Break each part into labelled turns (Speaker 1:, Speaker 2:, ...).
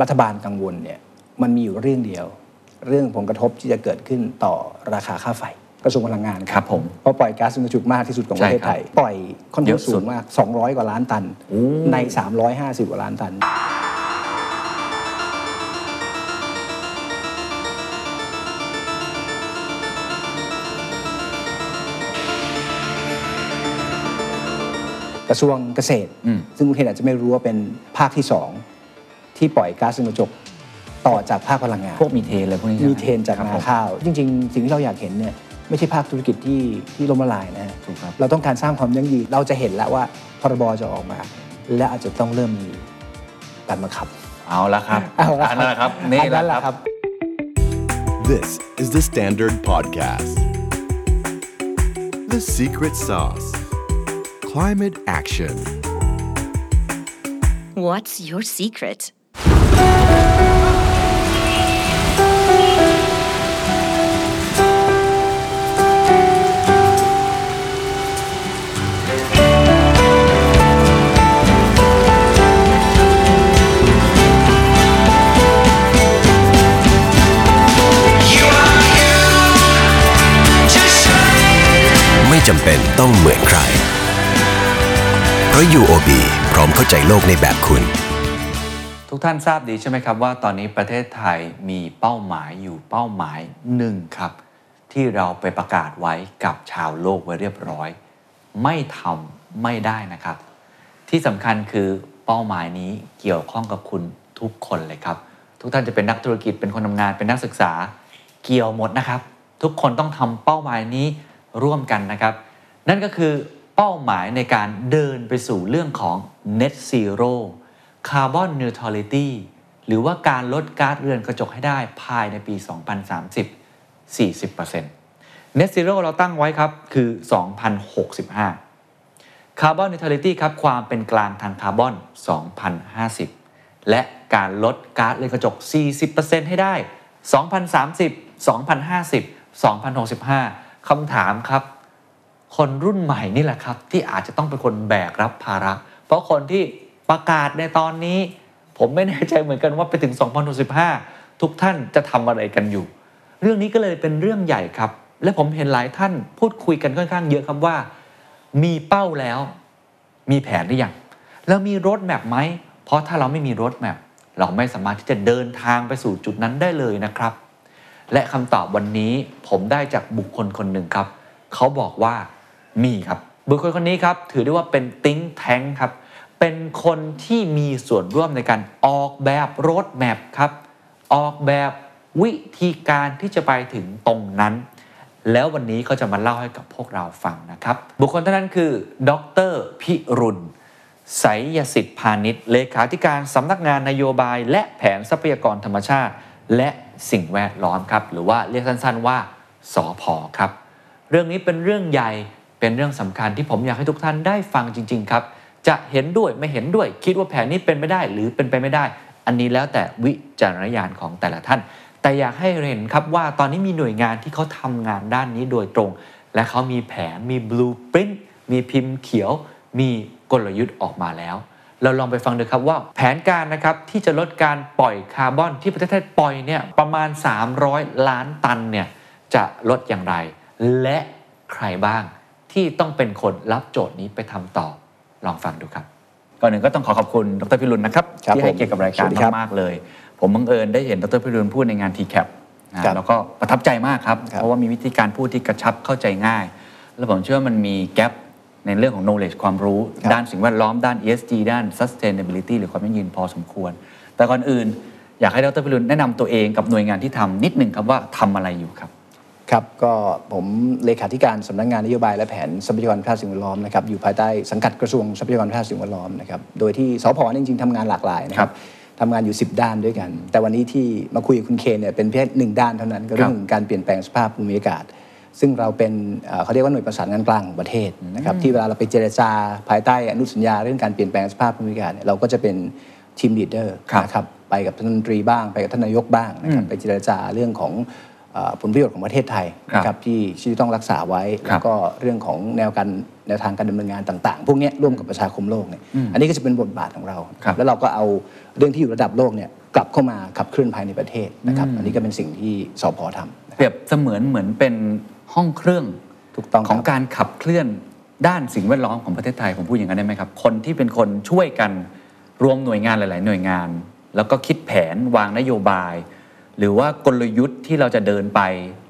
Speaker 1: รัฐบาลกังวลเนี่ยมันมีอยู่เรื่องเดียว เรื่องผลกระทบที่จะเกิดขึ้นต่อราคาค่าไฟกระทรวงพลังงาน
Speaker 2: ครับผม
Speaker 1: เพราะปล่อยก๊าซเรือนกระจกมากที่สุดของประเทศ
Speaker 2: ใช่ครับ
Speaker 1: ไทย ปล่อยค่อน
Speaker 2: เย
Speaker 1: ข้าง
Speaker 2: อะสุ
Speaker 1: สู
Speaker 2: ด
Speaker 1: งมาก 200 กว่าล้านตัน
Speaker 2: โอ้
Speaker 1: ใน 350 กว่าล้านตัน กระทรวงเกษตร
Speaker 2: อืม
Speaker 1: ซึ่งกรุงเทพอาจจะไม่รู้ว่าเป็นภาคที่สองที่ปล่อยก๊าซเรือนกระจกต่อจากภาคพลังงาน
Speaker 2: พวกมีเทนอะไรพวกนี้ใช่ไห
Speaker 1: มีเทรนจาก
Speaker 2: ครับ
Speaker 1: นา
Speaker 2: ผม
Speaker 1: ข้าว จริง ๆ สิ่งที่เราอยากเห็นเนี่ยไม่ใช่ภาคธุรกิจที่ที่ล้มละลายนะฮะ
Speaker 2: ถูกครับ
Speaker 1: เราต้องการสร้างความยั่งยืนเราจะเห็นแล้วว่าพรบจะออกมา และอาจจะต้องเริ่มมีการบังคับ
Speaker 2: เอาละครับ
Speaker 1: เอาละ
Speaker 2: นนั้นแหละครับนี่
Speaker 1: อัน
Speaker 2: แห
Speaker 1: นั่นแห
Speaker 2: ละ
Speaker 1: ละ
Speaker 2: ค
Speaker 1: ครับ รับ
Speaker 3: This is the Standard Podcast. The Secret Sauce Climate Action.
Speaker 4: What's your secret?
Speaker 5: ไม่จำเป็นต้องเหมือนใคร เพราะ UOB พร้อมเข้าใจโลกในแบบคุณ
Speaker 2: ทุกท่านทราบดีใช่ไหมครับว่าตอนนี้ประเทศไทยมีเป้าหมายอยู่เป้าหมายหนึ่งครับ ที่เราไปประกาศไว้กับชาวโลกไว้เรียบร้อย ไม่ทำไม่ได้นะครับ ที่สำคัญคือเป้าหมายนี้เกี่ยวข้องกับคุณทุกคนเลยครับ ทุกท่านจะเป็นนักธุรกิจเป็นคนทำงานเป็นนักศึกษา เกี่ยวหมดนะครับ ทุกคนต้องทำเป้าหมายนี้ร่วมกันนะครับ นั่นก็คือเป้าหมายในการเดินไปสู่เรื่องของ net zero carbon neutrality หรือว่าการลดก๊าซเรือนกระจกให้ได้ภายในปี 2030 40% net zero เราตั้งไว้ครับคือ 2065 คาร์บอนนิวทรัลิตี้ครับความเป็นกลางทางคาร์บอน 2050 และการลดก๊าซเรือนกระจก 40%ให้ได้ 2030 2050 2065 คำถามครับ คนรุ่นใหม่นี่แหละครับ ที่อาจจะต้องเป็นคนแบกรับภาระ เพราะคนที่ประกาศในตอนนี้ ผมไม่แน่ใจเหมือนกันว่าไปถึง 2065 ทุกท่านจะทำอะไรกันอยู่ เรื่องนี้ก็เลยเป็นเรื่องใหญ่ครับ และผมเห็นหลายท่านพูดคุยกันค่อนข้างเยอะครับว่า มีเป้าแล้ว มีแผนหรือยัง แล้วมีรถแมพไหม เพราะถ้าเราไม่มีรถแมพเราไม่สามารถที่จะเดินทางไปสู่จุดนั้นได้เลยนะครับ และคำตอบวันนี้ผมได้จากบุคคลคนหนึ่งครับ เขาบอกว่ามีครับ บุคคลคนนี้ครับ ถือได้ว่าเป็นติ้งแท้งครับ เป็นคนที่มีส่วนร่วมในการออกแบบรถแมพครับ ออกแบบวิธีการที่จะไปถึงตรงนั้น แล้ววันนี้ก็จะมาเล่าให้กับพวกเราฟังนะครับ บุคคลท่านนั้นคือดรพิรุณ ไสยสิทธิ์พาณิชย์เลขาธิการสำนักงานนโยบาย และแผนทรัพยากรธรรมชาติ และสิ่งแวดล้อมครับ หรือว่าเรียกสั้นๆว่าสอพอครับ เรื่องนี้เป็นเรื่องใหญ่เป็นเรื่องสำคัญที่ผมอยากให้ทุกท่านได้ฟังจริง ๆ ครับ จะเห็นด้วยไม่เห็นด้วย คิดว่าแผนนี้เป็นไม่ได้หรือเป็นไปไม่ได้ อันนี้แล้วแต่วิจารณญาณของแต่ละท่าน แต่อยากให้เห็นครับว่าตอนนี้มีหน่วยงานที่เขาทำงานด้านนี้โดยตรง และเขามีแผนมีบลูปริน t มีพิมพ์เขียว มีกลยุทธ์ออกมาแล้ว เราลองไปฟังดูครับว่าแผนการนะครับที่จะลดการปล่อยคาร์บอนที่ประเทศไทยปล่อยเนี่ยประมาณ 300 ล้านตันเนี่ยจะลดอย่างไร และใครบ้างที่ต้องเป็นคนรับโจทย์นี้ไปทำต่อลองฟังดูครับ ก่อนหนึ่งก็ต้องขอขอบคุณดรพิรุณนะครับ
Speaker 1: ครับ
Speaker 2: ที่ให้เกียรติกับรายกา
Speaker 1: ผมส
Speaker 2: ร
Speaker 1: วัสดีครับ
Speaker 2: มากๆเลย ผมบังเอิญได้เห็นดรพิรุณพูดในงาน t c a p นะครับ แล้วก็ประทับใจมากครับ
Speaker 1: ครับ
Speaker 2: เพราะว่ามีวิธีการพูดที่กระชับเข้าใจง่าย และผมเชื่อว่ามันมีแกลบในเรื่องของ knowledge ความรู้
Speaker 1: ครับ
Speaker 2: ด้านสิ่งแวดล้อมด้าน ESG ด้าน sustainability หรือความยั่งยืนพอสมควร แต่ก่อนอื่น อยากให้ดรพิรุณแนะนำตัวเองกับหน่วยงานที่ทำนิดหนึ่งครับว่าทำอะไรอยู่ครับ
Speaker 1: ครับก็ผมเลขาธิการสำนักงานนโยบายและแผนทรัพยากรธรรมชาติสิ่งแวดล้อมนะครับอยู่ภายใต้สังกัดกระทรวงทรัพยากรธรรมชาติสิ่งแวดล้อมนะครับโดยที่สพเนี่ยจริงๆทำงานหลากหลายนะค
Speaker 2: ครั
Speaker 1: รั
Speaker 2: บบ
Speaker 1: ทำงานอยู่ 10 ด้านด้วยกัน แต่วันนี้ที่มาคุยกับคุณเคนเนี่ยเป็นเพียงหนึ่งด้านเท่านั้นก็เรื่อ
Speaker 2: ครั
Speaker 1: ง
Speaker 2: บ
Speaker 1: ของการเปลี่ยนแปลงสภาพภูมิอากาศ ซึ่งเราเป็นเอ่อเขาเรียกว่าหน่วยประสานงานกลางของประเทศนะครับที่เวลาเราไปเจรจาภายใต้อนุสัญญาเรื่องการเปลี่ยนแปลงสภาพภูมิอากาศเนี่ยเราก็จะเป็นทีมลีดเดอร์
Speaker 2: ครับ
Speaker 1: นะครับไปกับท่านรัฐมนตรีบ้างไปกับท่านนายกบ้างนะครับ ไปเจรจาเรื่องของ เอ่อผลประโยชน์ของประเทศไทย
Speaker 2: ครับ
Speaker 1: นะครับที่ที่ต้องรักษาไว้
Speaker 2: ครับ
Speaker 1: แล้วก็เรื่องของแนวการแนวทางการดำเนินงานต่าง ๆ พวกเนี้ยร่วมกับประชาคมโลกเนี่ยอันนี้ก็จะเป็นบทบาทของเรา
Speaker 2: ครับ
Speaker 1: แล้วเราก็เอาเรื่องที่อยู่ระดับโลกเนี่ยกลับเข้ามาขับเคลื่อนภายในประเทศนะครับ
Speaker 2: อืม
Speaker 1: อันนี้ก็เป็นสิ่งที่สพทำนะครับ
Speaker 2: เปรียบเสมือนเหมือนเป็นห้องเครื่อง
Speaker 1: ถูกต้องครับ
Speaker 2: ของการขับเคลื่อนด้านสิ่งแวดล้อมของประเทศไทยผมพูดอย่างนั้นได้ไหมครับ คนที่เป็นคนช่วยกันรวมหน่วยงานหลาย ๆ หน่วยงาน แล้วก็คิดแผนวางนโยบาย หรือว่ากลยุทธ์ที่เราจะเดินไป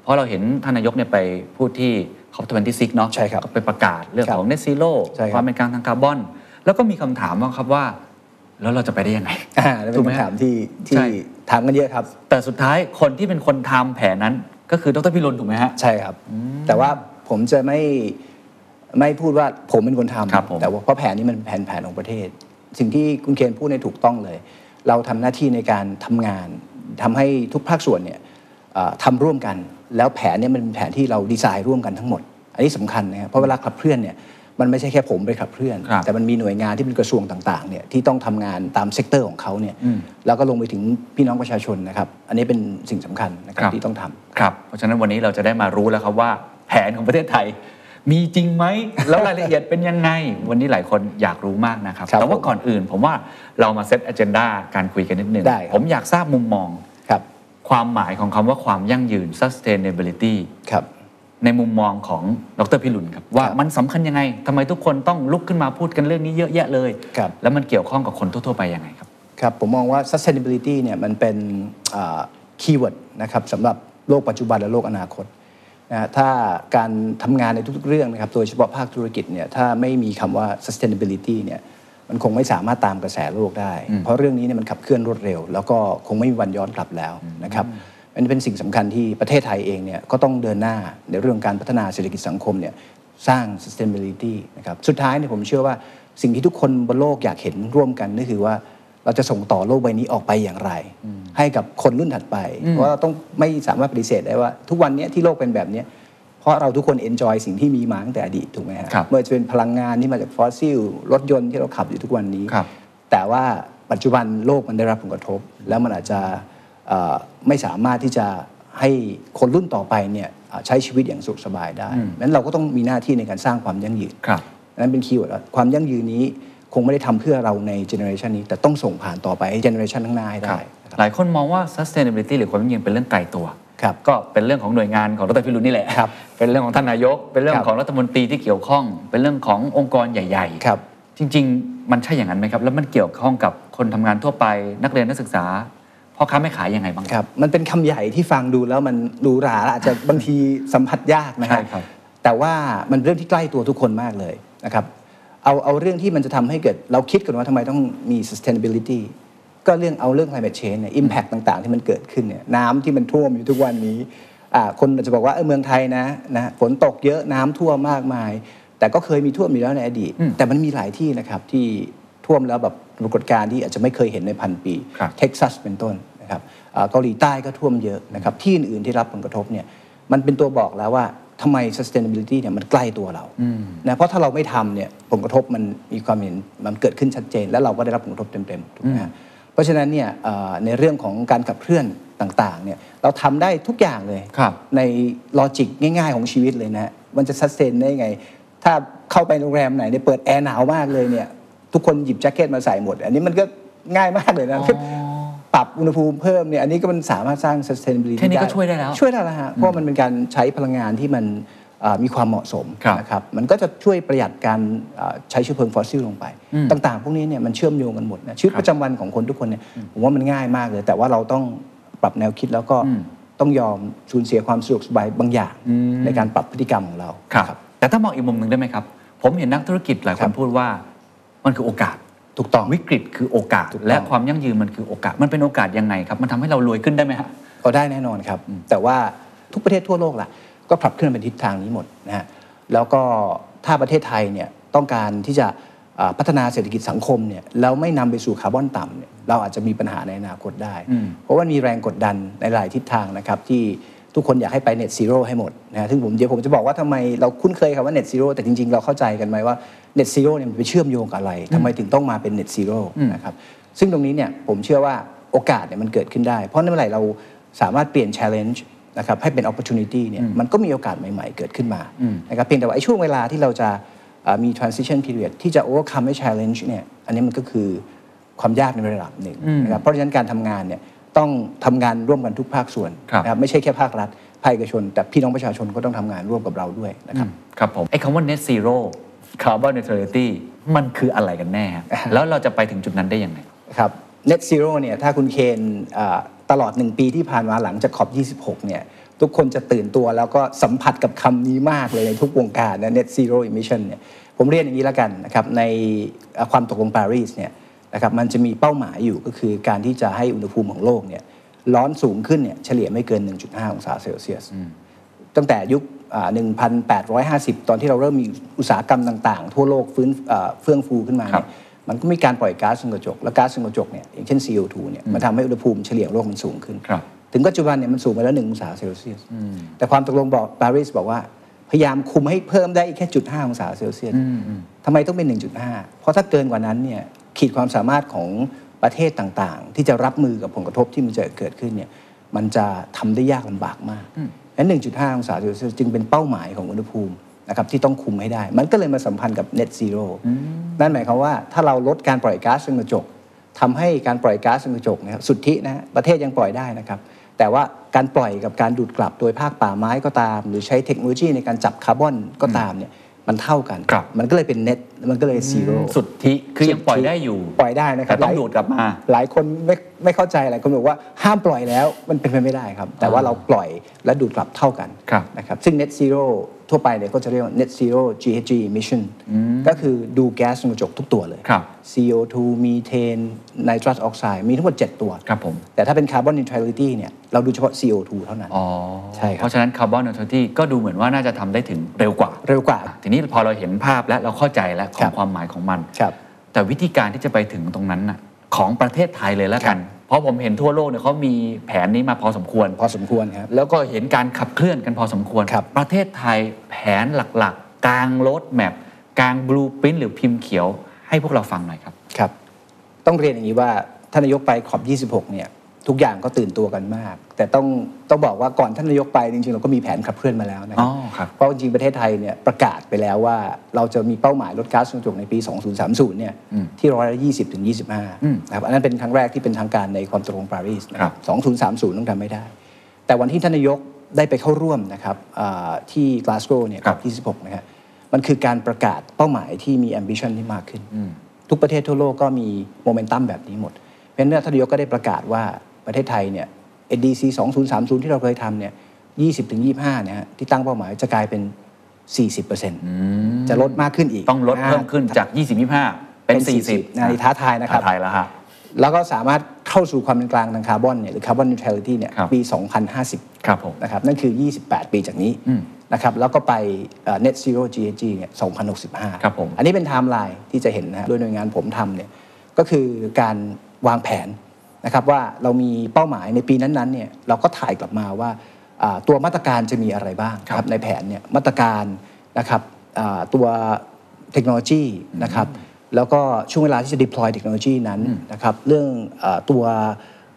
Speaker 2: เพราะเราเห็นท่านนายกเนี่ยไปพูดที่คอปทเวนตี้ซิกเนาะ
Speaker 1: ใช่ครับ
Speaker 2: ก็ไปประกาศเรื่อง
Speaker 1: ครับ
Speaker 2: ของเน t ซิโ o
Speaker 1: ใช่ครับ
Speaker 2: ความเป็นกลางทางคาร์บอน แล้วก็มีคำถามว่าครับว่า แล้วเราจะไปได้ยังไง
Speaker 1: อ่านั่นเป็
Speaker 2: ถู
Speaker 1: น
Speaker 2: กไหม
Speaker 1: คำ
Speaker 2: ค
Speaker 1: ถา
Speaker 2: รับ
Speaker 1: มที่ที่
Speaker 2: ใช่
Speaker 1: ถามกันเยอะครับ
Speaker 2: แต่สุดท้ายคนที่เป็นคนทำแผนนั้น ก็คือดรพิรุณถูกไหมฮะ
Speaker 1: ใช่ครับ แต่ว่าผมจะไม่ไม่พูดว่าผมเป็นคน
Speaker 2: ครับผม
Speaker 1: ทำแต่ว่าเพราะแผนนี้มันเป็นแผนแผนของประเทศ สิ่งที่คุณเคนพูดในยถูกต้องเลย เราทำหน้าที่ในการทำงานทำให้ทุกภาคส่วนเนี่ยเอ่อทำร่วมกัน แล้วแผนเนี่ยมันเป็นแผนที่เราดีไซน์ร่วมกันทั้งหมด อันนี้สำคัญนะครับเพราะเวลาขับเคลื่อนเนี่ยมันไม่ใช่แค่ผมไปขับเคลื่อน
Speaker 2: ครับ
Speaker 1: แต่มันมีหน่วยงานที่เป็นกระทรวงต่างๆเนี่ยที่ต้องทำงานตามเซกเตอร์ของเขาเนี่ยแล้วก็ลงไปถึงพี่น้องประชาชนนะครับอันนี้เป็นสิ่งสำคัญนะครั
Speaker 2: ครับ บ
Speaker 1: ที่ต้องทำ
Speaker 2: ครับเพราะฉะนั้นวันนี้เราจะได้มารู้แล้วครับว่า แผนของประเทศไทย มีจริง ไหม แล้วรายละเอียดเป็นยังไง วันนี้หลายคนอยากรู้มากนะครับ
Speaker 1: ครับ
Speaker 2: แต่ว่าก่อนอื่นผมว่าเรามาเซต a g e n d a การคุยกันนิดนึง
Speaker 1: ได้ครับ
Speaker 2: ผมอยากทราบมุมมอง
Speaker 1: ครับ
Speaker 2: ความหมายของคำว่าความยั่งยืน sustainability
Speaker 1: ครับ
Speaker 2: ในมุมมองของดรพิรุณครับ ว่า
Speaker 1: ครับ
Speaker 2: มันสำคัญยังไงทำไมทุกคนต้องลุกขึ้นมาพูดกันเรื่องนี้เยอะแยะเลย
Speaker 1: ครับ
Speaker 2: แล้วมันเกี่ยวข้องกับคนทั่วๆไปยังไงครับ
Speaker 1: ครับผมมองว่า sustainability เนี่ยมันเป็นคีย์เวิร์ดนะครับสำหรับโลกปัจจุบันและโลกอนาคตนะฮะถ้าการทำงานในทุกๆเรื่องนะครับโดยเฉพาะภาคธุรกิจเนี่ยถ้าไม่มีคำว่า sustainability เนี่ยมันคงไม่สามารถตามกระแสโลกได้ เพราะเรื่องนี้เนี่ยมันขับเคลื่อนรวดเร็ว แล้วก็คงไม่มีวันย้อนกลับแล้วนะครับมันเป็นสิ่งสำคัญที่ประเทศไทยเองเนี่ยก็ต้องเดินหน้าในเรื่องการพัฒนาเศรษฐกิจสังคมเนี่ย สร้าง sustainability นะครับ สุดท้ายเนี่ยผมเชื่อว่าสิ่งที่ทุกคนบนโลกอยากเห็นร่วมกันก็คือว่าเราจะส่งต่อโลกใบนี้ออกไปอย่างไร ให้กับคนรุ่นถัดไป เพราะเราต้องไม่สามารถปฏิเสธได้ว่า ทุกวันเนี้ยที่โลกเป็นแบบเนี้ยเพราะเราทุกคนเอนจอยสิ่งที่มีมาตั้งแต่อดีตถูกไหมฮะ
Speaker 2: ครับ
Speaker 1: เมื่อจะเป็นพลังงานที่มาจากฟอสซิลรถยนต์ที่เราขับอยู่ทุกวันนี้
Speaker 2: ครับ
Speaker 1: แต่ว่าปัจจุบันโลกมันได้รับผลกระทบ แล้วมันอาจจะเอ่อไม่สามารถที่จะให้คนรุ่นต่อไปเนี่ยเอ่อใช้ชีวิตอย่างสุขสบายได้นั้นเราก็ต้องมีหน้าที่ในการสร้างความยั่งยืน
Speaker 2: ครับ
Speaker 1: นั้นเป็นคีย์เวิร์ดว่าความยั่งยืนนี้คงไม่ได้ทำเพื่อเราในเจเนอเรชันนี้ แต่ต้องส่งผ่านต่อไปให้เจเนอเรชันข้างหน้าให้
Speaker 2: ครั
Speaker 1: ได้
Speaker 2: บ
Speaker 1: นะครับ
Speaker 2: หลายคนมองว่า sustainability หรือความยั่งยืนเป็นเรื่องไกลตัว
Speaker 1: ครับ
Speaker 2: ก็เป็นเรื่องของหน่วยงานของรัฐพิรุณนี่แหละ
Speaker 1: ครับ
Speaker 2: เป็นเรื่องของท่านนายก เป็นเรื่อ
Speaker 1: ค
Speaker 2: ง
Speaker 1: รับ
Speaker 2: ของรัฐมนตรีที่เกี่ยวข้อง เป็นเรื่องขององค์กรใหญ่ๆ
Speaker 1: ครับ
Speaker 2: จริง ๆ มันใช่อย่างนั้นไหมครับ แล้วมันเกี่ยวข้องกับคนทำงานทั่วไป นักเรียนนักศึกษา พ่อค้าแม่ขายยังไงบ้าง
Speaker 1: ครับมันเป็นคำใหญ่ที่ฟังดูแล้วมันหรูหราอาจ จะบางทีสัมผัสยากนะครั
Speaker 2: ใช่ครับ
Speaker 1: แต่ว่ามันเรื่องที่ใกล้ตัวทุกคนมากเลยนะครับเอาเอาเรื่องที่มันจะทำให้เกิดเราคิดกันว่าทำไมต้องมี sustainability ก็เรื่องเอาเรื่อง climate change เนี่ย impact ต่างๆ ที่มันเกิดขึ้นเนี่ยน้ำที่มันท่วมอยู่ทุกวันนี้อ่าคนอาจจะบอกว่าเออเมืองไทยนะนะฝนตกเยอะน้ำท่วมมากมาย แต่ก็เคยมีท่วมอยู่แล้วในอดีต
Speaker 2: อืม
Speaker 1: แต่มันมีหลายที่นะครับที่ท่วมแล้วแบบปรากฏการณ์ที่อาจจะไม่เคยเห็นในพันปี
Speaker 2: ครับ
Speaker 1: เท็กซัสเป็นต้นนะครับเอ่อเกาหลีใต้ก็ท่วมเยอะนะครับที่อื่น ๆ ที่รับผลกระทบเนี่ยมันเป็นตัวบอกแล้วว่าทำไม sustainability เนี่ยมันใกล้ตัวเรานะเพราะถ้าเราไม่ทำเนี่ยผลกระทบมันมีความเห็นมันเกิดขึ้นชัดเจน แล้วเราก็ได้รับผลกระทบเต็ม ๆ ถูกไหมฮะเพราะฉะนั้นเนี่ยเอ่อในเรื่องของการขับเคลื่อนต่าง ๆ เนี่ยเราทำได้ทุกอย่างเลย
Speaker 2: ครับ
Speaker 1: ในลอจิกง่าย ๆ ของชีวิตเลยนะ มันจะซัดเซนได้ไง ถ้าเข้าไปโรงแรมไหนเนี่ยเปิดแอร์หนาวมากเลยเนี่ย ทุกคนหยิบแจ็คเก็ตมาใส่หมด อันนี้มันก็ง่ายมากเลยนะ ปรับอุณหภูมิเพิ่มเนี่ย อันนี้ก็มันสามารถสร้าง sustainability
Speaker 2: แค่นี้ก็ช่วยได้แล้ว
Speaker 1: ช่วยได้แล้วฮะ เพราะมันเป็นการใช้พลังงานที่มันเอ่อมีความเหมาะสม
Speaker 2: ครับ
Speaker 1: นะครับ มันก็จะช่วยประหยัดการเอ่อใช้เชื้อเพลิงฟอสซิลลงไป
Speaker 2: อืม
Speaker 1: ต่างๆ พวกนี้เนี่ยมันเชื่อมโยงกันหมดนะชีวิตประจำวันของคนทุกคนเนี่ยผมว่ามันง่ายมากเลย แต่ว่าเราต้องปรับแนวคิดแล้วก็
Speaker 2: อืม
Speaker 1: ต้องยอมสูญเสียความสะดวกสบายบางอย่าง ในการปรับพฤติกรรมของเรา
Speaker 2: ครับ
Speaker 1: ครับ
Speaker 2: แต่ถ้ามองอีกมุมหนึ่งได้ไหมครับ ผมเห็นนักธุรกิจหลายค
Speaker 1: ครั
Speaker 2: น
Speaker 1: บ
Speaker 2: พูดว่ามันคือโอกาส
Speaker 1: ถูกต้อง
Speaker 2: วิกฤตคือโอกาส
Speaker 1: ถูกต้อง
Speaker 2: และความยั่งยืนมันคือโอกาส มันเป็นโอกาสยังไงครับ มันทำให้เรารวยขึ้นได้ไหมฮะ
Speaker 1: ก็ได้แน่นอนครับ แต่ว่าทุกประเทศทั่วโลกล่ะ ก็ปรับเคลื่อนไปทิศทางนี้หมดนะฮะแล้วก็ถ้าประเทศไทยเนี่ยต้องการที่จะเอ่อพัฒนาเศรษฐกิจสังคมเนี่ยแล้วไม่นำไปสู่คาร์บอนต่ำเนี่ยเราอาจจะมีปัญหาในอนาคตได้
Speaker 2: อืม
Speaker 1: เพราะว่ามีแรงกดดันในหลายทิศทางนะครับ ที่ทุกคนอยากให้ไป Net Zero ให้หมดนะฮะซึ่งผมเดี๋ยวผมจะบอกว่าทำไมเราคุ้นเคยคำว่า Net Zero แต่จริง ๆ เราเข้าใจกันไหมว่า Net Zero เนี่ยมันไปเชื่อมโยงกับอะไรทำไมถึงต้องมาเป็น Net Zero นะครับซึ่งตรงนี้เนี่ยผมเชื่อว่าโอกาสเนี่ยมันเกิดขึ้นได้ เพราะในเมื่อไหร่เราสามารถเปลี่ยน challenge นะครับให้เป็น opportunity เนี่ยมันก็มีโอกาสใหม่ ๆ เกิดขึ้นมานะครับเพียงแต่ว่าไอ้ช่วงเวลาที่เราจะเอ่อมี transition period ที่จะ overcome ให้ challenge เนี่ยอันนี้มันก็คือความยากในระดับหนึ่งนะครับเพราะฉะนั้นการทำงานเนี่ยต้องทำงานร่วมกันทุกภาคส่วน
Speaker 2: ครับ
Speaker 1: นะครับไม่ใช่แค่ภาครัฐภาคเอกชน แต่พี่น้องประชาชนก็ต้องทำงานร่วมกับเราด้วยนะครับ
Speaker 2: ครับผม ไอ้คำว่า net zero carbon neutrality มันคืออะไรกันแน่ครับแล้วเราจะไปถึงจุดนั้นได้ยังไง
Speaker 1: ครับ net zero เนี่ยถ้าคุณเคนอ่าตลอด 1 ปีที่ผ่านมาหลังจากขอบ 26 เนี่ยทุกคนจะตื่นตัวแล้วก็สัมผัสกับคำนี้มากเลยในทุกวงการนะ net zero emission เนี่ยผมเรียนอย่างนี้ละกันนะครับในเอ่อความตกลงปารีสเนี่ยนะครับมันจะมีเป้าหมายอยู่ก็คือการที่จะให้อุณหภูมิของโลกเนี่ยร้อนสูงขึ้นเนี่ยเฉลี่ยไม่เกิน 1.5 องศาเซลเซียส ตั้งแต่ยุคอ่า1,850 ตอนที่เราเริ่มมีอุตสาหกรรมต่างๆ ทั่วโลกฟื้นเอ่อเฟื่องฟูขึ้นมา
Speaker 2: ครั
Speaker 1: เนี่
Speaker 2: บ
Speaker 1: ย มันก็มีการปล่อยก๊าซเรือนกระจก และก๊าซเรือนกระจกเนี่ยอย่างเช่น CO2 เนี่ยมันทำให้อุณหภูมิเฉลี่ยโลกมันสูงขึ้น
Speaker 2: ครับ
Speaker 1: ถึงปัจจุบันเนี่ยมันสูงไปแล้วหนึ่งองศาเซลเซียส แต่ความตกลงบอกปารีสบอกว่า พยายามคุมให้เพิ่มได้อีกแค่จุดห้าองศาเซลเซียสทำไมต้องเป็น 1.5 เพราะถ้าเกินกว่านั้นเนี่ยขีดความสามารถของประเทศต่างๆ ที่จะรับมือกับผลกระทบที่มันจะเกิดขึ้นเนี่ยมันจะทำได้ยากลำบากมากและ1.5 องศาเซลเซียสจึงเป็นเป้าหมายของอุณหภูมินะครับที่ต้องคุมให้ได้ มันก็เลยมาสัมพันธ์กับ net zero นั่นหมายความว่าถ้าเราลดการปล่อยก๊าซเรือนกระจก ทำให้การปล่อยก๊าซเรือนกระจกเนะครับสุทธินะฮะประเทศยังปล่อยได้นะครับ แต่ว่าการปล่อยกับการดูดกลับโดยภาคป่าไม้ก็ตาม หรือใช้เทคโนโลยีในการจับคาร์บอนก็ตามเนี่ยมันเท่ากัน
Speaker 2: ครับ
Speaker 1: มันก็เลยเป็นเน็ตมันก็เลยซีโร่
Speaker 2: สุดที่คือยังปล่อยได้อยู่
Speaker 1: ปล่อยได้นะครับ
Speaker 2: แต่ต้อ
Speaker 1: ห
Speaker 2: ง
Speaker 1: ลาย
Speaker 2: ดูดกลับมา
Speaker 1: หลายคนไม่ไม่เข้าใจหลายคนบอกว่าห้ามปล่อยแล้วมันเป็นไปไม่ได้ครับ แต่ว่าเราปล่อยและดูดกลับเท่ากัน
Speaker 2: ครับ
Speaker 1: นะครับซึ่ง net zero ทั่วไปเนี่ยก็จะเรียกว่า net zero GHG emission ก็คือดูแก๊สเรือนกระจกทุกตัวเลย
Speaker 2: ครับ
Speaker 1: CO2 มีเทนไนตรัสออกไซด์มีทั้งหมด 7 ตัว
Speaker 2: ครับผม
Speaker 1: แต่ถ้าเป็นคาร์บอนนิ t r a l i ิตี้เนี่ยเราดูเฉพาะ CO2 เท่านั้น
Speaker 2: อ๋อ
Speaker 1: ใช่ครับ
Speaker 2: เพราะฉะนั้น carbon neutrality ก็ดูเหมือนว่าน่าจะทำได้ถึงเร็วกว่า
Speaker 1: เร็วกว่า
Speaker 2: ทีนี้พอเราเห็นภาพและเราเข้าใจแล้วข
Speaker 1: ครั
Speaker 2: อง
Speaker 1: บ
Speaker 2: ความหมายของมัน
Speaker 1: ครับ
Speaker 2: แต่วิธีการที่จะไปถึงตรงนั้นน่ะของประเทศไทยเลยแล้วกัน เพราะผมเห็นทั่วโลกเนี่ยเขามีแผนนี้มาพอสมควร
Speaker 1: พอสมควรครับ
Speaker 2: แล้วก็เห็นการขับเคลื่อนกันพอสมควร
Speaker 1: ครับ
Speaker 2: ประเทศไทยแผนหลักๆ กลางโรดแมพกลางบลูพิ้นหรือพิมพ์เขียว ให้พวกเราฟังหน่อยครับ
Speaker 1: ครับ ต้องเรียนอย่างนี้ว่าท่านนายกไปขอบ 26 เนี่ยทุกอย่างก็ตื่นตัวกันมาก แต่ต้องต้องบอกว่าก่อนท่านนายกไปจริงๆ เราก็มีแผนขับเคลื่อนมาแล้วนะครั
Speaker 2: อ๋อครับ
Speaker 1: เพราะจริงๆประเทศไทยเนี่ยประกาศไปแล้วว่าเราจะมีเป้าหมายลดก๊าซเรือนกระจกในปี 2030 เนี่ยที่ร้อยละ20ถึง
Speaker 2: อืม
Speaker 1: 25นะครับอันนั้นเป็นครั้งแรกที่เป็นทางการในความตกลงปารีสนะค
Speaker 2: ครั
Speaker 1: รับ บ 2030 ต้องทำไม่ได้ แต่วันที่ท่านนายกได้ไปเข้าร่วมนะครับอ่าที่กลาสโกเนี่ย
Speaker 2: ค
Speaker 1: ค
Speaker 2: รั
Speaker 1: รับ บ 26 นะฮะมันคือการประกาศเป้าหมายที่มี ambition ที่มากขึ้น ทุกประเทศทั่วโลกก็มีโมเมนตัมแบบนี้หมด เพราะฉะนั้นท่านนายกก็ได้ประกาศว่าประเทศไทยเนี่ย NDC 2030 ที่เราเคยทำเนี่ย 20ถึง25เนี่ยฮะที่ตั้งเป้าหมายจะกลายเป็น 40%จะลดมากขึ้นอีก
Speaker 2: ต้องลดเพิ่มขึ้นจาก 20-25 เป็น 40
Speaker 1: นะนี่ท้าทายนะครับ
Speaker 2: ท้าทายแล้วฮะ
Speaker 1: แล้วก็สามารถเข้าสู่ความเป็นกลางทางคาร์บอนเนี่ยหรือคาร์บอนนิวทรัลิตี้เนี่ย
Speaker 2: ครับ
Speaker 1: ปี 2050
Speaker 2: ครับผม
Speaker 1: นะครับนั่นคือ 28 ปีจากนี้
Speaker 2: อืม
Speaker 1: นะครับแล้วก็ไปเอ่อ net zero GHG เนี่ย2065
Speaker 2: ครับผม
Speaker 1: อันนี้เป็นไทม์ไลน์ที่จะเห็นนะฮะโดยหน่วยงานผมทำเนี่ยก็คือการวางแผนนะครับว่าเรามีเป้าหมายในปีนั้นๆเนี่ยเราก็ถ่ายกลับมาว่าอ่าตัวมาตรการจะมีอะไรบ้าง
Speaker 2: ครับ
Speaker 1: นะในแผนเนี่ยมาตรการนะครับอ่าตัวเทคโนโลยีนะครับแล้วก็ช่วงเวลาที่จะ deploy เทคโนโลยีนั้นนะครับเรื่องอาตัว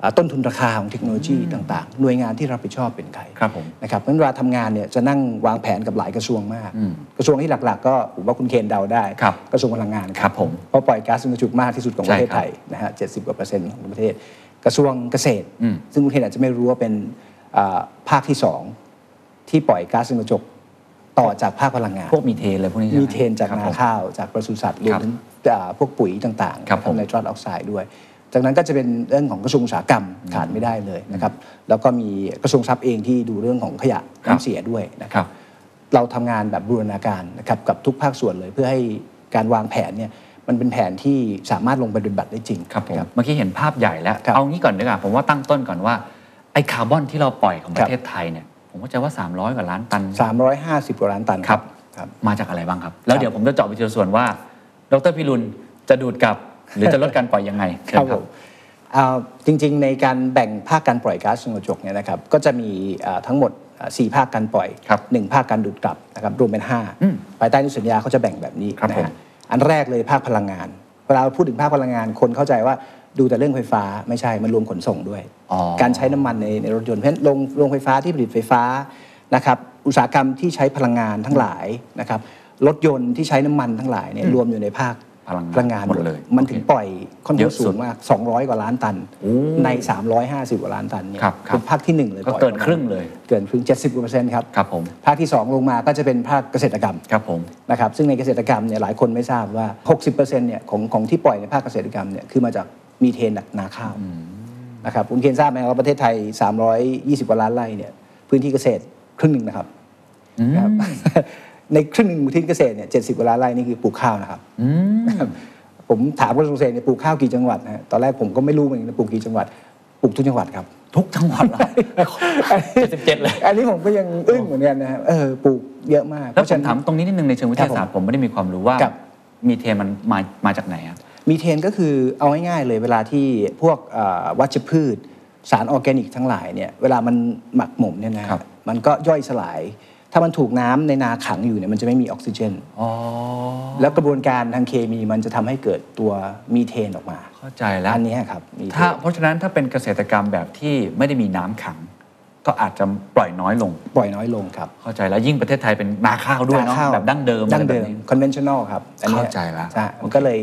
Speaker 1: อ่าต้นทุนราคาของเทคโนโลยีต่างๆ หน่วยงานที่รับผิดชอบเป็นใคร
Speaker 2: ครับผม
Speaker 1: นะครับเพราะฉะนั้นเวลาทำงานเนี่ยจะนั่งวางแผนกับหลายกระทรวงมาก กระทรวงที่หลักๆ ก็ผมว่าคุณเคนเดาได้
Speaker 2: ครับ
Speaker 1: กระทรวงพลังงาน
Speaker 2: ครับผม
Speaker 1: เพราะปล่อยก๊าซเรือนกระจกมากที่สุดของประเทศ
Speaker 2: ใช่ครับ
Speaker 1: ไทยนะฮะเจ็ดสิบกว่าเปอร์เซ็นต์ของประเทศ กระทรวงเกษตร
Speaker 2: อืม
Speaker 1: ซึ่งคุณเคนอาจจะไม่รู้ว่าเป็นอ่าภาคที่สองที่ปล่อยก๊าซเรือนกระจกต่อจากภาคพลังงาน
Speaker 2: พวกมีเทนอะไรพวกนี้ใช่ไห
Speaker 1: มีเทนจาก
Speaker 2: ครับ
Speaker 1: นา
Speaker 2: ผม
Speaker 1: ข้าวจากปศุสัตว์รวม
Speaker 2: ครับ
Speaker 1: ถึงอ่าพวกปุ๋ยต่าง
Speaker 2: ครับผม
Speaker 1: ไนตรัสออกไซด์ด้วย จากนั้นก็จะเป็นเรื่องของกระทรวงอุตสาหกรรมขาดไม่ได้เลยนะครับแล้วก็มีกระทรวงทรัพย์เองที่ดูเรื่องของขยะน้ำเสียด้วยนะค
Speaker 2: ครับ รับ
Speaker 1: เราทำงานแบบบูรณาการนะครับกับทุกภาคส่วนเลย เพื่อให้การวางแผนเนี่ยมันเป็นแผนที่สามารถลงไปปฏิบัติได้จริง
Speaker 2: ครับผม
Speaker 1: นะ
Speaker 2: เมื่อกี้เห็นภาพใหญ่แล้ว
Speaker 1: ครับ
Speaker 2: เอางี้ก่อนดีกว่าผมว่าตั้งต้นก่อนว่าไอ้คาร์บอนที่เราปล่อยของป
Speaker 1: ครับ
Speaker 2: ระเทศไทยเนี่ยผมเข้าใจว่า 300 กว่าล้านตัน
Speaker 1: 350กว่าล้านตัน
Speaker 2: ครับ
Speaker 1: ครับ
Speaker 2: มาจากอะไรบ้างครับ แล้วเดี๋ยวผมจะเจาะไปทีละส่วนว่าดรพิรุณจะดูดกลับ หรือจะลดการปล่อยยังไงเชิญ
Speaker 1: ครับผมเอ่อจริงๆ ในการแบ่งภาคการปล่อยก๊าซเรือนกระจกเนี่ยนะครับก็จะมีเอ่อทั้งหมดเอ่อสี่ภาคการปล่อย
Speaker 2: ครับ
Speaker 1: หนึ่งภาคการดูดกลับนะครับรวมเป็นห้า
Speaker 2: อืม
Speaker 1: ภายใต้อนุสัญญาเขาจะแบ่งแบบนี้
Speaker 2: ครับ
Speaker 1: นะ
Speaker 2: ผม
Speaker 1: ฮะอันแรกเลยภาคพลังงาน เวลาเราพูดถึงภาคพลังงานคนเข้าใจว่า ดูแต่เรื่องไฟฟ้าไม่ใช่ มันรวมขนส่งด้วย
Speaker 2: อ๋อ
Speaker 1: การใช้น้ำมันในในรถยนต์เพราะฉะนั้นโรงโรงไฟฟ้าที่ผลิตไฟฟ้านะครับอุตสาหกรรมที่ใช้พลังงานทั้งหลายนะครับรถยนต์ที่ใช้น้ำมันทั้งหลายเนี่ยรวมอยู่ในภาค
Speaker 2: พลังงาน
Speaker 1: หมด
Speaker 2: หมดเลย
Speaker 1: มันถึง
Speaker 2: โอเค
Speaker 1: ปล่อยค่อน
Speaker 2: เย
Speaker 1: ข้า
Speaker 2: อะ
Speaker 1: ง
Speaker 2: สุด
Speaker 1: สูงมาก 200 กว่าล้านตัน
Speaker 2: โอ้
Speaker 1: ใน 350 กว่าล้านตันเนี่ย
Speaker 2: ครับครับ
Speaker 1: เป็นภาคที่หนึ่งเลย
Speaker 2: ก็
Speaker 1: ปล่อย
Speaker 2: เกิน
Speaker 1: ปะมาณ
Speaker 2: ครึ่งเลย
Speaker 1: เกินครึ่ง 70กว่าเปอร์เซ็นต์ครับ
Speaker 2: ครับผม
Speaker 1: ภาคที่ 2 ลงมาก็จะเป็นภาคเกษตรกรรม
Speaker 2: ครับผม
Speaker 1: นะครับซึ่งในเกษตรกรรมเนี่ยหลายคนไม่ทราบว่า 60%เนี่ยของของที่ปล่อยในภาคเกษตรกรรมเนี่ยคือมาจากมีเทนหนักนาข้าวนะครับคุณเคนทราบไหมว่าประเทศไทย 320กว่าล้านไร่เนี่ยพื้นที่เกษตรครึ่งหนึ่งนะครับนะครับ ในครึ่งหนึ่งของพื้นที่เกษตรเนี่ยเจ็ดสิบกว่าล้านไร่นี่คือปลูกข้าวนะครับ
Speaker 2: อืม
Speaker 1: ผมถามกระทรวงเกษตรเนี่ยปลูกข้าวกี่จังหวัดนะฮะตอนแรกผมก็ไม่รู้เหมือนกันนะปลูกกี่จังหวัดปลูกทุกจังหวัดครับ
Speaker 2: ทุกจังหวัดแล้ว77เลย
Speaker 1: อันนี้ผมก็ยังอึ้งเหมือนกันนะครับเออปลูกเยอะมาก
Speaker 2: แล้วผมถามตรงนี้นิดนึงในเชิงวิทยาศาสตร์ผมไม่ได้มีความรู้ว่า
Speaker 1: ครับ
Speaker 2: มีเทมันมามาจากไหนอะ
Speaker 1: มีเทนก็คือเอาง่ายๆเลยเวลาที่พวกเอ่อวัชพืช สารออร์แกนิกทั้งหลายเนี่ยเวลามันหมักหมมเนี่ยนะฮะมันก็ย่อยสลาย ถ้ามันถูกน้ำในนาขังอยู่เนี่ยมันจะไม่มีออกซิเจน
Speaker 2: อ๋อ
Speaker 1: แล้วกระบวนการทางเคมีมันจะทำให้เกิดตัวมีเทนออกมา
Speaker 2: เข้าใจแล้ว
Speaker 1: อันเนี้ยครับมีเทน
Speaker 2: ถ้าเพราะฉะนั้นถ้าเป็นเกษตรกรรมแบบที่ไม่ได้มีน้ำขัง ก็อาจจะปล่อยน้อยลง
Speaker 1: ปล่อยน้อยลงครับ
Speaker 2: เข้าใจแล้วยิ่งประเทศไทยเป็นนาข้าวด้วยเนาะ
Speaker 1: ข้ว
Speaker 2: แบบดั้งเดิมอะไร
Speaker 1: ดั้งเดิม
Speaker 2: แบบนี้
Speaker 1: conventional ครับอันนี้ย
Speaker 2: เข้าใจละ
Speaker 1: ใช่มันก็เลย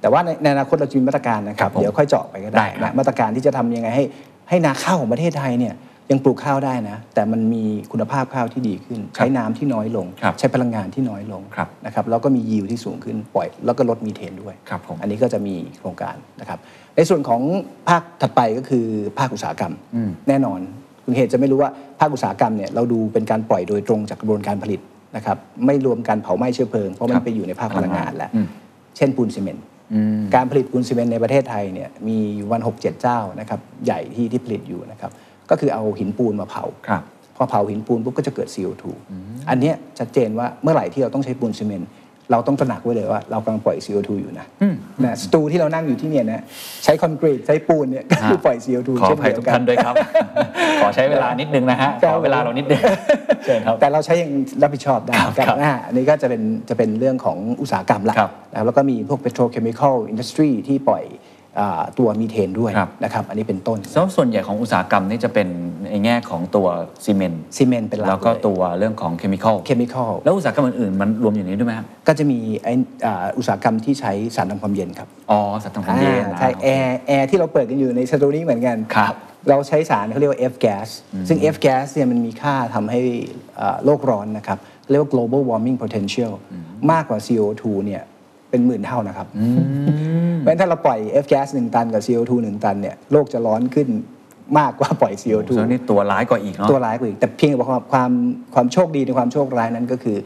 Speaker 1: แต่ว่าในในอนาคตเราจะมีมาตรการนะค
Speaker 2: ครั
Speaker 1: รั
Speaker 2: บบ ผม
Speaker 1: เดี๋ยวค่อยเจาะไปก็
Speaker 2: ได้
Speaker 1: ได้
Speaker 2: ครับ
Speaker 1: นะมาตรการที่จะทำยังไงให้ให้นาข้าวของประเทศไทยเนี่ยยังปลูกข้าวได้นะ แต่มันมีคุณภาพข้าวที่ดีขึ้น ใช้น้ำที่น้อยลง
Speaker 2: ครับ
Speaker 1: ใช้พลังงานที่น้อยลง
Speaker 2: ครับ
Speaker 1: นะครับแล้วก็มียิวที่สูงขึ้นปล่อยแล้วก็ลดมีเทนด้วย
Speaker 2: ครับผม
Speaker 1: อันนี้ก็จะมีโครงการนะครับ ในส่วนของภาคถัดไปก็คือภาคอุตสาหกรรม
Speaker 2: อืม
Speaker 1: แน่นอนคุณเหตุจะไม่รู้ว่าภาคอุตสาหกรรมเนี่ยเราดูเป็นการปล่อยโดยตรงจากกระบวนการผลิตนะครับไม่รวมการเผาไหม้เชื้อเพลิง เพราะมันไปอยู่ในภาคพลังงานแล้ว
Speaker 2: อืม
Speaker 1: เช่นปูนซีเมนต์
Speaker 2: อืม
Speaker 1: การผลิตปูนซีเมนต์ในประเทศไทยเนี่ยมีอยู่วัน 6 7 เจ้านะครับใหญ่ที่ที่ผลิตอยู่นะครับก็คือเอาหินปูนมาเผา
Speaker 2: ครับ
Speaker 1: พอเผาหินปูนปุ๊บก็จะเกิด CO2 อันเนี้ยชัดเจนว่าเมื่อไหร่ที่เราต้องใช้ปูนซีเมนต์เราต้องตระหนักไว้เลยว่าเรากำลังปล่อย CO2 อยู่นะนะสตูที่เรานั่งอยู่ที่เนี่ยนะใช้คอนกรีตใช้ปูนเนี่ยก็คือปล่อย CO2
Speaker 2: ขอ
Speaker 1: เช่
Speaker 2: อน ภัย
Speaker 1: เดีย
Speaker 2: ทุ
Speaker 1: ว
Speaker 2: ก
Speaker 1: กั
Speaker 2: ท่าน นด้วยครับ ขอใช้เวลานิดนึงนะฮะ ขอเวลาเรานิดนึง เชิญครับ
Speaker 1: แต่เราใช้อย่างรับผิดชอบได้
Speaker 2: ครับ
Speaker 1: ครับ
Speaker 2: ครับ
Speaker 1: อ่าอันนี้ก็จะเป็นจะเป็นเรื่องของอุตสาหกรรมละ
Speaker 2: ครับ
Speaker 1: นะครับแล้วก็มีพวก petrochemical industry ที่ปล่อยอ่าตัวมีเทนด้วย
Speaker 2: ครับ
Speaker 1: นะครับอันนี้เป็นต้น
Speaker 2: แล้วส่วนใหญ่ของอุตสาหกรรมนี่จะเป็นในแง่ของตัวซีเมนต์
Speaker 1: ซีเมนต์เป็นหลัก
Speaker 2: แล้วก็ตัวเรื่องของเคมีคอล
Speaker 1: เคมีคอล
Speaker 2: แล้วอุตสาหกรรมอื่นๆมันรวมอยู่ในนี้ด้วยไหมครับ
Speaker 1: ก็จะมีไอ้อ่าอุตสาหกรรมที่ใช้สารทำความเย็นครับ
Speaker 2: อ๋อสัตว์ทำความเย็น
Speaker 1: อ่าใช่แอร์แอร์ที่เราเปิดกันอยู่ในสตูนี้เหมือนกัน
Speaker 2: ครับ
Speaker 1: เราใช้สารเขาเรียกว่า F gas ซึ่ง F gas เนี่ยมันมีค่าทำให้เอ่อโลกร้อนนะครับ เรียกว่า global warming potential มากกว่า CO2 เนี่ยเป็นหมื่นเท่านะครับเพราะฉะนั้นถ้าเราปล่อย F gas 1 ตันกับ CO2 1 ตันเนี่ยโลกจะร้อนขึ้นมากก ว่าปล่อย CO2
Speaker 2: ซึ่งนี่ตัวร้ายกว่าอีกเนาะ
Speaker 1: ตัวร้ายกว่าอีกแต่เพียงแต่ว่าความความความโชคดีในความโชคร้ายนั้นก็คือ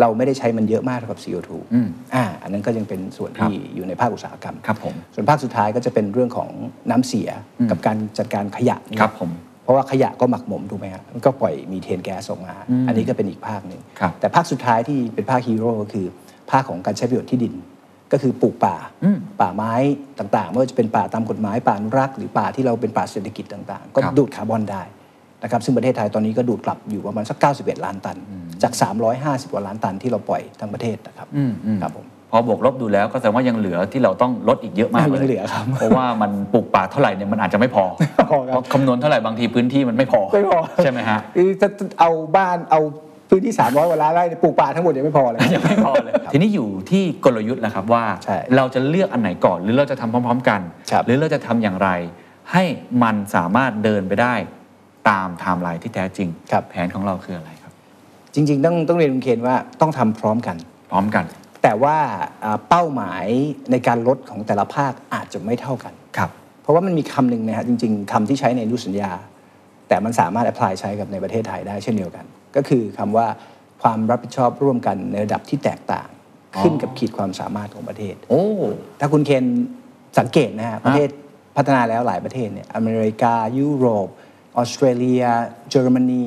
Speaker 1: เราไม่ได้ใช้มันเยอะมากเท่ากับ CO2
Speaker 2: อืม
Speaker 1: อ่าอันนั้นก็ยังเป็นส่วน
Speaker 2: ครับ
Speaker 1: ที่อยู่ในภาคอุตสาหกรรม
Speaker 2: ครับผม
Speaker 1: ส่วนภาคสุดท้ายก็จะเป็นเรื่องของน้ำเสีย
Speaker 2: อืม
Speaker 1: กับการจัดการขยะนี่
Speaker 2: ครับผม
Speaker 1: เพราะว่าขยะก็หมักหมมถูกไหมครับมันก็ปล่อยมีเทนแก๊สออกมา
Speaker 2: อืม
Speaker 1: อันนี้ก็เป็นอีกภาคหนึ่ง
Speaker 2: ครับ
Speaker 1: แต่ภาคสุดท้ายที่เป็นภาคฮีโร่ก็คือ ภาคของการใช้ประโยชน์ที่ดิน ก็คือปลูกป่า
Speaker 2: อืม
Speaker 1: ป่าไม้ต่างๆไม่ว่าจะเป็นป่าตามกฎหมายป่าอนุรักษ์หรือป่าที่เราเป็นป่าเศรษฐกิจต่างๆ ก็
Speaker 2: ครับ
Speaker 1: ดูดคาร์บอนได้ นะครับซึ่งประเทศไทยตอนนี้ก็ดูดกลับอยู่ประมาณสัก 91 ล้านตัน จาก 350 กว่าล้านตันที่เราปล่อยทั้งประเทศนะครับ
Speaker 2: อืมอืม
Speaker 1: ครับผม
Speaker 2: พอบวกลบดูแล้วก็แสดงว่ายังเหลือที่เราต้องลดอีกเยอะมากเลย
Speaker 1: ยังเหลือครับ
Speaker 2: เพราะว่ามันปลูกป่าเท่าไหร่เนี่ยมันอาจจะไม่พอ
Speaker 1: ไม่พอครับ
Speaker 2: เพราะคำนวณเท่าไหร่บางทีพื้นที่มันไม่พอ
Speaker 1: ไม่พอ
Speaker 2: ใช่ไหมฮะ
Speaker 1: คือถ้าเอาบ้านเอาพื้นที่ 300กว่าล้านไร่ปลูกป่าทั้งหมดยังไม่พอเลย
Speaker 2: ยังไม่พอเลย ทีนี้อยู่ที่กลยุทธ์แหละครับว่า
Speaker 1: ใช่
Speaker 2: เราจะเลือกอันไหนก่อน หรือเราจะทำพร้อม ๆ กัน
Speaker 1: ครับ
Speaker 2: หรือเราจะทำอย่างไร ให้มันสามารถเดินไปได้ตามไทม์ไลน์ที่แท้จริง
Speaker 1: ครับ
Speaker 2: แผนของเราคืออะไรครับ
Speaker 1: จริง ๆ ต้องต้องเรียนคุณเคนว่าต้องทำพร้อมกัน
Speaker 2: พร้อมกัน
Speaker 1: แต่ว่าอ่าเป้าหมายในการลดของแต่ละภาคอาจจะไม่เท่ากัน
Speaker 2: ครับ
Speaker 1: เพราะว่ามันมีคำหนึ่งนะฮะจริง ๆคำที่ใช้ในอนุสัญญา แต่มันสามารถแอพพลายใช้กับในประเทศไทยได้เช่นเดียวกัน ก็คือคำว่าความรับผิดชอบร่วมกันในระดับที่แตกต่าง
Speaker 2: อ๋อ
Speaker 1: ขึ้นกับขีดความสามารถของประเทศ
Speaker 2: โอ้
Speaker 1: ถ้าคุณเคนสังเกตนะฮะประเทศพัฒนาแล้วหลายประเทศเนี่ยอเมริกา ยุโรป ออสเตรเลีย เยอรมนี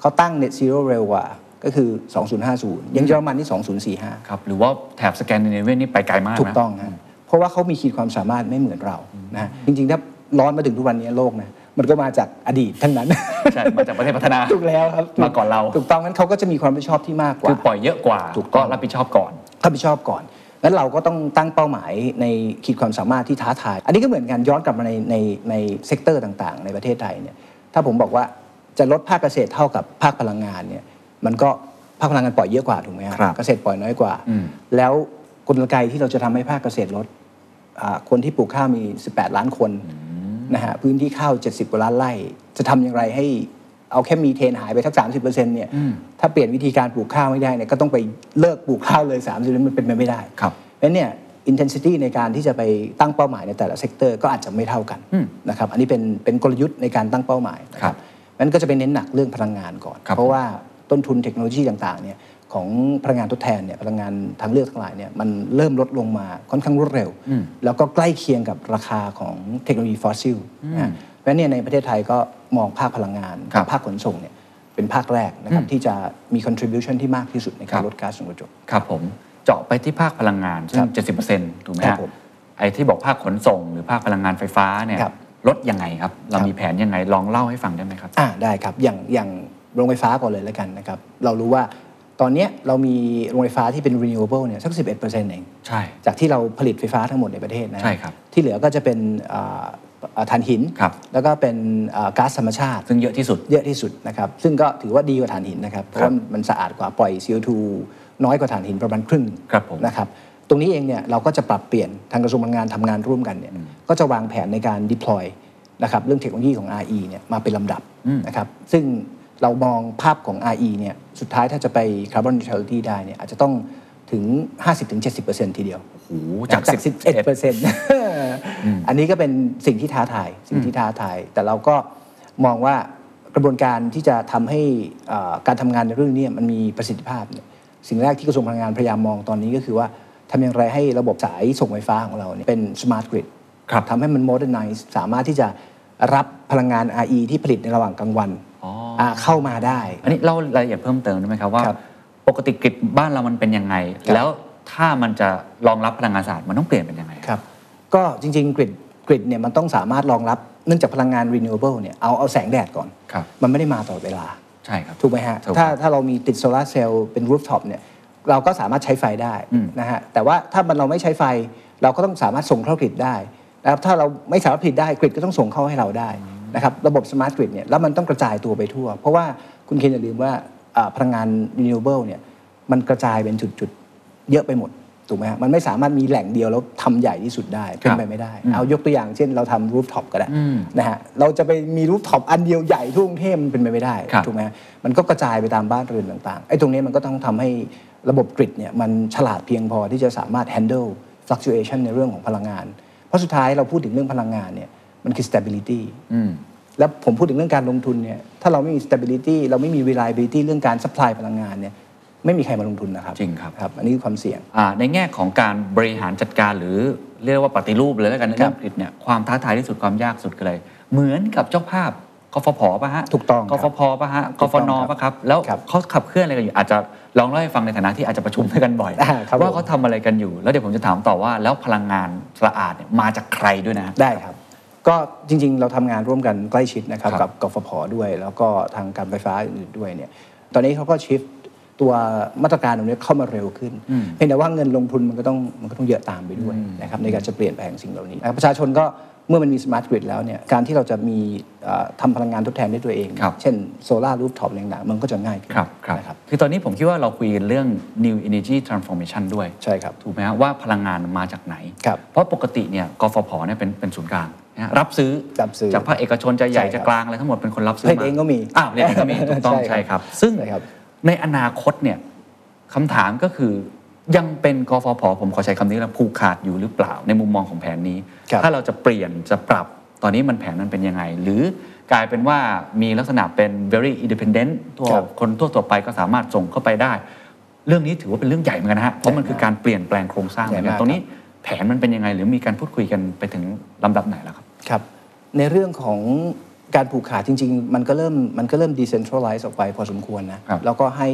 Speaker 1: เขาตั้ง net zero เร็วกว่า ก็คือ 2050 อยังเยอรมันนี่ 2045
Speaker 2: ครับ หรือว่าแถบสแกนดิเนเวียนี่ไปไกลมากนะ
Speaker 1: ถูกต้องฮะเพราะว่าเขามีขีดความสามารถไม่เหมือนเรานะฮะจริงๆ ถ้าร้อนมาถึงทุกวันนี้โลกนะมันก็มาจากอดีตทั้งนั้น
Speaker 2: ใช่มาจากประเทศพัฒนา
Speaker 1: ถูกแล้วครับ
Speaker 2: มาก่อนเรา
Speaker 1: ถูกต้องงั้นเขาก็จะมีความรับผิดชอบที่มากกว่า
Speaker 2: คือปล่อยเยอะกว่า
Speaker 1: ถูกต้อง
Speaker 2: รับผิดชอบก่อน
Speaker 1: รับผิดชอบก่อน งั้นเราก็ต้องตั้งเป้าหมายในขีดความสามารถที่ท้าทาย อันนี้ก็เหมือนกันย้อนกลับมาในในในเซกเตอร์ต่างๆ ในประเทศไทยเนี่ยถ้าผมบอกว่าจะลดภาคเกษตรเท่ากับภาคพลังงานเนี่ยมันก็ภาคพลังงานปล่อยเยอะกว่าถูกไหมฮะ
Speaker 2: ครับ
Speaker 1: เกษตรปล่อยน้อยกว่า
Speaker 2: อืม
Speaker 1: แล้วกลไกที่เราจะทำให้ภาคเกษตรลดอ่าคนที่ปลูกข้าวมี 18 ล้านคนนะฮะพื้นที่ข้าว 70กว่าล้านไร่ จะทำอย่างไรให้เอาแค่มีเทนหายไปทัก 30%เนี่ยถ้าเปลี่ยนวิธีการปลูกข้าวไม่ได้เนี่ยก็ต้องไปเลิกปลูกข้าวเลย 30นั้นมันเป็นไปไม่ได้
Speaker 2: ครับ
Speaker 1: เพราะฉะนั้นเนี่ย intensity ในการที่จะไปตั้งเป้าหมายในแต่ละเซกเตอร์ก็อาจจะไม่เท่ากัน
Speaker 2: อืม
Speaker 1: นะครับอันนี้เป็นเป็นกลยุทธ์ในการตั้งเป้าหมายนะครับนั้นก็จะไปเน้นหนักเรื่องพลังงานก่อน
Speaker 2: ครับ
Speaker 1: เพราะว่าต้นทุนเทคโนโลยีต่างๆเนี่ยของพลังงานทดแทนเนี่ยพลังงานทางเลือกทั้งหลายเนี่ยมันเริ่มลดลงมาค่อนข้างรวดเร็ว
Speaker 2: อืม
Speaker 1: แล้วก็ใกล้เคียงกับราคาของเทคโนโลยีฟอสซิลนะเพราะฉะนั้นเนี่ยในประเทศไทยก็มองภาคพลังงาน
Speaker 2: ครับ
Speaker 1: ภาคขนส่งเนี่ยเป็นภาคแรกนะครับที่จะมี contribution ที่มากที่สุดใน
Speaker 2: ค
Speaker 1: การ
Speaker 2: รับ
Speaker 1: ลดก๊าซเรือนกระจก
Speaker 2: ครับผมเจาะไปที่ภาคพลังงานซึ่
Speaker 1: ค
Speaker 2: ง
Speaker 1: รับ
Speaker 2: 70%ถูกไหม
Speaker 1: ครั
Speaker 2: ฮะ
Speaker 1: บผม
Speaker 2: ไอ้ที่บอกภาคขนส่ง หรือภาคพลังงานไฟฟ้าเนี่ย
Speaker 1: ครับ
Speaker 2: ลดยังไงครับ เรา
Speaker 1: ครับ
Speaker 2: มีแผนยังไงลองเล่าให้ฟังได้ไหมครับ
Speaker 1: อ่าได้ครับ อย่างอย่างโรงไฟฟ้าก่อนเลยแล้วกันนะครับ เรารู้ว่าตอนเนี้ยเรามีโรงไฟฟ้าที่เป็น renewable เนี่ยสัก 11%เอง
Speaker 2: ใช่
Speaker 1: จากที่เราผลิตไฟฟ้าทั้งหมดในประเทศนะ
Speaker 2: ใช่ครับ
Speaker 1: ที่เหลือก็จะเป็นอ่าอ่าถ่านหิน
Speaker 2: ครับ
Speaker 1: แล้วก็เป็นอ่าก๊าซธรรมชาติ
Speaker 2: ซึ่งเยอะที่สุด
Speaker 1: เยอะที่สุดนะครับ ซึ่งก็ถือว่าดีกว่าถ่านหินนะครับ เพราะว่ามันสะอาดกว่าปล่อย CO2 น้อยกว่าถ่านหินประมาณครึ่ง
Speaker 2: ครับผม
Speaker 1: นะครับ ตรงนี้เองเนี่ยเราก็จะปรับเปลี่ยนทางกระทรวงพลังงานทำงานร่วมกันเนี่ยก็จะวางแผนในการ deploy นะครับเรื่องเทคโนโลยีของ RE เนี่ยมาเป็นลำดับ
Speaker 2: อืม
Speaker 1: นะครับ ซึ่งเรามองภาพของ RE เนี่ยสุดท้ายถ้าจะไป carbon neutrality ได้เนี่ยอาจจะต้องถึง 50-70%ทีเดียว
Speaker 2: โอ้โหจาก
Speaker 1: 11เปอร์เซ็นต์อันนี้ก็เป็นสิ่งที่ท้าทาย สิ่งที่ท้าทาย แต่เราก็มองว่ากระบวนการที่จะทำให้เอ่อการทำงานในเรื่องนี้มันมีประสิทธิภาพเนี่ยสิ่งแรกที่กระทรวงพลังงานพยายามมองตอนนี้ก็คือว่าทำอย่างไรให้ระบบสายส่งไฟฟ้าของเราเนี่ยเป็น smart grid
Speaker 2: ครับ
Speaker 1: ทำให้มัน modernize สามารถที่จะรับพลังงาน RE ที่ผลิตในระหว่างกลางวัน
Speaker 2: อ๋อ
Speaker 1: าเข้ามาได้
Speaker 2: อันนี้เล่ารายละเอียดเพิ่มเติมได้ไหมครับว่า
Speaker 1: ครับ
Speaker 2: ปกติกริดบ้านเรามันเป็นยังไง
Speaker 1: ครับ
Speaker 2: แล้วถ้ามันจะรองรับพลังงานสะอาดมันต้องเปลี่ยนเป็นยังไง
Speaker 1: ครับก็จริงๆ กริดกริดเนี่ยมันต้องสามารถรองรับเนื่องจากพลังงาน renewable เนี่ยเอาเอาแสงแดดก่อน
Speaker 2: ครับ
Speaker 1: มันไม่ได้มาตลอดเวลา
Speaker 2: ใช่ครับ
Speaker 1: ถูกไหมฮะ
Speaker 2: ถูก
Speaker 1: ถ้า
Speaker 2: ครับ
Speaker 1: ถ้าเรามีติดโซลาร์เซลล์เป็นรูฟท็อปเนี่ยเราก็สามารถใช้ไฟได้
Speaker 2: อืม
Speaker 1: นะฮะแต่ว่าถ้ามันเราไม่ใช้ไฟเราก็ต้องสามารถส่งเข้ากริดได้นะครับถ้าเราไม่สามารถผลิตได้กริดก็ต้องส่งเข้าให้เราได้นะครับระบบสมาร์ทกริดเนี่ยแล้วมันต้องกระจายตัวไปทั่ว เพราะว่าคุณเคนอย่าลืมว่าอ่าพลังงาน renewable เนี่ยมันกระจายเป็นจุดๆ เยอะไปหมดถูกไหมฮะมันไม่สามารถมีแหล่งเดียวแล้วทำใหญ่ที่สุดได้เป็นไปไม่ได้ เอายกตัวอย่างเช่นเราทำรูฟท็อปก็ได้
Speaker 2: อืม
Speaker 1: นะฮะเราจะไปมีรูฟท็อปอันเดียวใหญ่ทั่วกรุงเทพมันเป็นไปไม่ได้
Speaker 2: ครับ
Speaker 1: ถูกไหมฮะมันก็กระจายไปตามบ้านเรือนต่างๆ ไอ้ตรงนี้มันก็ต้องทำให้ระบบกริดเนี่ยมันฉลาดเพียงพอที่จะสามารถ handle fluctuation ในเรื่องของพลังงาน เพราะสุดท้ายเราพูดถึงเรื่องพลังงานเนี่ยมันคือ stability
Speaker 2: อืม
Speaker 1: แล้วผมพูดถึงเรื่องการลงทุนเนี่ยถ้าเราไม่มี stability เราไม่มี reliability เรื่องการ supply พลังงานเนี่ยไม่มีใครมาลงทุนนะครับ
Speaker 2: จริงครับ
Speaker 1: ครับ อันนี้คือความเสี่ยง
Speaker 2: อ่าในแง่ของการบริหารจัดการหรือเรียกว่าปฏิรูปเลยแล้วกันใน
Speaker 1: ครั
Speaker 2: เรื่
Speaker 1: บ
Speaker 2: องกริดเนี่ยความท้าทายที่สุดความยากสุดก็เลย เหมือนกับเจ้าภาพกฟผปะฮะ
Speaker 1: ถูกต้องค
Speaker 2: ก
Speaker 1: รับ
Speaker 2: ฟผปะฮะ
Speaker 1: ถู
Speaker 2: ก
Speaker 1: ก
Speaker 2: ฟ
Speaker 1: ต้องครับ
Speaker 2: นปะครับ แล้ว
Speaker 1: ครับ
Speaker 2: เขาขับเคลื่อนอะไรกันอยู่อาจจะลองเล่าให้ฟังในฐานะที่อาจจะประชุมด้วยกันบ่อย
Speaker 1: อ่าครับ
Speaker 2: ว่า
Speaker 1: ผม
Speaker 2: เขาทำอะไรกันอยู่ แล้วเดี๋ยวผมจะถามต่อว่าแล้วพลังงานสะอาดเนี่ยมาจากใครด้วยนะ
Speaker 1: ได้ครับ ก็จริงๆ เราทำงานร่วมกันใกล้ชิดนะครับ
Speaker 2: ครับ
Speaker 1: กับกฟผด้วย แล้วก็ทางการไฟฟ้าอื่นๆด้วยเนี่ยตอนนี้เขาก็ชิฟตัวมาตรการตรงนี้เข้ามาเร็วขึ้น
Speaker 2: อืม
Speaker 1: เพียงแต่ว่าเงินลงทุนมันก็ต้องมันก็ต้องเยอะตามไปด้วยนะครับในการจะเปลี่ยนแปลงสิ่งเหล่านี้นะครับประชาชนก็เมื่อมันมีสมาร์ทกริดแล้วเนี่ยการที่เราจะมีเอ่อทำพลังงานทดแทนด้วยตัวเอง
Speaker 2: ครับ
Speaker 1: เช่นโซลารูฟท็อปต่างๆมันก็จะง่ายขึ้น
Speaker 2: ครับครับ
Speaker 1: นะครับ
Speaker 2: คือตอนนี้ผมคิดว่าเราคุยกันเรื่อง new energy transformation ด้วย
Speaker 1: ใช่ครับ
Speaker 2: ถูกไหมฮะว่าพลังงานมาจากไหน
Speaker 1: ครับ
Speaker 2: เพราะปกติเนี่ยกฟผเนี่ยเป็นเป็นศูนย์กลางนะฮะรับซื้อ
Speaker 1: รับซื้อ
Speaker 2: จากภาคเอกชนจะใหญ่
Speaker 1: ใช่ครับ
Speaker 2: จะกลางอะไรทั้งหมดเป็นคนรับซื้อ
Speaker 1: เพจเองก็มี
Speaker 2: อ้าวเพจเองก็มีถูกต้อง
Speaker 1: ใช่
Speaker 2: ใช่
Speaker 1: ค
Speaker 2: ค
Speaker 1: รั
Speaker 2: รั
Speaker 1: บบ
Speaker 2: ซึ่ง
Speaker 1: ใช่ครับ
Speaker 2: ในอนาคตเนี่ยคำถามก็คือยังเป็นกฟผผมขอใช้คำนี้แล้วผูกขาดอยู่หรือเปล่าในมุมมองของแผนนี้
Speaker 1: ครับ
Speaker 2: ถ้าเราจะเปลี่ยนจะปรับตอนนี้มันแผนมันเป็นยังไง หรือกลายเป็นว่ามีลักษณะเป็น very independent ทั่ว
Speaker 1: ครับ
Speaker 2: คนทั่วตัวไปก็สามารถส่งเข้าไปได้ เรื่องนี้ถือว่าเป็นเรื่องใหญ่เหมือนกันนะฮะเพราะมันคือการเปลี่ยนแปลงโครงสร้างเหมือน
Speaker 1: ใหญ่
Speaker 2: กั
Speaker 1: มาน ก
Speaker 2: ตรงนี้ แผนมันเป็นยังไงหรือมีการพูดคุยกันไปถึงลำดับไหนแล้วครับ
Speaker 1: ครับในเรื่องของการผูกขาดจริง ๆ มันก็เริ่มมันก็เริ่ม decentralize ออกไปพอสมควรนะครับ แล้วก็ให้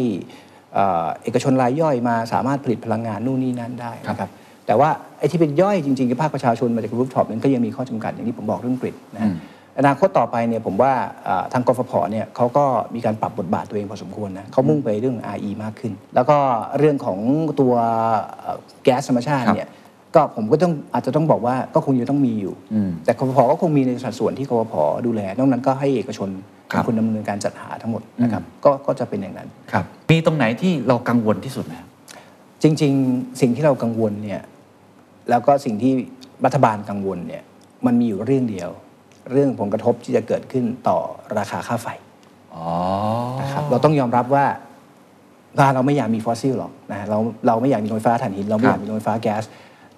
Speaker 1: เอ่อเอกชนรายย่อยมาสามารถผลิตพลังงานนู่นนี่นั่นได้นะค
Speaker 2: ครั
Speaker 1: รับบ แต่ว่าไอ้ที่เป็นย่อยจริงๆคือภาคประชาชนมาจากรูฟท็อปนั้นก็ยังมีข้อจำกัดอย่างที่ผมบอกเรื่องกริดนะ
Speaker 2: อืม
Speaker 1: อนาคตต่อไปเนี่ยผมว่าเอ่อทางกฟผเนี่ยเขาก็มีการปรับบทบาทตัวเองพอสมควรนะเขามุ่งไปเรื่อง RE มากขึ้น แล้วก็เรื่องของตัวเอ่อแก๊สธรรมชาติเนี่ยก็ผมก็ต้องอาจจะต้องบอกว่าก็คงจะต้องมีอยู่
Speaker 2: อืม
Speaker 1: แต่กฟผก็คงมีในสัดส่วนที่กฟผดูแลนอกนั้นก็ให้เอกชน
Speaker 2: ครับ
Speaker 1: เป็นคนดำเนินการจัดหาทั้งหมดนะครับก็ก็จะเป็นอย่างนั้น
Speaker 2: ครับมีตรงไหนที่เรากังวลที่สุดไหมครับ
Speaker 1: จริงๆ สิ่งที่เรากังวลเนี่ยแล้วก็สิ่งที่รัฐบาลกังวลเนี่ยมันมีอยู่เรื่องเดียว เรื่องผลกระทบที่จะเกิดขึ้นต่อราคาค่าไฟ
Speaker 2: อ๋อ
Speaker 1: นะครับเราต้องยอมรับว่าบ้านเราไม่อยากมีฟอสซิลหรอกนะเราเราไม่อยากมีโรงไฟฟ้าถ่านหิน เราไม่อยากมีโรงไฟฟ้าแก๊ส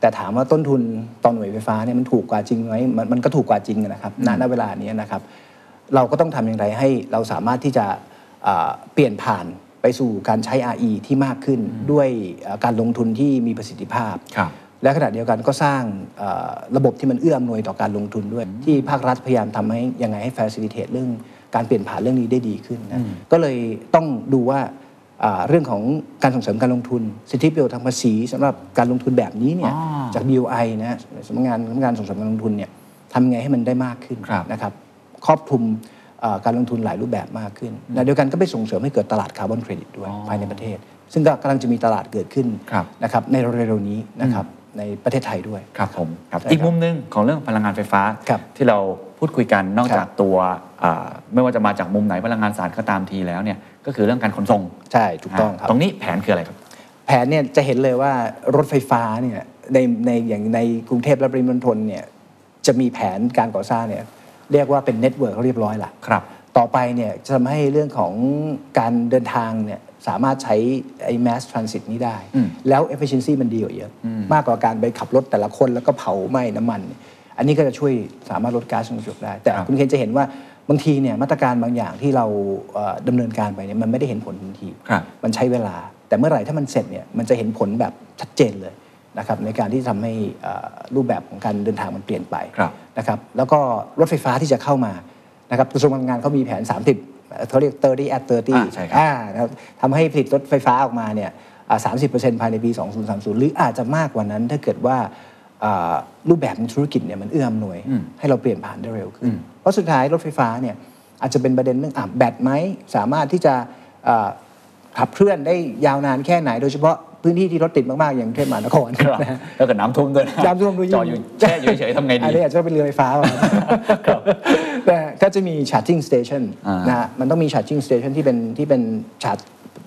Speaker 1: แต่ถามว่าต้นทุนตอนหน่วยไฟฟ้าเนี่ยมันถูกกว่าจริงไหมมันมันก็ถูกกว่าจริงนะครับณณเวลานี้นะครับ เราก็ต้องทำอย่างไรให้เราสามารถที่จะเอ่อเปลี่ยนผ่านไปสู่การใช้ RE ที่มากขึ้นด้วยเอ่อการลงทุนที่มีประสิทธิภาพ
Speaker 2: ครับ
Speaker 1: และขณะเดียวกันก็สร้างเอ่อระบบที่มันเอื้ออำนวยต่อการลงทุนด้วย ที่ภาครัฐพยายามทำให้ยังไงให้ facilitate เรื่องการเปลี่ยนผ่านเรื่องนี้ได้ดีขึ้นนะก็เลยต้องดูว่าอ่าเรื่องของการส่งเสริมการลงทุน สิทธิประโยชน์ทางภาษีสำหรับการลงทุนแบบนี้เนี่ย
Speaker 2: อ๋อ
Speaker 1: จาก BOI นะสำนักงานคณะกรรมการส่งเสริมการลงทุนเนี่ยทำไงให้มันได้มากขึ้น
Speaker 2: ครับ
Speaker 1: นะครับครอบคลุมเอ่อการลงทุนหลายรูปแบบมากขึ้นนะเดียวกันก็ไปส่งเสริมให้เกิดตลาดคาร์บอนเครดิตด้วยภายในประเทศ ซึ่งก็กำลังจะมีตลาดเกิดขึ้น
Speaker 2: ครับ
Speaker 1: นะครับในเร็วๆนี้นะครับในประเทศไทยด้วย
Speaker 2: ครับผมครับ
Speaker 1: ใช่ครับ
Speaker 2: อีกมุมหนึ่งของเรื่องพลังงานไฟฟ้า
Speaker 1: ครับ
Speaker 2: ที่เราพูดคุยกันนอก
Speaker 1: ครับ
Speaker 2: จากตัวอ่าไม่ว่าจะมาจากมุมไหนพลังงานสะอาดก็ตามทีแล้วเนี่ยก็คือเรื่องการขนส่ง
Speaker 1: ใช่ถูกต้องครับ
Speaker 2: ตรงนี้แผนคืออะไรครับ
Speaker 1: แผนเนี่ยจะเห็นเลยว่ารถไฟฟ้าเนี่ยในในอย่างในกรุงเทพและปริมณฑลเนี่ยจะมีแผนการก่อสร้างเนี่ยเรียกว่าเป็นเน็ตเวิร์กเรียบร้อยละ
Speaker 2: ครับ
Speaker 1: ต่อไปเนี่ยจะทำให้เรื่องของการเดินทางเนี่ยสามารถใช้ไอ้ mass transit นี้ได้
Speaker 2: อืม
Speaker 1: แล้ว efficiency มันดีกว่าเยอะ มากกว่าการไปขับรถแต่ละคนแล้วก็เผาไหม้น้ำมัน อันนี้ก็จะช่วยสามารถลดก๊าซเรือนกระจกได้ แต่
Speaker 2: ครับ
Speaker 1: คุณเคนจะเห็นว่าบางทีเนี่ยมาตรการบางอย่างที่เราเอ่อดำเนินการไปเนี่ยมันไม่ได้เห็นผลทันที
Speaker 2: ครับ
Speaker 1: มันใช้เวลา แต่เมื่อไหร่ถ้ามันเสร็จเนี่ยมันจะเห็นผลแบบชัดเจนเลยนะครับในการที่ทำให้เอ่อรูปแบบของการเดินทางมันเปลี่ยนไป
Speaker 2: ครับ
Speaker 1: นะครับแล้วก็รถไฟฟ้าที่จะเข้ามานะครับกระทรวงพลังงานเขามีแผน 30เอ่อเขาเรียก 30 at
Speaker 2: อ่า
Speaker 1: 30
Speaker 2: ใช่ครับ
Speaker 1: อ่านะครับทำให้ผลิตรถไฟฟ้าออกมาเนี่ยสามสิบเปอร์เซ็นต์ภายในปี 2030 หรืออาจจะมากกว่านั้นถ้าเกิดว่าอ่ารูปแบบของธุรกิจเนี่ยมันเอื้ออำนวย
Speaker 2: อืม
Speaker 1: ให้เราเปลี่ยนผ่านได้เร็วขึ้น เพราะสุดท้ายรถไฟฟ้าเนี่ยอาจจะเป็นประเด็นเรื่องอ่ะแบตไหมสามารถที่จะเอ่อขับเคลื่อนได้ยาวนานแค่ไหน โดยเฉพาะพื้นที่ที่รถติดมาก ๆ อย่างกรุงเทพมหานคร
Speaker 2: ครับ
Speaker 1: นะฮะ
Speaker 2: แล้วก็น้ำท่วมด้วยนะ
Speaker 1: ยามรวมดู
Speaker 2: จออยู่แช่อยู่เฉยๆทำไงดี
Speaker 1: อันนี้อาจจะเป็นเรือไฟฟ้าว่ะ
Speaker 2: ครับ
Speaker 1: แต่ก็จะมี charging station
Speaker 2: อ่าน
Speaker 1: นะฮะมันต้องมี charging station ที่เป็นที่เป็นชาร์จ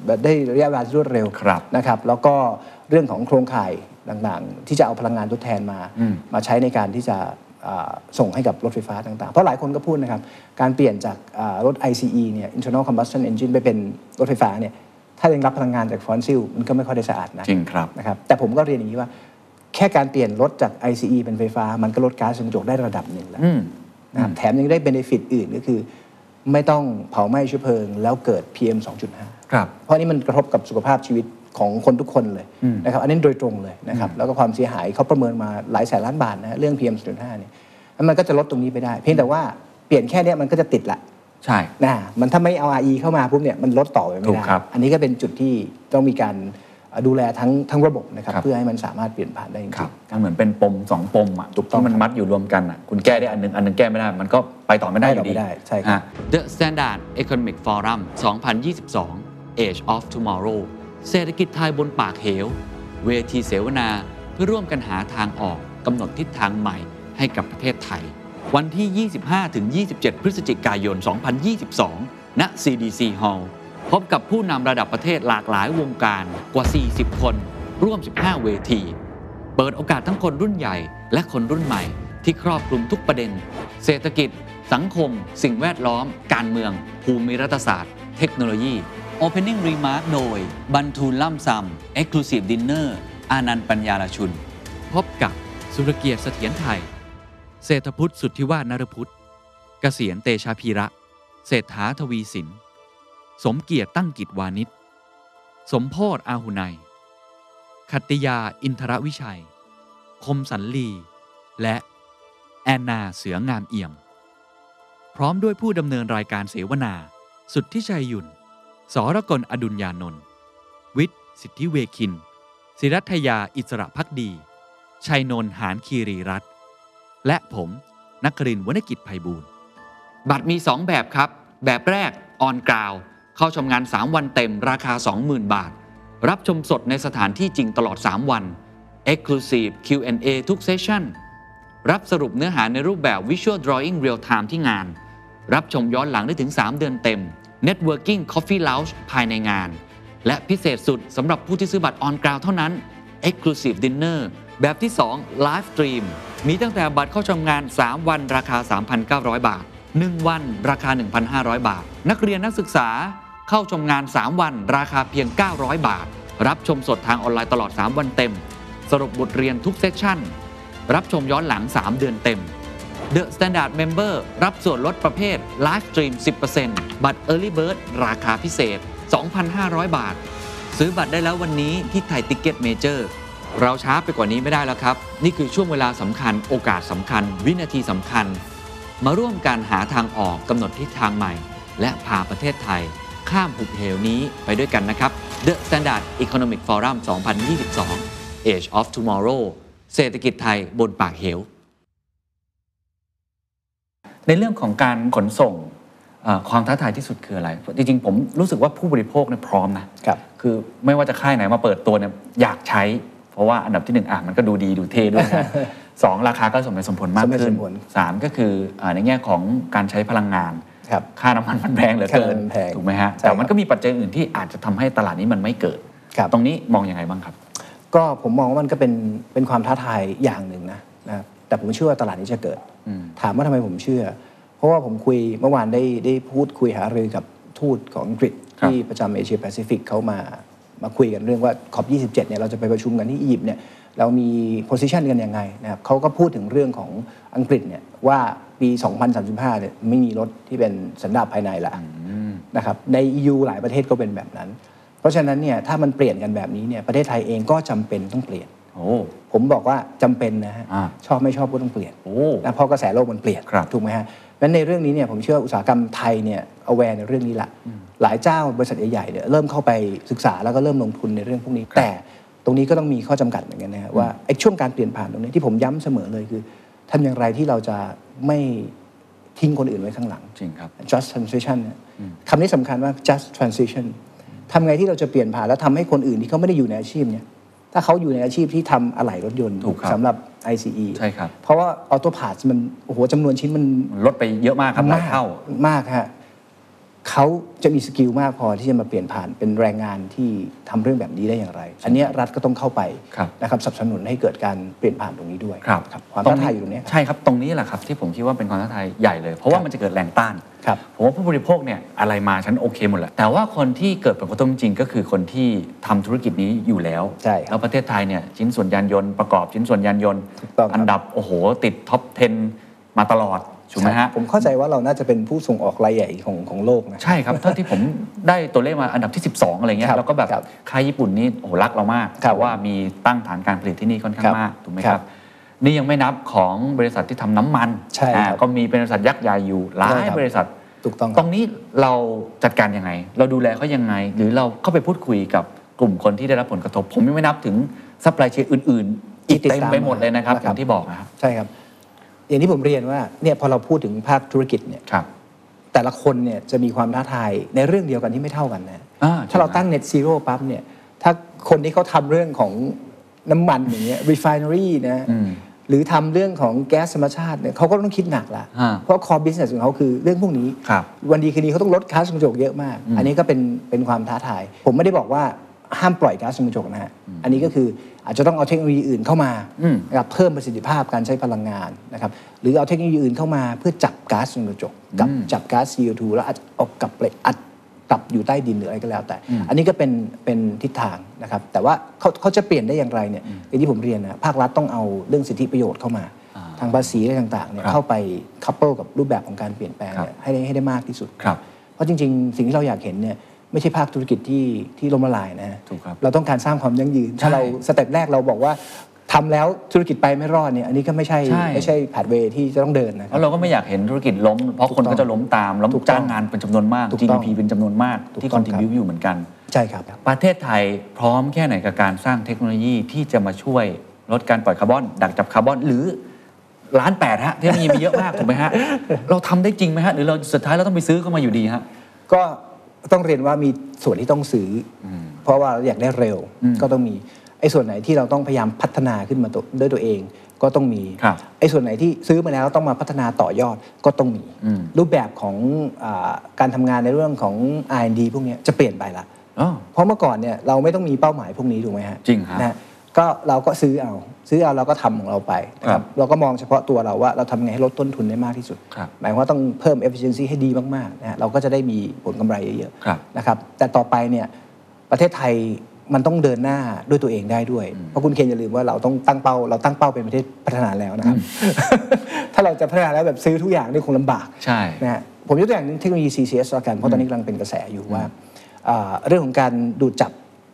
Speaker 1: แบบได้ระยะเวลาที่รวดเร็ว
Speaker 2: ครับ
Speaker 1: นะครับแล้วก็เรื่องของโครงข่ายต่างๆ ที่จะเอาพลังงานทดแทนมา
Speaker 2: อืม
Speaker 1: มาใช้ในการที่จะอ่าส่งให้กับรถไฟฟ้าต่างๆ เพราะหลายคนก็พูดนะครับ การเปลี่ยนจากอ่ารถ ICE เนี่ย internal combustion engine ไปเป็นรถไฟฟ้าเนี่ย ถ้ายังรับพลังงานจากฟอสซิลมันก็ไม่ค่อยได้สะอาดนะ
Speaker 2: จริงครับ
Speaker 1: นะครับ แต่ผมก็เรียนอย่างนี้ว่า แค่การเปลี่ยนรถจาก ICE เป็นไฟฟ้า มันก็ลดก๊าซเรือนกระจกได้ระดับหนึ่งแล้ว
Speaker 2: อืม
Speaker 1: นะครับ แถมยังได้เบนฟิตอื่นก็คือ ไม่ต้องเผาไหม้เชื้อเพลิง แล้วเกิด PM 2.5
Speaker 2: ครับ
Speaker 1: เพราะนี่มันกระทบกับสุขภาพชีวิตของคนทุกคนเลย
Speaker 2: อืม
Speaker 1: นะครับอันนี้โดยตรงเลยนะครับแล้วก็ความเสียหายเขาประเมินมาหลายแสนล้านบาทนะฮะเรื่อง PM 2.5เนี่ยมันก็จะลดตรงนี้ไปได้ เพียงแต่ว่าเปลี่ยนแค่เนี้ยมันก็จะติดละ
Speaker 2: ใช่
Speaker 1: นะมันถ้าไม่เอา RE เข้ามาปุ๊บเนี่ยมันลดต่อไปไม่
Speaker 2: ถูก
Speaker 1: ได้
Speaker 2: ครับ
Speaker 1: อันนี้ก็เป็นจุดที่ต้องมีการดูแลทั้งทั้งระบบนะครับ
Speaker 2: ครับ
Speaker 1: เพื่อให้มันสามารถเปลี่ยนผ่านได้จริ
Speaker 2: ครับ
Speaker 1: ง
Speaker 2: มันเหมือนเป็นปมสองปมอ่ะ
Speaker 1: ถูกต้อง
Speaker 2: ที่มันมัดอยู่รวมกันอ่ะคุณแก้ได้อันหนึง อันหนึงแก้ไม่ได้ มันก็ไปต่อไม่ได้อยู่
Speaker 1: ไปต่อ
Speaker 2: ดี
Speaker 1: ไม่ได้ใช่ครับ
Speaker 2: ฮะ
Speaker 6: The Standard Economic Forum 2022 Age of Tomorrow เศรษฐกิจไทยบนปากเหว เวทีเสวนาเพื่อร่วมกันหาทางออกกำหนดทิศทางใหม่ให้กับประเทศไทย วันที่ 25-27 พฤศจิกายน 2022 ณ CDC Hall พบกับผู้นำระดับประเทศหลากหลายวงการกว่า 40 คน ร่วม 15 เวที เปิดโอกาสทั้งคนรุ่นใหญ่และคนรุ่นใหม่ ที่ครอบคลุมทุกประเด็น เศรษฐกิจ สังคม สิ่งแวดล้อม การเมือง ภูมิรัฐศาสตร์ เทคโนโลยี Opening Remark โดย บันทูลล่ำซำ Exclusive Dinner อานันต์ปัญญาลชุน พบกับสุรเกียรติเสถียรไทย เศรษฐพุทธสุทธิวาฒนรพุทธเกษียณเตชาพีระ เศรษฐาทวีสิน สมเกียรติตั้งกิจวานิชสมโพธอาหุไนย ขัตติยาอินทรวิชัย คมสันลี และแอนนาเสืองามเอี่ยม พร้อมด้วยผู้ดำเนินรายการเสวนา สุทธิชัยหยุ่น สรกลอดุลยานนท์วิทย์ สิทธิเวคิน ศิรัทยาอิสระพักดี ชัยนนท์หานคีรีรัตน์และผมนักครินทร์วณกิจไพบูลย์ บัตรมี 2 แบบครับ แบบแรกออนกราวเข้าชมงาน 3 วันเต็มราคา 20,000 บาท รับชมสดในสถานที่จริงตลอด 3 วัน Exclusive Q&A ทุกเซสชั่น รับสรุปเนื้อหาในรูปแบบ Visual Drawing Real Time ที่งาน รับชมย้อนหลังได้ถึง 3 เดือนเต็ม Networking Coffee Lounge ภายในงาน และพิเศษสุดสำหรับผู้ที่ซื้อบัตรออนกราวเท่านั้น Exclusive Dinner แบบที่ 2 Live Stream มีตั้งแต่บัตรเข้าชมงาน 3 วันราคา 3,900 บาท 1 วันราคา 1,500 บาท นักเรียนนักศึกษาเข้าชมงาน 3 วันราคาเพียง 900 บาท รับชมสดทางออนไลน์ตลอด 3 วันเต็ม สรุปบทเรียนทุกเซสชั่น รับชมย้อนหลัง 3 เดือนเต็ม The Standard Member รับส่วนลดประเภท Live Stream 10%บัตร Early Bird ราคาพิเศษ 2,500 บาท ซื้อบัตรได้แล้ววันนี้ที่ไทยติกเก็ตเมเจอร์ เราช้าไปกว่านี้ไม่ได้แล้วครับ นี่คือช่วงเวลาสำคัญ โอกาสสำคัญ วินาทีสำคัญ มาร่วมการหาทางออกกำหนดทิศทางใหม่ และพาประเทศไทย ข้ามหุบเหวนี้ไปด้วยกันนะครับ The Standard Economic Forum 2022 Age of Tomorrow เศรษฐกิจไทยบนปากเหว
Speaker 2: ในเรื่องของการขนส่งเอ่อความท้าทายที่สุดคืออะไร จริงๆ ผมรู้สึกว่าผู้บริโภคเนี่ยพร้อมนะครับ คือไม่ว่าจะค่ายไหนมาเปิดตัวเนี่ยอยากใช้ เพราะว่าอันดับที่หนึ่งอ่ะมันก็ดูดีดูเท่ด้วยนะ สองราคาก็สมเหตุสมผลมาก
Speaker 1: สมเหตุ
Speaker 2: ขึ้น
Speaker 1: สมผล
Speaker 2: สามก็คือเอ่อในแง่ของการใช้พลังงาน
Speaker 1: ครับ
Speaker 2: ค่าน้ำมันมันแพงเหลือเกิน
Speaker 1: ค่าน้ำมันแพง
Speaker 2: ถูกไหมฮะ
Speaker 1: ใช่
Speaker 2: แต่มั
Speaker 1: ครั
Speaker 2: น
Speaker 1: บ
Speaker 2: ก็มีปัจจัยอื่นที่อาจจะทำให้ตลาดนี้มันไม่เกิด
Speaker 1: ครับ
Speaker 2: ตรงนี้มองยังไงบ้างครับ
Speaker 1: ก็ผมมองว่ามันก็เป็นเป็นความท้าทายอย่างหนึ่งนะนะครับแต่ผมเชื่อว่าตลาดนี้จะเกิด
Speaker 2: อืม
Speaker 1: ถามว่าทำไมผมเชื่อ เพราะว่าผมคุยเมื่อวานได้ได้พูดคุยหารือกับทูตของอังกฤษ
Speaker 2: ครับ
Speaker 1: ที่ประจำเอเชียแปซิฟิกเขามามาคุยกันเรื่องว่าขอบ27เนี่ยเราจะไปประชุมกันที่อียิปต์เนี่ยเรามีโพสิชันกันยังไงนะครับเขาก็พูดถึงเรื่องของอังกฤษเนี่ยว่าปี 2035เนี่ยไม่มีรถที่เป็นสันดาปภายในละ นะครับใน EU หลายประเทศก็เป็นแบบนั้น เพราะฉะนั้นเนี่ยถ้ามันเปลี่ยนกันแบบนี้เนี่ยประเทศไทยเองก็จำเป็นต้องเปลี่ยน
Speaker 2: โอ้
Speaker 1: ผมบอกว่าจำเป็นนะฮะ
Speaker 2: อ่า
Speaker 1: ชอบไม่ชอบก็ต้องเปลี่ยน
Speaker 2: โอ้
Speaker 1: นะเพราะกระแสโลกมันเปลี่ยน
Speaker 2: ครับ
Speaker 1: ถูกไหมฮะงั้นในเรื่องนี้เนี่ยผมเชื่อว่าอุตสาหกรรมไทยเนี่ย aware ในเรื่องนี้ละหลายเจ้าบริษัทใหญ่ๆเนี่ยเริ่มเข้าไปศึกษาแล้วก็เริ่มลงทุนในเรื่องพวกนี้ แต่ตรงนี้ก็ต้องมีข้อจำกัดเหมือนกันนะฮะว่าไอ้ช่วงการเปลี่ยนผ่านตรงนี้ที่ผมย้ำเสมอเลยคือทำอย่างไรที่เราจะไม่ทิ้งคนอื่นไว้ข้างหลัง
Speaker 2: จริงครับ
Speaker 1: just transition เนี่ยคำนี้สำคัญว่าก just transition ทำไงที่เราจะเปลี่ยนผ่านและทำให้คนอื่นที่เขาไม่ได้อยู่ในอาชีพเนี่ย ถ้าเขาอยู่ในอาชีพที่ทำอะไหล่รถยนต์
Speaker 2: ถูกครับ
Speaker 1: สำหรับ ICE
Speaker 2: ใช่ครับ
Speaker 1: เพราะว่าออโต้พาสมันโอ้โหจำนวนชิ้นมัน
Speaker 2: มันลดไปเยอะมากครับหลายเท่า
Speaker 1: มากฮะเขาจะมีสกิลมากพอที่จะมาเปลี่ยนผ่านเป็นแรงงานที่ทำเรื่องแบบนี้ได้อย่างไร อันเนี้ยรัฐก็ต้องเข้าไป
Speaker 2: ครับ
Speaker 1: นะครับสนับสนุนให้เกิดการเปลี่ยนผ่านตรงนี้ด้วย
Speaker 2: ครับ
Speaker 1: ความท้าทายอยู่ตรงเนี้ยครับ
Speaker 2: ใช่ครับ ตรงนี้แหละครับที่ผมคิดว่าเป็นความท้าทายใหญ่เลย เพราะว่ามันจะเกิดแรงต้าน
Speaker 1: ครับ
Speaker 2: ผมว่าผู้บริโภคเนี่ยอะไรมาฉันโอเคหมดแหละ แต่ว่าคนที่เกิดผลกระทบจริงๆก็คือคนที่ทำธุรกิจนี้อยู่แล้ว
Speaker 1: ใช่ครับ
Speaker 2: แล้วประเทศไทยเนี่ยชิ้นส่วนยานยนต์ประกอบชิ้นส่วนยานยนต์
Speaker 1: ถูกต้องครับ
Speaker 2: อันดับโอ้โหติดท็อป 10 มาตลอดถูกไหมฮะ
Speaker 1: ผมเข้าใจว่าเราน่าจะเป็นผู้ส่งออกรายใหญ่ของของโลกนะ
Speaker 2: ใช่ ครับ เท่าที่ผมได้ตัวเลขมาอันดับที่ 12 อะไรเงี้ย
Speaker 1: ครับ
Speaker 2: แล้วก็แบบ
Speaker 1: ครับ
Speaker 2: ค่ายญี่ปุ่นนี่โอ้โหรักเรามาก
Speaker 1: ครับ
Speaker 2: เพราะว่ามีตั้งฐานการผลิตที่นี่ค่อนข้า
Speaker 1: ครั
Speaker 2: ง
Speaker 1: บ
Speaker 2: มากถูกไหม
Speaker 1: ค
Speaker 2: ค
Speaker 1: รั
Speaker 2: รั
Speaker 1: บบ
Speaker 2: นี่ยังไม่นับของบริษัทที่ทำน้ำมัน
Speaker 1: ใช่ครับ
Speaker 2: อ่าก็มีเป็นบริษัทยักษ์ใหญ่อยู่หลา
Speaker 1: ใช่
Speaker 2: ย
Speaker 1: ครับ
Speaker 2: บริษัท
Speaker 1: ถูกต้องค
Speaker 2: ต
Speaker 1: รับ
Speaker 2: รงนี้เราจัดการยังไง เราดูแลเขายังไง หรือเราเข้าไปพูดคุยกับกลุ่มคนที่ได้รับผลกระทบ ผมยังไม่นับถึงซัพพลายเชนอื่น ๆ อีก
Speaker 1: ที่ติด
Speaker 2: เต็มไปหมดเลยนะครับ
Speaker 1: ตามมา
Speaker 2: อย่างที่บอกนะครับ
Speaker 1: ใช่ครับ อย่างที่ผมเรียนว่าเนี่ยพอเราพูดถึงภาคธุรกิจเนี่ย
Speaker 2: ครับ
Speaker 1: แต่ละคนเนี่ยจะมีความท้าทายในเรื่องเดียวกันที่ไม่เท่ากันนะ
Speaker 2: อ่
Speaker 1: ถ้าเราตั้ง net zero ปั๊บเนี่ยถ้าคนที่เขาทำเรื่องของน้ำมันอย่างเงี้ย refinery นะ
Speaker 2: อืม
Speaker 1: หรือทำเรื่องของแก๊สธรรมชาติเนี่ยเขาก็ต้องคิดหนักละ
Speaker 2: อ่า
Speaker 1: เพราะ core business ของเขาคือเรื่องพวกนี้
Speaker 2: ครับ
Speaker 1: วันดีคืนดีเขาต้องลดก๊าซเรือนกระจกเยอะมาก อันนี้ก็เป็นเป็นความท้าทาย ผมไม่ได้บอกว่าห้ามปล่อยก๊าซเรือนกระจกนะฮะอันนี้ก็คืออาจจะต้องเอาเทคโนโลยีอื่นเข้ามา
Speaker 2: อืม
Speaker 1: นะครับเพิ่มประสิทธิภาพการใช้พลังงานนะครับหรือเอาเทคโนโลยีอื่นเข้ามาเพื่อจับก๊าซเรือนกระจกกับจับก๊าซ CO2 แล้วอาจจะเอากลับไปอัด กลับอยู่ใต้ดินหรืออะไรก็แล้วแต่ อันนี้ก็เป็นเป็นทิศทางนะครับ แต่ว่าเขาเขาจะเปลี่ยนได้อย่างไรเนี่ยอย่างที่ผมเรียนนะภาครัฐต้องเอาเรื่องสิทธิประโยชน์เข้ามา ทางภาษีอะไรต่างๆเนี่ย
Speaker 2: ครับ
Speaker 1: เข้าไปคัพเปิลกับรูปแบบของการเปลี่ยนแปลงเนี่ยให้ได้ให้ได้มากที่สุด
Speaker 2: ครับ
Speaker 1: เพราะจริงๆ สิ่งที่เราอยากเห็นเนี่ยไม่ใช่ภาคธุรกิจที่ที่ล้มละลายนะฮะ
Speaker 2: ถูกครับ
Speaker 1: เราต้องการสร้างความยั่งยืน ถ้า
Speaker 2: ใช่
Speaker 1: เราสเต็ปแรกเราบอกว่าทำแล้วธุรกิจไปไม่รอดเนี่ยอันนี้ก็ไม่ใช่
Speaker 2: ใช่
Speaker 1: ไม่ใช่แผดเวที่จะต้องเดินนะค
Speaker 2: แล้
Speaker 1: รับ
Speaker 2: วเราก็ไม่อยากเห็นธุรกิจล้ม เพราะ
Speaker 1: ถูก
Speaker 2: คน
Speaker 1: ต้อง
Speaker 2: ก็จะล้มตามแล้ว
Speaker 1: ถูกต้อง
Speaker 2: จ้างงานเป็นจำนวนมาก
Speaker 1: ถูกต้อง
Speaker 2: GDP เป็นจำนวนมาก
Speaker 1: ถู
Speaker 2: ที่
Speaker 1: ก
Speaker 2: ค
Speaker 1: ต้
Speaker 2: อ
Speaker 1: อน ง
Speaker 2: ติ
Speaker 1: ครับ
Speaker 2: บิวอยู่เหมือนกัน
Speaker 1: ใช่ครับ
Speaker 2: ประเทศไทยพร้อมแค่ไหนกับการสร้างเทคโนโลยีที่จะมาช่วยลดการปล่อยคาร์บอน ดักจับคาร์บอน หรือ ล้านแปดฮะเทคโนโลยีมีเยอะมาก ถูกไหมฮะ เราทำได้จริงไหมฮะ หรือเราสุดท้ายเราต้องไปซื้อเข้ามาอยู่ดีฮะ
Speaker 1: ก็ต้องเรียนว่ามีส่วนที่ต้องซื้ออเพราะว่าเราอยากได้เร็ว
Speaker 2: อืม
Speaker 1: ก็ต้องมีไอ้ส่วนไหนที่เราต้องพยายามพัฒนาขึ้นมาตัวด้วยตัวเองก็ต้องมี
Speaker 2: ครับ
Speaker 1: ไอ้ส่วนไหนที่ซื้อมาแล้วต้องมาพัฒนาต่อยอดก็ต้องมี
Speaker 2: อืม
Speaker 1: รูปแบบของอาการทำงานในเรื่องของ R&D พวกเนี้ยจะเปลี่ยนไปละ
Speaker 2: อ๋อ
Speaker 1: เพราะเมื่อก่อนเนี่ยเราไม่ต้องมีเป้าหมายพวกนี้ถูกไหมฮะ
Speaker 2: จริงฮะ
Speaker 1: นฮก็เราก็ซื้อเอา ซื้อเอาเราก็ทำของเราไปนะค
Speaker 2: ครั
Speaker 1: รั
Speaker 2: บบ
Speaker 1: เราก็มองเฉพาะตัวเราว่าเราทำไงให้ลดต้นทุนได้มากที่สุด
Speaker 2: ครับ
Speaker 1: หมายความว่าต้องเพิ่ม efficiency ให้ดีมากๆนะฮะเราก็จะได้มีผลกำไรเยอะ
Speaker 2: ครับ
Speaker 1: ๆนะครับแต่ต่อไปเนี่ยประเทศไทยมันต้องเดินหน้าด้วยตัวเองได้ด้วย เพราะคุณเคนอย่าลืมว่าเราต้องตั้งเป้า เราตั้งเป้าเป็นประเทศพัฒนาแล้วนะครับ ถ้าเราจะพัฒนาแล้วแบบซื้อทุกอย่างนี่คงลำบาก
Speaker 2: ใช่
Speaker 1: นะฮะผมยกตัวอย่างเทคโนโลยี CCS ละกันเพราะตอนนี้กำลังเป็นกระแสอยู่ว่าอ่าเรื่องของการดูดจับ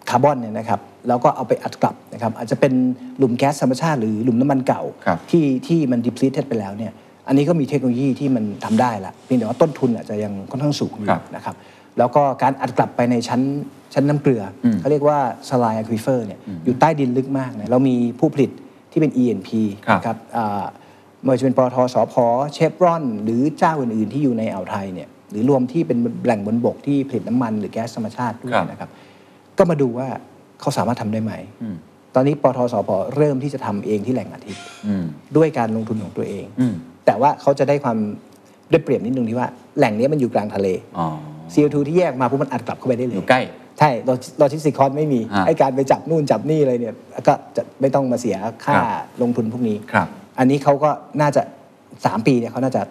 Speaker 1: คาร์บอนเนี่ยนะครับแล้วก็เอาไปอัดกลับนะครับอาจจะเป็นหลุมแก๊สธรรมชาติหรือหลุมน้ำมันเก่า
Speaker 2: ครับ
Speaker 1: ที่ที่มันดิ l ซีเทไปแล้วเนี่ยอันนี้ก็มีเทคโนโลยีที่มันทำได้ละเพียงแต่ว่าต้นทุนอาจจะยังค่อนข้างสูงอยู่
Speaker 2: ครับ
Speaker 1: นะครับแล้วก็การอัดกลับไปในชั้นชั้นน้ำเกลืออ
Speaker 2: ม
Speaker 1: เขาเรียกว่าสไลอะควิเฟอร์เนี่ยอยู่ใต้ดินลึกมากนะเรามีผู้ผลิตที่เป็น ENP
Speaker 2: ครับ
Speaker 1: นะ ครับอ่าไม่ว่าจะเป็นปตทสพเชฟรอน หรือเจ้าอื่น ๆ ที่อยู่ในอ่าวไทยเนี่ยหรือรวมที่เป็นแหล่งบนบกที่ผลิตน้ำมันหรือแก๊สธรรมชาติด้วย
Speaker 2: ครับ
Speaker 1: นะครับ ก็มาดูว่าเขาสามารถทำได้ไหม
Speaker 2: อืม
Speaker 1: ตอนนี้ปตทสพเริ่มที่จะทำเองที่แหล่งอาทิตย์
Speaker 2: อืม
Speaker 1: ด้วยการลงทุนของตัวเอง
Speaker 2: อืม
Speaker 1: แต่ว่าเขาจะได้ความได้เปรียบนิดนึงที่ว่าแหล่งเนี้ยมันอยู่กลางทะเล
Speaker 2: อ๋อ
Speaker 1: CO2 ที่แยกมาปุ๊บมันอัดกลับเข้าไปได้เลย
Speaker 2: อยู่ใกล้
Speaker 1: ใช่โลจิสติกคอสไม่มี
Speaker 2: ฮะ
Speaker 1: ไอการไปจับนู่นจับนี่อะไรเนี่ยก็จะไม่ต้องมาเสียค่า
Speaker 2: ครับ
Speaker 1: ลงทุนพวกนี้
Speaker 2: ครับ
Speaker 1: อันนี้เขาก็น่าจะ 3 ปีเนี่ยเขาน่าจะ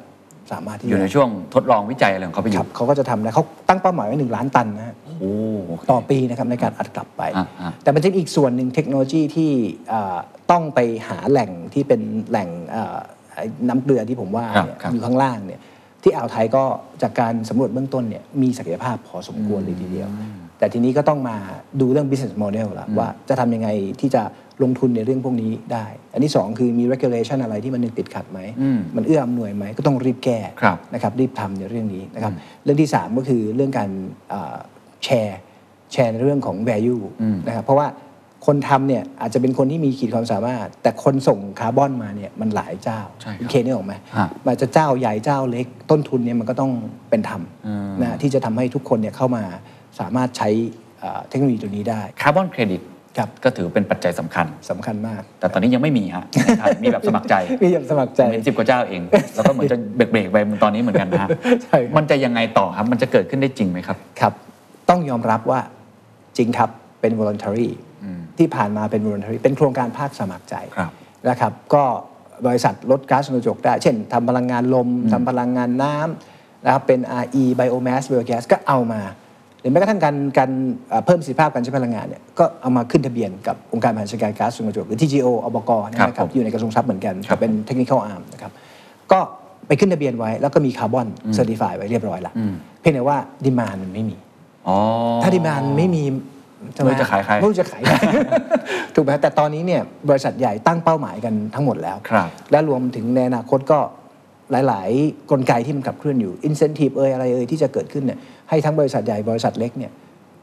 Speaker 1: สามารถที่
Speaker 2: อยู่ใน
Speaker 1: จะ
Speaker 2: ช่วงทดลองวิจัยอะไรของเขาไปอ
Speaker 1: ค
Speaker 2: ยู่
Speaker 1: รับเขาก็จะทำนะเขาตั้งเป้าหมายไว้หนึ่งล้านตันนะฮะ
Speaker 2: โอ้โเค
Speaker 1: ต่อปีนะครับในการอัดกลับไป
Speaker 2: อ่ะอ่ะ
Speaker 1: แต่มันจะมีอีกส่วนหนึ่งเทคโนโลยีที่เอ่อต้องไปหาแหล่งที่เป็นแหล่งเอ่อไอ้น้ำเกลือที่ผมว่า
Speaker 2: ครับ
Speaker 1: เนี่ย
Speaker 2: ครับ
Speaker 1: อยู่ข้างล่างเนี่ยที่อ่าวไทยก็จากการสำรวจเบื้องต้นเนี่ยมีศักยภาพพอสมควรเลยทีเดียว แต่ทีนี้ก็ต้องมาดูเรื่อง business model ละว่าจะทำยังไงที่จะลงทุนในเรื่องพวกนี้ได้ อันที่สองคือมี regulation อะไรที่มันยังติดขัดไหม
Speaker 2: อืม
Speaker 1: มันเอื้ออำนวยไหมก็ต้องรีบแก้
Speaker 2: ครับ
Speaker 1: นะครับรีบทำในเรื่องนี้นะครับเรื่องที่สามก็คือเรื่องการแชร์แชร์ในเรื่องของ value
Speaker 2: อืม
Speaker 1: นะครับเพราะว่าคนทำเนี่ยอาจจะเป็นคนที่มีขีดความสามารถ แต่คนส่งคาร์บอนมาเนี่ยมันหลายเจ้า
Speaker 2: ใช่ครับ
Speaker 1: คุณเคนี่ออกไหม
Speaker 2: ฮะ
Speaker 1: มันอาจจะเจ้าใหญ่เจ้าเล็กต้นทุนเนี่ยมันก็ต้องเป็นธรรม
Speaker 2: อืม
Speaker 1: นะฮะที่จะทำให้ทุกคนเนี่ยเข้ามาสามารถใช้เอ่อเทคโนโลยีตัวนี้ได้
Speaker 2: คาร์บอนเครดิต
Speaker 1: ครับ
Speaker 2: ก็ถือเป็นปัจจัยสำคัญ
Speaker 1: สำคัญมาก
Speaker 2: แต่ตอนนี้ยังไม่มี ฮะในไทยมีแบบสมัครใจ
Speaker 1: มีอย่างสมัครใจ
Speaker 2: เป็นสิบกว่าเจ้าเอง แล้วก็เหมือนจะเบรกเบรกๆไปเหมือนตอนนี้เหมือนกันนะฮะ
Speaker 1: ใช่ครับ
Speaker 2: มันจะยังไงต่อครับ มันจะเกิดขึ้นได้จริงไหมครับ
Speaker 1: ครับต้องยอมรับว่าจริงครับเป็น voluntary
Speaker 2: อืม
Speaker 1: ที่ผ่านมาเป็น voluntary เป็นโครงการภาคสมัครใจ
Speaker 2: ครับ
Speaker 1: นะครับก็บริษัทลดก๊าซเรือนกระจกได้ เช่นทำพลังงานลมทำพลังงานน้ำนะครับเป็น RE biomass biogas ก็เอามา หรือแม้กระทั่งการการเอ่อเพิ่มประสิทธิภาพการใช้พลังงานเนี่ยก็เอามาขึ้นทะเบียนกับองค์การบริหารจัดการก๊าซเรือนกระจกหรือ TGO อบกนะค
Speaker 2: ครั
Speaker 1: รั
Speaker 2: บบ ผม
Speaker 1: อยู่ในกระทรวงทรัพย์เหมือนกัน
Speaker 2: ครับ
Speaker 1: เป็น technical arm นะครับก็ไปขึ้นทะเบียนไว้แล้วก็มีคาร์บอนเซอร์ติฟายไว้เรียบร้อยละเพียงแต่ว่าดีมานมันไม่มี
Speaker 2: อ๋อ
Speaker 1: ถ้าดีมานไม่มีใช่ห
Speaker 2: ไม่รู้จะขายใคร
Speaker 1: ไม่รู้จะขายใคร ถูกไหมแต่ตอนนี้เนี่ยบริษัทใหญ่ตั้งเป้าหมายกันทั้งหมดแล้ว
Speaker 2: ครับ
Speaker 1: และรวมถึงในอนาคตก็หลาย ๆ กลไกที่มันขับเคลื่อนอยู่ incentive เอ่ยอะไรเอ่ยที่จะเกิดขึ้นเนี่ยให้ทั้งบริษัทใหญ่บริษัทเล็กเนี่ย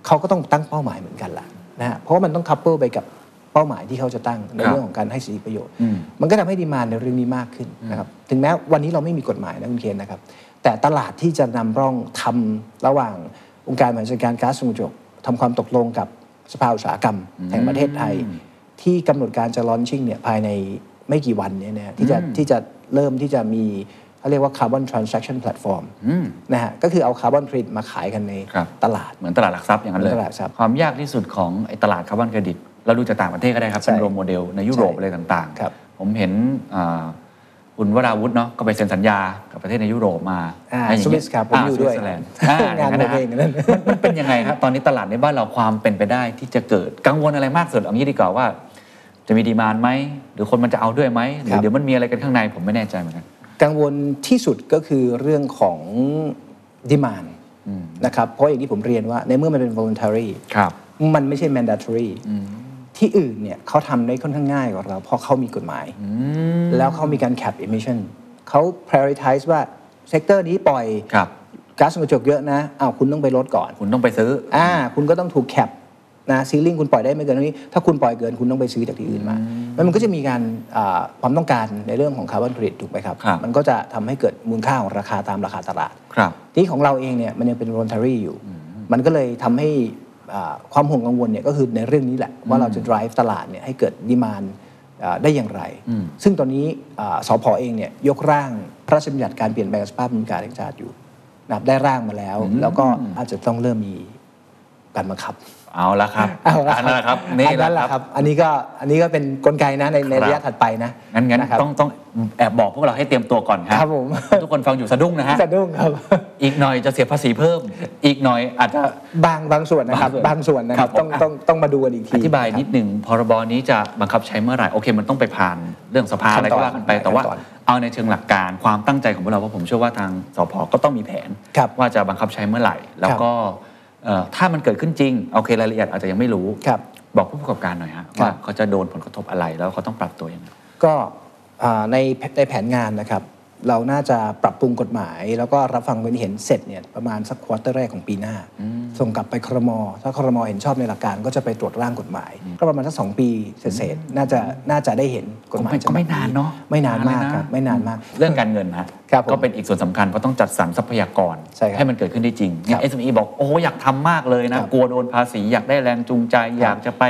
Speaker 1: เขาก็ต้องตั้งเป้าหมายเหมือนกันล่ะนะฮะเพราะว่ามันต้อง couple ไปกับเป้าหมายที่เขาจะตั้งใน
Speaker 2: ครับ
Speaker 1: เรื่องของการให้สิทธิประโยชน์
Speaker 2: อืม
Speaker 1: มันก็ทำให้ดีมานในเรื่องนี้มากขึ้นนะครับถึงแม้วันนี้เราไม่มีกฎหมายนะคุณเคนนะครับ แต่ตลาดที่จะนำร่องทำระหว่างองค์การบริหารจัดการก๊าซเรือนกระจกทำความตกลงกับสภาอุตสาหกรรมแห่งประเทศไทย ที่กำหนดการจะลอนชิ่งเนี่ยภายในไม่กี่วันเนี่ยนะฮะที่จะที่จะเริ่มที่จะมีเขาเรียกว่าคาร์บอนทราน a c t ชันแพลตฟอร์ม
Speaker 2: อืม
Speaker 1: นะฮะก็คือเอาคาร์บอนเครดิตมาขายกันใน
Speaker 2: ครับ
Speaker 1: ตลาด
Speaker 2: เหมือนตลาดหลักทรัพย์อย่างนั้นเลย
Speaker 1: เหมือนตลาดหลักทรัพย์
Speaker 2: ความยากที่สุดของไอ้ตลาดคาร์บอนเครดิต เราดูจากต่างประเทศก็ได้ครับ
Speaker 1: ใช่
Speaker 2: เป็นโรลโมเดลในยุโรป
Speaker 1: ใช่
Speaker 2: อะไรต่าง
Speaker 1: ครับ
Speaker 2: ผมเห็นอ่าคุณวราวุฒิเนาะก็ไปเซ็นสัญญากับประเทศในยุโรปมา
Speaker 1: อ่า
Speaker 2: อะไราง
Speaker 1: ส
Speaker 2: เงี้
Speaker 1: วิสครับผม
Speaker 2: า
Speaker 1: อยู่ด้วย
Speaker 2: สวิตเซอร์แลนด์อ่อ
Speaker 1: า
Speaker 2: ง
Speaker 1: น
Speaker 2: ย่างนั้
Speaker 1: ผม
Speaker 2: นนะ
Speaker 1: เองนั่น
Speaker 2: มันมันเป็นยังไงครับ ตอนนี้ตลาดในบ้านเราความเป็นไปได้ที่จะเกิดกังวลอะไรมากสุดเอางี้ดีกว่าว่า จะมีดีมานไหมหรือคนมันจะเอาด้วยไหมหรื
Speaker 1: ครั
Speaker 2: อบ เดี๋ยวมันมีอะไรกันข้างในผมไม่แน่ใจเหมือนกัน
Speaker 1: กังวลที่สุดก็คือเรื่องของดิมาน
Speaker 2: อืม
Speaker 1: นะครับเพราะอย่างที่ผมเรียนว่าในเมื่อมันเป็น voluntary
Speaker 2: ครับ
Speaker 1: มันไม่ใช่ mandatory ที่อื่นเนี่ยเขาทำได้ค่อนข้างง่ายกว่าเรา เพราะเขามีกฎหมาย แล้วเขามีการ cap emission เขา prioritize ว่าเซกเตอร์นี้ปล่อย
Speaker 2: ครับ
Speaker 1: ก๊าซเรือนกระจกเยอะนะอ้าวคุณต้องไปลดก่อน
Speaker 2: คุณต้องไปซื้อ
Speaker 1: อ่าคุณก็ต้องถูกแคป นะซีลิงคุณปล่อยได้ไม่เกินเท่านี้ ถ้าคุณปล่อยเกินคุณต้องไปซื้อจากที่อื่นมาแล้วมันก็จะมีการอ่าความต้องการในเรื่องของคาร์บอนเครดิตถูกไหมครับ
Speaker 2: ครับ
Speaker 1: มันก็จะทำให้เกิดมูลค่าของราคาตามราคาตลาด
Speaker 2: ครับ
Speaker 1: ทีนี้ของเราเองเนี่ยมันยังเป็น voluntary อยู่ มันก็เลยทำให้อ่าความห่วงกังวลเนี่ยก็คือในเรื่องนี้แหละ ว่าเราจะ drive ตลาดเนี่ยให้เกิด demand อ่าได้อย่างไร
Speaker 2: อืม
Speaker 1: ซึ่งตอนนี้อ่าสพเองเนี่ยยกร่างพระราชบัญญัติการเปลี่ยนแปลงสภาพบรรยากาศแห่งชาติอยู่นะครับได้ร่างมาแล้ว แล้วก็อาจจะต้องเริ่มมีการบังคับ
Speaker 2: เอาละครับ
Speaker 1: เอาละ
Speaker 2: นนั้นแหละครับนี่
Speaker 1: อันนั้นแห
Speaker 2: แห
Speaker 1: ละ
Speaker 2: ละ
Speaker 1: ค
Speaker 2: ค
Speaker 1: รั
Speaker 2: รับ บ
Speaker 1: อันนี้ก็อันนี้ก็เป็นกลไกนะในใน
Speaker 2: ครับ
Speaker 1: ระยะถัดไปนะ
Speaker 2: งั้นงั้น
Speaker 1: นะครับ
Speaker 2: ต้องต้องแอบบอกพวกเราให้เตรียมตัวก่อนฮะ
Speaker 1: ครับผม
Speaker 2: ทุกคนฟังอยู่สะดุ้งนะฮะ
Speaker 1: สะดุ้งครับ
Speaker 2: อีกหน่อยจะเสียภาษีเพิ่ม อีกหน่อยอาจจะ
Speaker 1: บางบางส่วนนะครับบา
Speaker 2: บาง งส่
Speaker 1: ส่ว
Speaker 2: วน น
Speaker 1: นะครับ
Speaker 2: ครับผม
Speaker 1: ต้องต้องต้องมาดูกันอีกที
Speaker 2: อธิบาย
Speaker 1: นะครั
Speaker 2: นิดหนึ่งพรบนี้จะบังคับใช้เมื่อไหร่โอเค มันต้องไปผ่านเรื่องสภา
Speaker 1: ขั้นตอน
Speaker 2: อะไรก็ว่ากันไป แต่ว่า
Speaker 1: ขั้นตอน
Speaker 2: เอาในเชิงหลักการความตั้งใจของพวกเราเพราะผมเชื่อว่าทางสพก็ต้องมีแผน
Speaker 1: ครับ
Speaker 2: ว่าจะบังคับใช้เมื่อไหร่ แล้วก็เอ่อถ้ามันเกิดขึ้นจริงโอเครายละเอียดอาจจะยังไม่รู้
Speaker 1: ครับ
Speaker 2: บอกผู้ประกอบการหน่อยฮะ
Speaker 1: ครับ
Speaker 2: ว่าเขาจะโดนผลกระทบอะไรแล้วเขาต้องปรับตัวยังไง
Speaker 1: ก็อ่าในในแผนงานนะครับ เราน่าจะปรับปรุงกฎหมาย แล้วก็รับฟังความเห็นเสร็จเนี่ยประมาณสักควอเตอร์แรกของปีหน้า ส่งกลับไปครม ถ้าครมเห็นชอบในหลักการก็จะไปตรวจร่างกฎหมาย ก็ประมาณสักสองปีเสร็จๆน่าจะน่าจะได้เห็นกฎหมาย
Speaker 2: ก็ไม่
Speaker 1: ฉบับ
Speaker 2: ก็ไม่นานเนอะ
Speaker 1: ไม่นานมาก
Speaker 2: นานเลยนะครับ
Speaker 1: ไม่นานมาก
Speaker 2: เรื่องการเงินฮะ
Speaker 1: ครับผม
Speaker 2: ก็เป็นอีกส่วนสำคัญเพราะต้องจัดสรรทรัพยากร
Speaker 1: ใช่ครับ
Speaker 2: มันเกิดขึ้นได้จริง
Speaker 1: ครั
Speaker 2: เนี่ย
Speaker 1: บ
Speaker 2: SME บอกโอ้อยากทำมากเลยนะ
Speaker 1: ครับ
Speaker 2: กลัวโดนภาษีอยากได้แรงจูงใจ อยากจะไป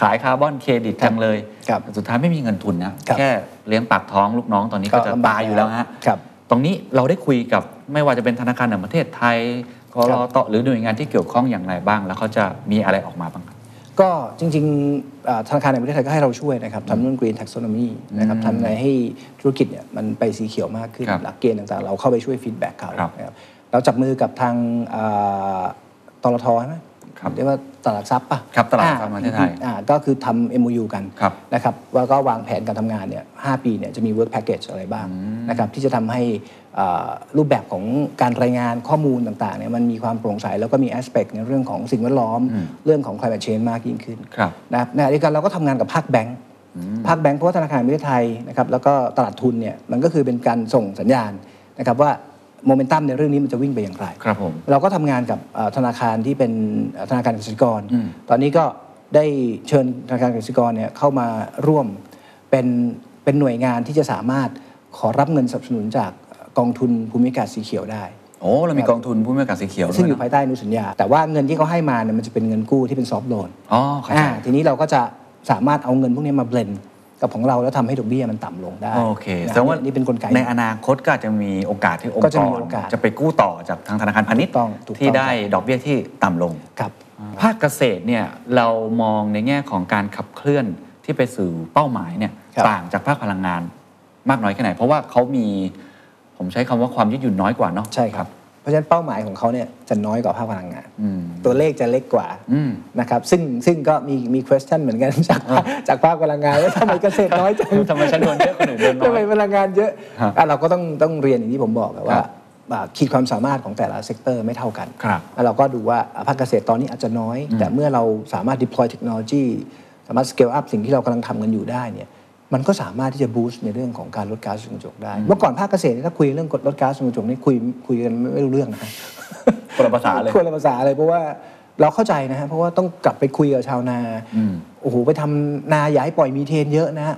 Speaker 2: ขายคาร์บอนเครดิตจังเลย
Speaker 1: ครับ
Speaker 2: สุดท้ายไม่มีเงินทุนนะครับ แค่เลี้ยงปากท้องลูกน้องตอนนี้ก็
Speaker 1: ก็
Speaker 2: จะ
Speaker 1: ลำบาก
Speaker 2: ตายอยู่แล้วฮะ
Speaker 1: ครับ
Speaker 2: ตรงนี้เราได้คุยกับไม่ว่าจะเป็นธนาคารแห่งประเทศไทยก
Speaker 1: ค
Speaker 2: ร
Speaker 1: รั
Speaker 2: อบ ตหรือหน่วยงานที่เกี่ยวข้องอย่างไรบ้าง แล้วเขาจะมีอะไรออกมาบ้างครับ
Speaker 1: ก็จริงๆเอ่อธนาคารแห่งประเทศไทยก็ให้เราช่วยนะครับทำเรื่อง green taxonomy นะครับทำไงให้ธุรกิจเนี่ยมันไปสีเขียวมากขึ้น
Speaker 2: ครับ
Speaker 1: หลักเกณฑ์ต่างๆ เราเข้าไปช่วยฟีดแบ็กเขา
Speaker 2: ครับ
Speaker 1: นะครับเราจับมือกับทางเอ่อตลทใช่ไหม
Speaker 2: ครับ
Speaker 1: เรียกว่าตลาดหลักทรัพย์ป่ะ
Speaker 2: ครับตลาดหลักทรัพย์ประเทศไทย
Speaker 1: อ่าก็คือทำ MOU กัน
Speaker 2: ครับ
Speaker 1: นะครับว่าก็วางแผนการทำงานเนี่ยห้าปีเนี่ยจะมี work package อะไรบ้างนะครับที่จะทำให้เอ่อรูปแบบของการรายงานข้อมูลต่างๆเนี่ยมันมีความโปร่งใสแล้วก็มี aspect ในเรื่องของสิ่งแวดล้อม
Speaker 2: อืม
Speaker 1: เรื่องของ climate change มากยิ่งขึ้น
Speaker 2: ครับ
Speaker 1: นะครับในขณะเดียวกันเราก็ทำงานกับภาคแบงค์ภาคแบงค์เพราะว่าธนาคารแห่งประเทศไทยนะครับแล้วก็ตลาดทุนเนี่ยมันก็คือเป็นการส่งสัญญาณนะครับว่าโมเมนตัมในเรื่องนี้มันจะวิ่งไปอย่างไร
Speaker 2: ครับผม
Speaker 1: เราก็ทำงานกับเอ่อธนาคารที่เป็นเอ่อธนาคารกสิกร
Speaker 2: อืม
Speaker 1: ตอนนี้ก็ได้เชิญธนาคารกสิกรเนี่ยเข้ามาร่วมเป็นเป็นหน่วยงานที่จะสามารถขอรับเงินสนับสนุนจากกองทุนภูมิอากาศสีเขียวได้
Speaker 2: โอ้เรามีกองทุนผู้มีอากาศสีเขียวด้ว
Speaker 1: ซึ่ง
Speaker 2: ย
Speaker 1: อยู่
Speaker 2: เนอะ
Speaker 1: ภายใต้อนุสัญญา แต่ว่าเงินที่เขาให้มาเนี่ยมันจะเป็นเงินกู้ที่เป็นซอฟต์โลน
Speaker 2: อ๋อเข้าใจ
Speaker 1: อ่าทีนี้เราก็จะสามารถเอาเงินพวกนี้มาเบลนกับของเราแล้วทำให้ดอกเบี้ยมันต่ำลงได้
Speaker 2: โอเค
Speaker 1: นะ
Speaker 2: แสดงว่า
Speaker 1: นี่เป็นกลไก
Speaker 2: ในอนาคตก็อาจจะมีโอกาสที่อง
Speaker 1: ก็
Speaker 2: ค์
Speaker 1: จะ
Speaker 2: ก
Speaker 1: มี
Speaker 2: ร
Speaker 1: โอกาส
Speaker 2: จะไปกู้ต่อจากทางธนาคารพาณิชย์
Speaker 1: ถูกต้องถูกต้อง
Speaker 2: ที่ได้ดอกเบี้ยที่ต่ำลง
Speaker 1: ครับ
Speaker 2: ภาคเกษตรเนี่ยเรามองในแง่ของการขับเคลื่อนที่ไปสู่เป้าหมายเนี่ย
Speaker 1: ครับ
Speaker 2: ต่างจากภาคพลังงานมากน้อยแค่ไหน เพราะว่าเขามีผมใช้คำว่าความยืดหยุ่นน้อยกว่าเนาะ
Speaker 1: ใช่ครับ เพราะฉะนั้นเป้าหมายของเขาเนี่ยจะน้อยกว่าภาคพลังงาน
Speaker 2: อืม
Speaker 1: ตัวเลขจะเล็กกว่า
Speaker 2: อืม
Speaker 1: นะครับซึ่งซึ่งก็มีมี question เหมือน กัน จากจากภาคพลังงาน ว่าทำไมเกษตรน้อยจัง
Speaker 2: ทำไมฉันโดนเยอะคนอื่นโดนน้อย
Speaker 1: ทำไมพลังงานเยอะ
Speaker 2: ฮะ
Speaker 1: อ่ะเราก็ต้องต้องเรียนอย่างที่ผมบอกอะว่า
Speaker 2: ครับ
Speaker 1: อ่าขีดความสามารถของแต่ละเซกเตอร์ไม่เท่ากัน
Speaker 2: ครับ
Speaker 1: อ่ะเราก็ดูว่าอ่ะภาคเกษตรตอนนี้อาจจะน้อย แต่เมื่อเราสามารถ deploy technology สามารถ scale up สิ่งที่เรากำลังทำกันอยู่ได้เนี่ยมันก็สามารถที่จะ boost ในเรื่องของการลดก๊าซเรือนกระจกได้ เมื่อก่อนภาคเกษตรเนี่ยถ้าคุยเรื่องลดก๊าซเรือนกระจกนี่คุยคุยกันไม่ไม่รู้เรื่องนะฮะ
Speaker 2: คนละภาษาเลย
Speaker 1: คนละภาษาเลยเพราะว่าเราเข้าใจนะฮะเพราะว่าต้องกลับไปคุยกับชาวนา
Speaker 2: อืม
Speaker 1: โอ้โหไปทำนาอย่าให้ปล่อยมีเทนเยอะนะฮะ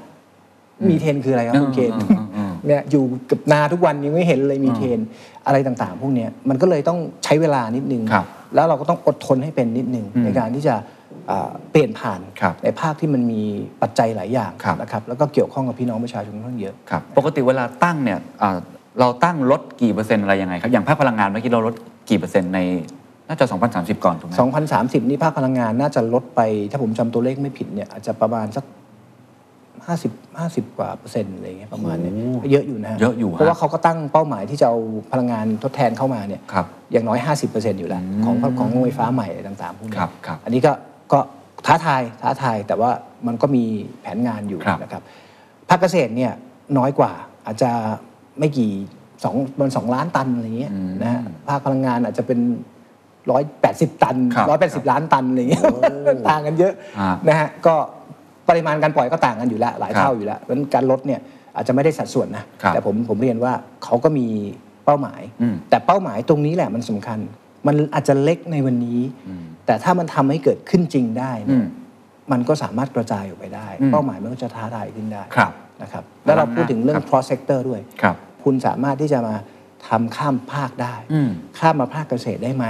Speaker 1: มีเทนคืออะไรครับคุณเคน
Speaker 2: อืมอืมอืม
Speaker 1: เนี่ยอยู่กับนาทุกวันยังไม่เห็นเลยมีเทนอะไรต่างๆ พวกเนี้ยมันก็เลยต้องใช้เวลานิดนึง
Speaker 2: ครับ
Speaker 1: แล้วเราก็ต้องอดทนให้เป็นนิดนึง
Speaker 2: อืม
Speaker 1: ในการที่จะเอ่อเปลี่ยนผ่าน
Speaker 2: ครับ
Speaker 1: ในภาคที่มันมีปัจจัยหลายอย่าง
Speaker 2: ครับ
Speaker 1: นะครับแล้วก็เกี่ยวข้องกับพี่น้องประชาชนค่อนข้างเยอะ
Speaker 2: ครับปกติเวลาตั้งเนี่ยอ่าเราตั้งลดกี่เปอร์เซ็นต์อะไรยังไงครับอย่างภาคพลังงานเมื่อกี้เราลดกี่เปอร์เซ็นต์ในน่าจะ2030 ก่อนถูกไหม
Speaker 1: 2030 นี่ภาคพลังงานน่าจะลดไป ถ้าผมจำตัวเลขไม่ผิดเนี่ยอาจจะประมาณสัก 50 50 กว่าเปอร์เซ็นต์อะไรเงี้ยประมาณเนี้ย
Speaker 2: โอ้โห
Speaker 1: เยอะอยู่นะฮ
Speaker 2: เยอะอยู่ฮะ
Speaker 1: เพราะว่าเขาก็ตั้งเป้าหมายที่จะเอาพลังงานทดแทนเข้ามาเนี่ย
Speaker 2: ครับ
Speaker 1: อย่างน้อย 50%อยู่แล้ว ของของโรงไฟฟ้าใหม่อะไรต่างๆพวกนี้
Speaker 2: ครับครับ
Speaker 1: อันนี้ก็ก็ท้าทายท้าทายแต่ว่ามันก็มีแผนงานอยู่
Speaker 2: ครับ
Speaker 1: นะครับภาคเกษตรเนี่ยน้อยกว่าอาจจะไม่กี่สองมันสองล้านตันอะไรเงี้ยนะฮะภาคพลังงานอาจจะเป็น ร้อยแปดสิบตัน
Speaker 2: ครับ
Speaker 1: ร้อยแปดสิบล้านตันอะไรอย่างเงี้ยต่างกันเยอะ
Speaker 2: อ่าน
Speaker 1: นะฮะก็ปริมาณการปล่อยก็ต่างกันอยู่แล้ว หลายเท่าอยู่แล้วเพราะฉะนั้นการลดเนี่ยอาจจะไม่ได้สัดส่วนนะครับแต่ผมผมเรียนว่าเขาก็มีเป้าหมาย
Speaker 2: อืม
Speaker 1: แต่เป้าหมายตรงนี้แหละมันสำคัญ มันอาจจะเล็กในวันนี้
Speaker 2: อืม
Speaker 1: แต่ถ้ามันทำให้เกิดขึ้นจริงได้
Speaker 6: อื
Speaker 1: เนี่ย
Speaker 6: ม
Speaker 1: มันก็สามารถกระจายออกไปได้
Speaker 6: อืม
Speaker 1: เป้าหมายมันก็จะท้าทายขึ้นได้
Speaker 6: ครับ
Speaker 1: นะครับแล้วเราพูดถึงเรื่อ
Speaker 6: ครั
Speaker 1: ง
Speaker 6: บ
Speaker 1: cross sector ด้วย
Speaker 6: ครับ
Speaker 1: คุณสามารถที่จะมาทำข้ามภาคได้
Speaker 6: อืม
Speaker 1: ข้ามมาภาคเกษตรได้ไหม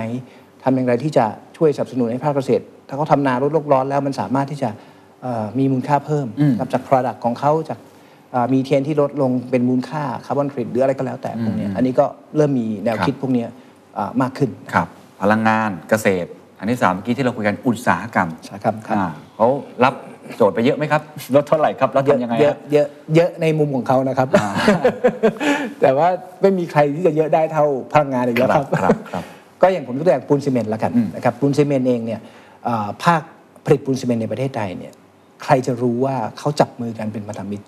Speaker 1: ทำอย่างไรที่จะช่วยสนับสนุนให้ภาคเกษตร ถ้าเขาทำนาลดโลกร้อนแล้วมันสามารถที่จะเอ่อมีมูลค่าเพิ่ม
Speaker 6: อืม
Speaker 1: ครับจาก Product ของเขาจากเอ่อมีเทียนที่ลดลงเป็นมูลค่าคาร์บอนคร e หรืออะไรก็แล้วแต่พวกเนี้ย
Speaker 6: อืม
Speaker 1: อันนี้ก็เริ่มมีแนว
Speaker 6: ครับ
Speaker 1: คิดพวกเนี้ยเอ่อมากขึ้น
Speaker 6: ครับพลังงานเกษตร อันที่สามเมื่อกี้ที่เราคุยกันอุตสาหกรรม
Speaker 1: สาหกรรมครับ
Speaker 6: อ่าเขารับโจทย์ไปเยอะไหมครับ ลดเท่าไหร่ครับแล้ว
Speaker 1: เยอะ
Speaker 6: ทำยังไง
Speaker 1: เย
Speaker 6: ครั
Speaker 1: อะ
Speaker 6: บ
Speaker 1: เยอะเยอะในมุมของเขานะครับ แต่ว่าไม่มีใครที่จะเยอะได้เท่าพลังงานอีกแล้วครับ
Speaker 6: ครับครับ
Speaker 1: ก็อย่างผมยกตัวอย่างปูนซีเมนต์ละกัน
Speaker 6: อืม
Speaker 1: นะครับปูนซีเมนต์เองเนี่ยเอ่อภาคผลิตปูนซีเมนต์ในประเทศไทยเนี่ยใครจะรู้ว่าเขาจับมือกันเป็นพันธมิตร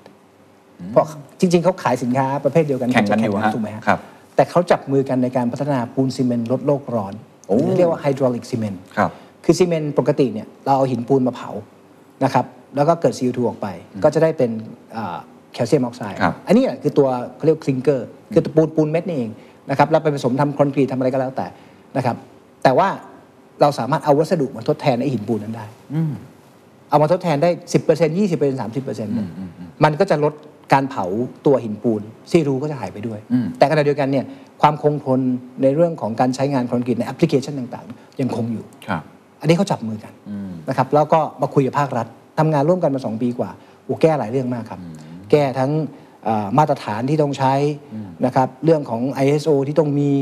Speaker 1: เพราะจริง ๆเขาขายสินค้าประเภทเดียวกัน
Speaker 6: แข่งกัน
Speaker 1: จะ
Speaker 6: อยู่ฮะ
Speaker 1: ถูกไหมฮะ
Speaker 6: ครับ
Speaker 1: แต่เขาจับมือกันในการพัฒนาปูนซีเมนต์ลดโลกร้อน
Speaker 6: โอ้
Speaker 1: หรือเรียกว่าไฮดรอลิกซีเมนต์
Speaker 6: ครับ
Speaker 1: คือซีเมนต์ปกติเนี่ยเราเอาหินปูนมาเผานะครับแล้วก็เกิด CO2 ออกไป ก็จะได้เป็นแคลเซียมออกไซด์
Speaker 6: ครับ
Speaker 1: อันนี้แหละคือตัวเขาเรียกคลิงเกอร์คือตัวปูนปูนเม็ดนี่เองนะครับแล้วไปผสมทำคอนกรีตทำอะไรก็แล้วแต่นะครับ แต่ว่าเราสามารถเอาวัสดุมาทดแทนไอหินปูนนั้นได้
Speaker 6: อืม
Speaker 1: เอามาทดแทนได้ 10% 20% 30%เนี่ยมันก็จะลดการเผาตัวหินปูนซี่รูก็จะหายไปด้วย
Speaker 6: อืม
Speaker 1: แต่ขณะเดียวกันเนี่ยความคงทนในเรื่องของการใช้งานคอนกรีตในแอปพลิเคชันต่างๆ ยังคงอยู่
Speaker 6: ครับ
Speaker 1: อันนี้เขาจับมือกัน
Speaker 6: อืม
Speaker 1: นะครับแล้วก็มาคุยกับภาครัฐทำงานร่วมกันมา 2 ปีกว่าโอ้แก้หลายเรื่องมากครับ แก้ทั้งเอ่อมาตรฐานที่ต้องใช้นะครับเรื่องของ ISO ที่ต้องมี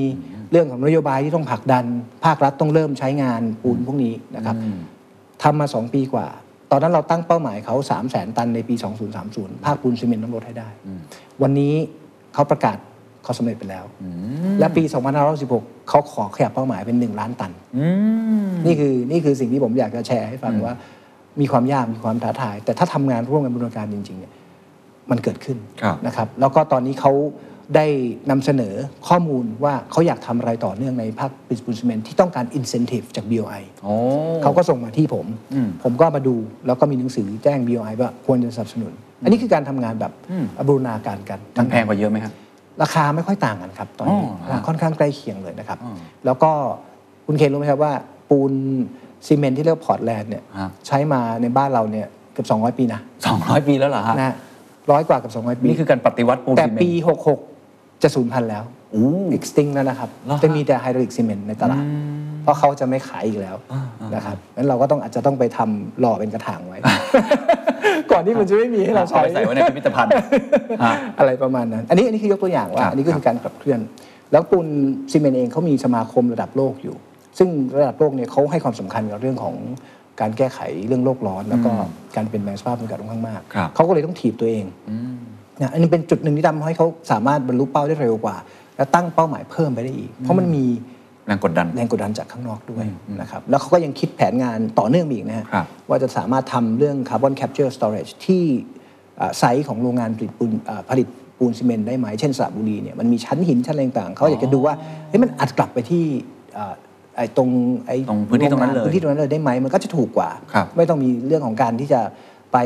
Speaker 1: เรื่องของนโยบายที่ต้องผลักดัน ภาครัฐต้องเริ่มใช้งานปูนพวกนี้นะครับ
Speaker 6: อืม
Speaker 1: ทำมา 2 ปีกว่า ตอนนั้นเราตั้งเป้าหมายเขา 3 0 0แสนตันในปี 2030 ภาคปูนซีเมนต์ต้องลดให้ได้ วันนี้เขาประกาศเขาสำเร็จไปแล้ว และปี 2516เขาขอขยับเป้าหมายเป็น 1 ล้านตัน
Speaker 6: อืม
Speaker 1: นี่คือนี่คือสิ่งที่ผมอยากจะแชร์ให้ฟังว่า มีความยากมีความท้าทาย แต่ถ้าทำงานร่วมกันบนการจริงๆเนี่ยมันเกิดขึ้น
Speaker 6: ครับ
Speaker 1: นะครับ แล้วก็ตอนนี้เขาได้นำเสนอข้อมูลว่าเขาอยากทำอะไรต่อเนื่องในภาคปูนซีเมนต์ที่ต้องการ incentive จาก BOI
Speaker 6: โอ้
Speaker 1: เขาก็ส่งมาที่ผม
Speaker 6: อืม
Speaker 1: ผมก็มาดูแล้วก็มีหนังสือแจ้ง BOI ว่าควรจะสนับสนุน อันนี้คือการทำงานแบบ
Speaker 6: อืม
Speaker 1: บูรณาการกัน
Speaker 6: มันแพงกว่าเยอะไหมครับ
Speaker 1: ราคาไม่ค่อยต่างกันครับ ตอนนี้
Speaker 6: อ๋อฮะ
Speaker 1: ค่อนข้างใกล้เคียงเลยนะครับ
Speaker 6: อืม
Speaker 1: แล้วก็คุณเคนรู้ไหมครับว่า ปูนซีเมนต์ที่เรียกว่าพอร์ตแลนด์เนี่ย
Speaker 6: ครับ
Speaker 1: ใช้มาในบ้านเราเนี่ยเกือบ200 ปีนะ
Speaker 6: สองร้อยปีแล้วเหรอฮะ
Speaker 1: นะร้อยกว่ากับ 200 ปี
Speaker 6: นี่คือการปฏิวัติปูน
Speaker 1: แต่
Speaker 6: ซีเมนต์
Speaker 1: ปี 66 จะสูญพันธุ์แล้ว
Speaker 6: โอ้
Speaker 1: extinct แล้วนะครับ
Speaker 6: เหรอฮะ
Speaker 1: จะมีแต่ไฮดรอลิกซีเมนต์ในตลาด
Speaker 6: อืม
Speaker 1: เพราะเขาจะไม่ขายอีกแล้ว
Speaker 6: อ่าๆ
Speaker 1: นะครับงั้นเราก็ต้องอาจจะต้องไปทำหล่อเป็นกระถางไว้ ก่อนที่มันจะไม่มีให้เรา
Speaker 6: เอา
Speaker 1: ใช้
Speaker 6: ไปใส่ไว้ในพิพิธ ภัณฑ์ ฮะ
Speaker 1: อะไรประมาณนั้น อันนี้อันนี้คือยกตัวอย่างว่า
Speaker 6: ครับ
Speaker 1: อันนี้ก็คือการขับเคลื่อน แล้วปูนซีเมนต์เองเขามีสมาคมระดับโลกอยู่ ซึ่งระดับโลกเนี่ยเขาให้ความสำคัญกับเรื่องของการแก้ไขเรื่องโลกร้อน แล้วก็การเปลี่ยนแปลงสภาพอากาศค่อนข้างมาก
Speaker 6: ครับ
Speaker 1: เขาก็เลยต้องถีบตัวเองนะอันนี้เป็นจุดหนึ่งที่ทำให้เขาสามารถบรรลุเป้าได้เร็วกว่า และตั้งเป้าหมายเพิ่มไปได้อีก เพราะมันมี
Speaker 6: แรงกดดัน
Speaker 1: แรงกดดันจากข้างนอกด้วยนะครับ แล้วเขาก็ยังคิดแผนงานต่อเนื่องไปอีกนะฮะ
Speaker 6: ครับ
Speaker 1: ว่าจะสามารถทำเรื่องคาร์บอนแคปเจอร์ส r a เรจที่เอ่อไซต์ของโรงงานผลิตปูนเอ่อผลิตปูนซีเมนต์ได้ไหม เช่นสระบุรีเนี่ยมันมีชั้นหินชั้นอะไรต่างๆเขาอยากจะดูว่าเฮ้ยมันอัดกลับไปที่เอ่อไอ้ตรงไอ้
Speaker 6: ตรงพื้นที่ตรงนั้นเลย
Speaker 1: โาพื้นที่ตรงนั้นเลยได้ไหมมันก็จะถูกกว่า
Speaker 6: ครับ
Speaker 1: ไม่ต้องมีเรื่องของการที่จะไป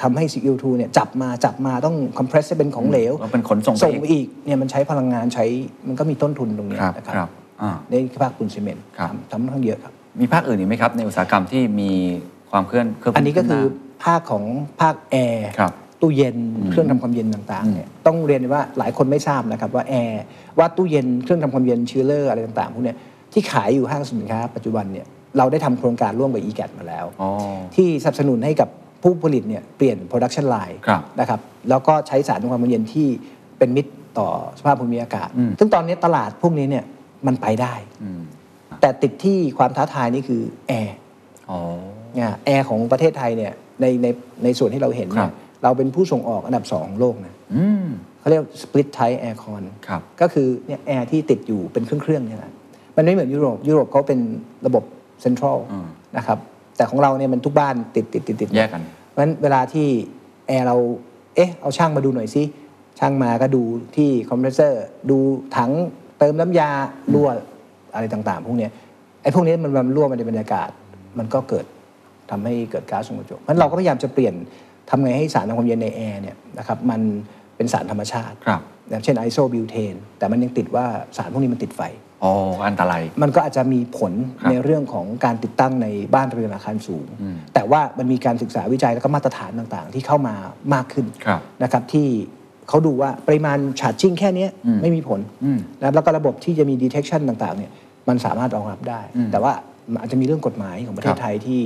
Speaker 1: ทำให้ CO2 เนี่ยจับมาจับมาต้องคอมเพรสให้เป็นของเหลว
Speaker 6: แล้วเป็นขนส่งไปอีก
Speaker 1: ส่งไปอีกเนี่ยมันใช้พลังงานใช้มันก็มีต้นทุนตรงเนี้ย
Speaker 6: ครับ
Speaker 1: นะครับ
Speaker 6: ครับอ่า
Speaker 1: ในภาคปูนซีเมนต์
Speaker 6: ครับ
Speaker 1: ทำทำค่อนข้างเยอะครับ
Speaker 6: มีภาคอื่นอีกไหมครับ ในอุตสาหกรรมที่มีความเคลื่อนเคลื่อน
Speaker 1: อันนี้ก็คือ
Speaker 6: ขึ้
Speaker 1: ภาคของภาคแอร์
Speaker 6: ครับ
Speaker 1: ตู้เย็นเครื่องทำความเย็นต่างๆเนี่ยต้องเรียนเลยว่าหลายคนไม่ทราบนะครับว่าแอร์ว่าตู้เย็นเครื่องทำความเย็นชิลเลอร์อะไรต่างๆพวกเนี้ยที่ขายอยู่ห้างสินค้าปัจจุบันเนี่ยเราได้ทำโครงการร่วมกับ e g a t มาแล้ว
Speaker 6: อ๋อ
Speaker 1: ที่สนับสนุนให้กับผู้ผลิตเนี่ยเปลี่ยน production line
Speaker 6: ครับ
Speaker 1: นะครับแล้วก็ใช้สารทำความเย็นที่เป็นมิตรต่อสภาพภูมิอากาศ
Speaker 6: อืม
Speaker 1: ซึ่งตอนนี้ตลาดพวกนี้เนี่ยมันไปได้
Speaker 6: อืม
Speaker 1: แต่ติดที่ความท้าทายนี่คือแอร์
Speaker 6: อ๋อ
Speaker 1: เนี่ยแอร์ของประเทศไทยเนี่ยในในในส่วนที่เราเห็น
Speaker 6: ครั
Speaker 1: เนี่ย
Speaker 6: บ
Speaker 1: เราเป็นผู้ส่งออกอันดับสองของโลกนะ
Speaker 6: อืม
Speaker 1: เขาเรียก split type aircon
Speaker 6: ครับ
Speaker 1: ก็คือเนี่ยแอร์ที่ติดอยู่เป็นเครื่องเครื่องๆเนี่ยนะมันไม่เหมือนยุโรปยุโรปเขาเป็นระบบเซ็นทรัล
Speaker 6: อืม
Speaker 1: นะครับแต่ของเราเนี่ยมันทุกบ้านติดติดติดติด
Speaker 6: แยกกัน
Speaker 1: เพราะฉะนั้นเวลาที่แอร์เราเอ๊ะเอาช่างมาดูหน่อยสิช่างมาก็ดูที่คอมเพรสเซอร์ดูถังเติมน้ำยารั่วอะไรต่างๆ พวกเนี้ยไอ้พวกนี้มันมันรั่วมาในบรรยากาศมันก็เกิด ทำให้เกิดก๊าซเรือนกระจกเพราะฉะนั้นเราก็พยายามจะเปลี่ยนทำไงให้สารทำความเย็นในแอร์เนี่ยนะครับมันเป็นสารธรรมชาติ
Speaker 6: ครับ
Speaker 1: นะเช่นไอโซบิวเทนแต่มันยังติดว่าสารพวกนี้มันติดไฟ
Speaker 2: โอ้อันตราย
Speaker 1: มันก็อาจจะมีผล
Speaker 2: ครับ
Speaker 1: ในเรื่องของการติดตั้งในบ้านเรือนอาคารสูง
Speaker 6: อืม
Speaker 1: แต่ว่ามันมีการศึกษาวิจัยแล้วก็มาตรฐานต่างๆ ที่เข้ามามากขึ้น
Speaker 2: ครับ
Speaker 1: นะครับที่เขาดูว่าปริมาณชาร์จจิ้งแค่เนี้ยไม่มีผล
Speaker 6: อืม
Speaker 1: นะครับแล้วก็ระบบที่จะมี detection ต่างๆเนี่ยมันสามารถรองรับได้
Speaker 6: อืม
Speaker 1: แต่ว่ามันอาจจะมีเรื่องกฎหมายของประเท
Speaker 2: ครั
Speaker 1: ศ
Speaker 2: บ
Speaker 1: ไทยที่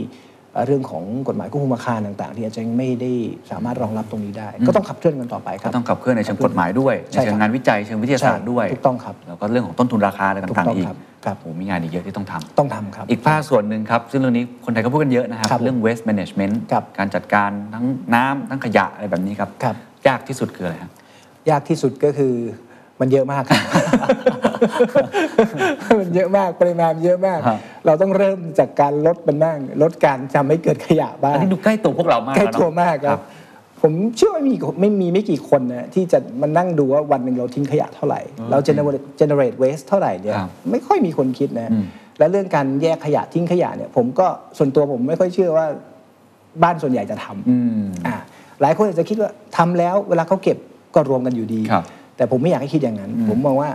Speaker 1: เอ่อเรื่องของกฎหมายควบคุมอาคารต่าง ๆ ที่อาจจะยังไม่ได้สามารถรองรับตรงนี้ได้ ก็ต้องขับเคลื่อนกันต่อไปค
Speaker 2: ก็
Speaker 1: รับ
Speaker 2: ต้องขับเคลื่อนในเชิงกฎหมายด้วย ใน
Speaker 1: ใช่ครับ
Speaker 2: เชิงงานวิจัยเชิงวิทยาศาสตร์ด้วย
Speaker 1: ใช่ถูกต้องครับ
Speaker 2: แล้วก็เรื่องของต้นทุนราคาอะไร
Speaker 1: ถูก
Speaker 2: ต่าง
Speaker 1: ต้อ
Speaker 2: ๆ
Speaker 1: ง
Speaker 2: อีก
Speaker 1: ครับครับ
Speaker 2: โอ้มีงานอีกเยอะที่ต้องทำ
Speaker 1: ต้องทำครับ
Speaker 2: อีกภาคส่วนหนึ่งครับ ซึ่งเรื่องนี้คนไทยก็พูดกันเยอะนะครับ
Speaker 1: ครับ
Speaker 2: เรื่อง waste management
Speaker 1: ครับ
Speaker 2: การจัดการทั้งน้ำทั้งขยะอะไรแบบนี้ครับ
Speaker 1: ครับ
Speaker 2: ยากที่สุดคืออะไรครับ
Speaker 1: ยากที่สุดก็คือมันเยอะมากครับ มันเยอะมากปริมาณเยอะมาก
Speaker 2: ฮะ
Speaker 1: เราต้องเริ่มจากการลดมันบ้างลดการทำให้เกิดขยะบ้าง
Speaker 2: อันนี้ดูใกล้ตัวพวกเรามาก
Speaker 1: ใกล้
Speaker 2: แเนอะ
Speaker 1: ตัวมากครับ ผมเชื่อว่ามีไม่มีไม่กี่คนนะที่จะมานั่งดูว่าวันหนึ่งเราทิ้งขยะเท่าไหร่ เรา generate generate waste เท่าไหร่เนี่ย
Speaker 2: ครับ
Speaker 1: ไม่ค่อยมีคนคิดนะ
Speaker 2: อืม
Speaker 1: และเรื่องการแยกขยะทิ้งขยะเนี่ย ผมก็ส่วนตัวผมไม่ค่อยเชื่อว่าบ้านส่วนใหญ่จะทำ
Speaker 2: อืม
Speaker 1: อ่ะหลายคนอาจจะคิดว่าทำแล้วเวลาเขาเก็บก็รวมกันอยู่ดี
Speaker 2: ครับ
Speaker 1: แต่ผมไม่อยากให้คิดอย่างนั้น ผมมองว่า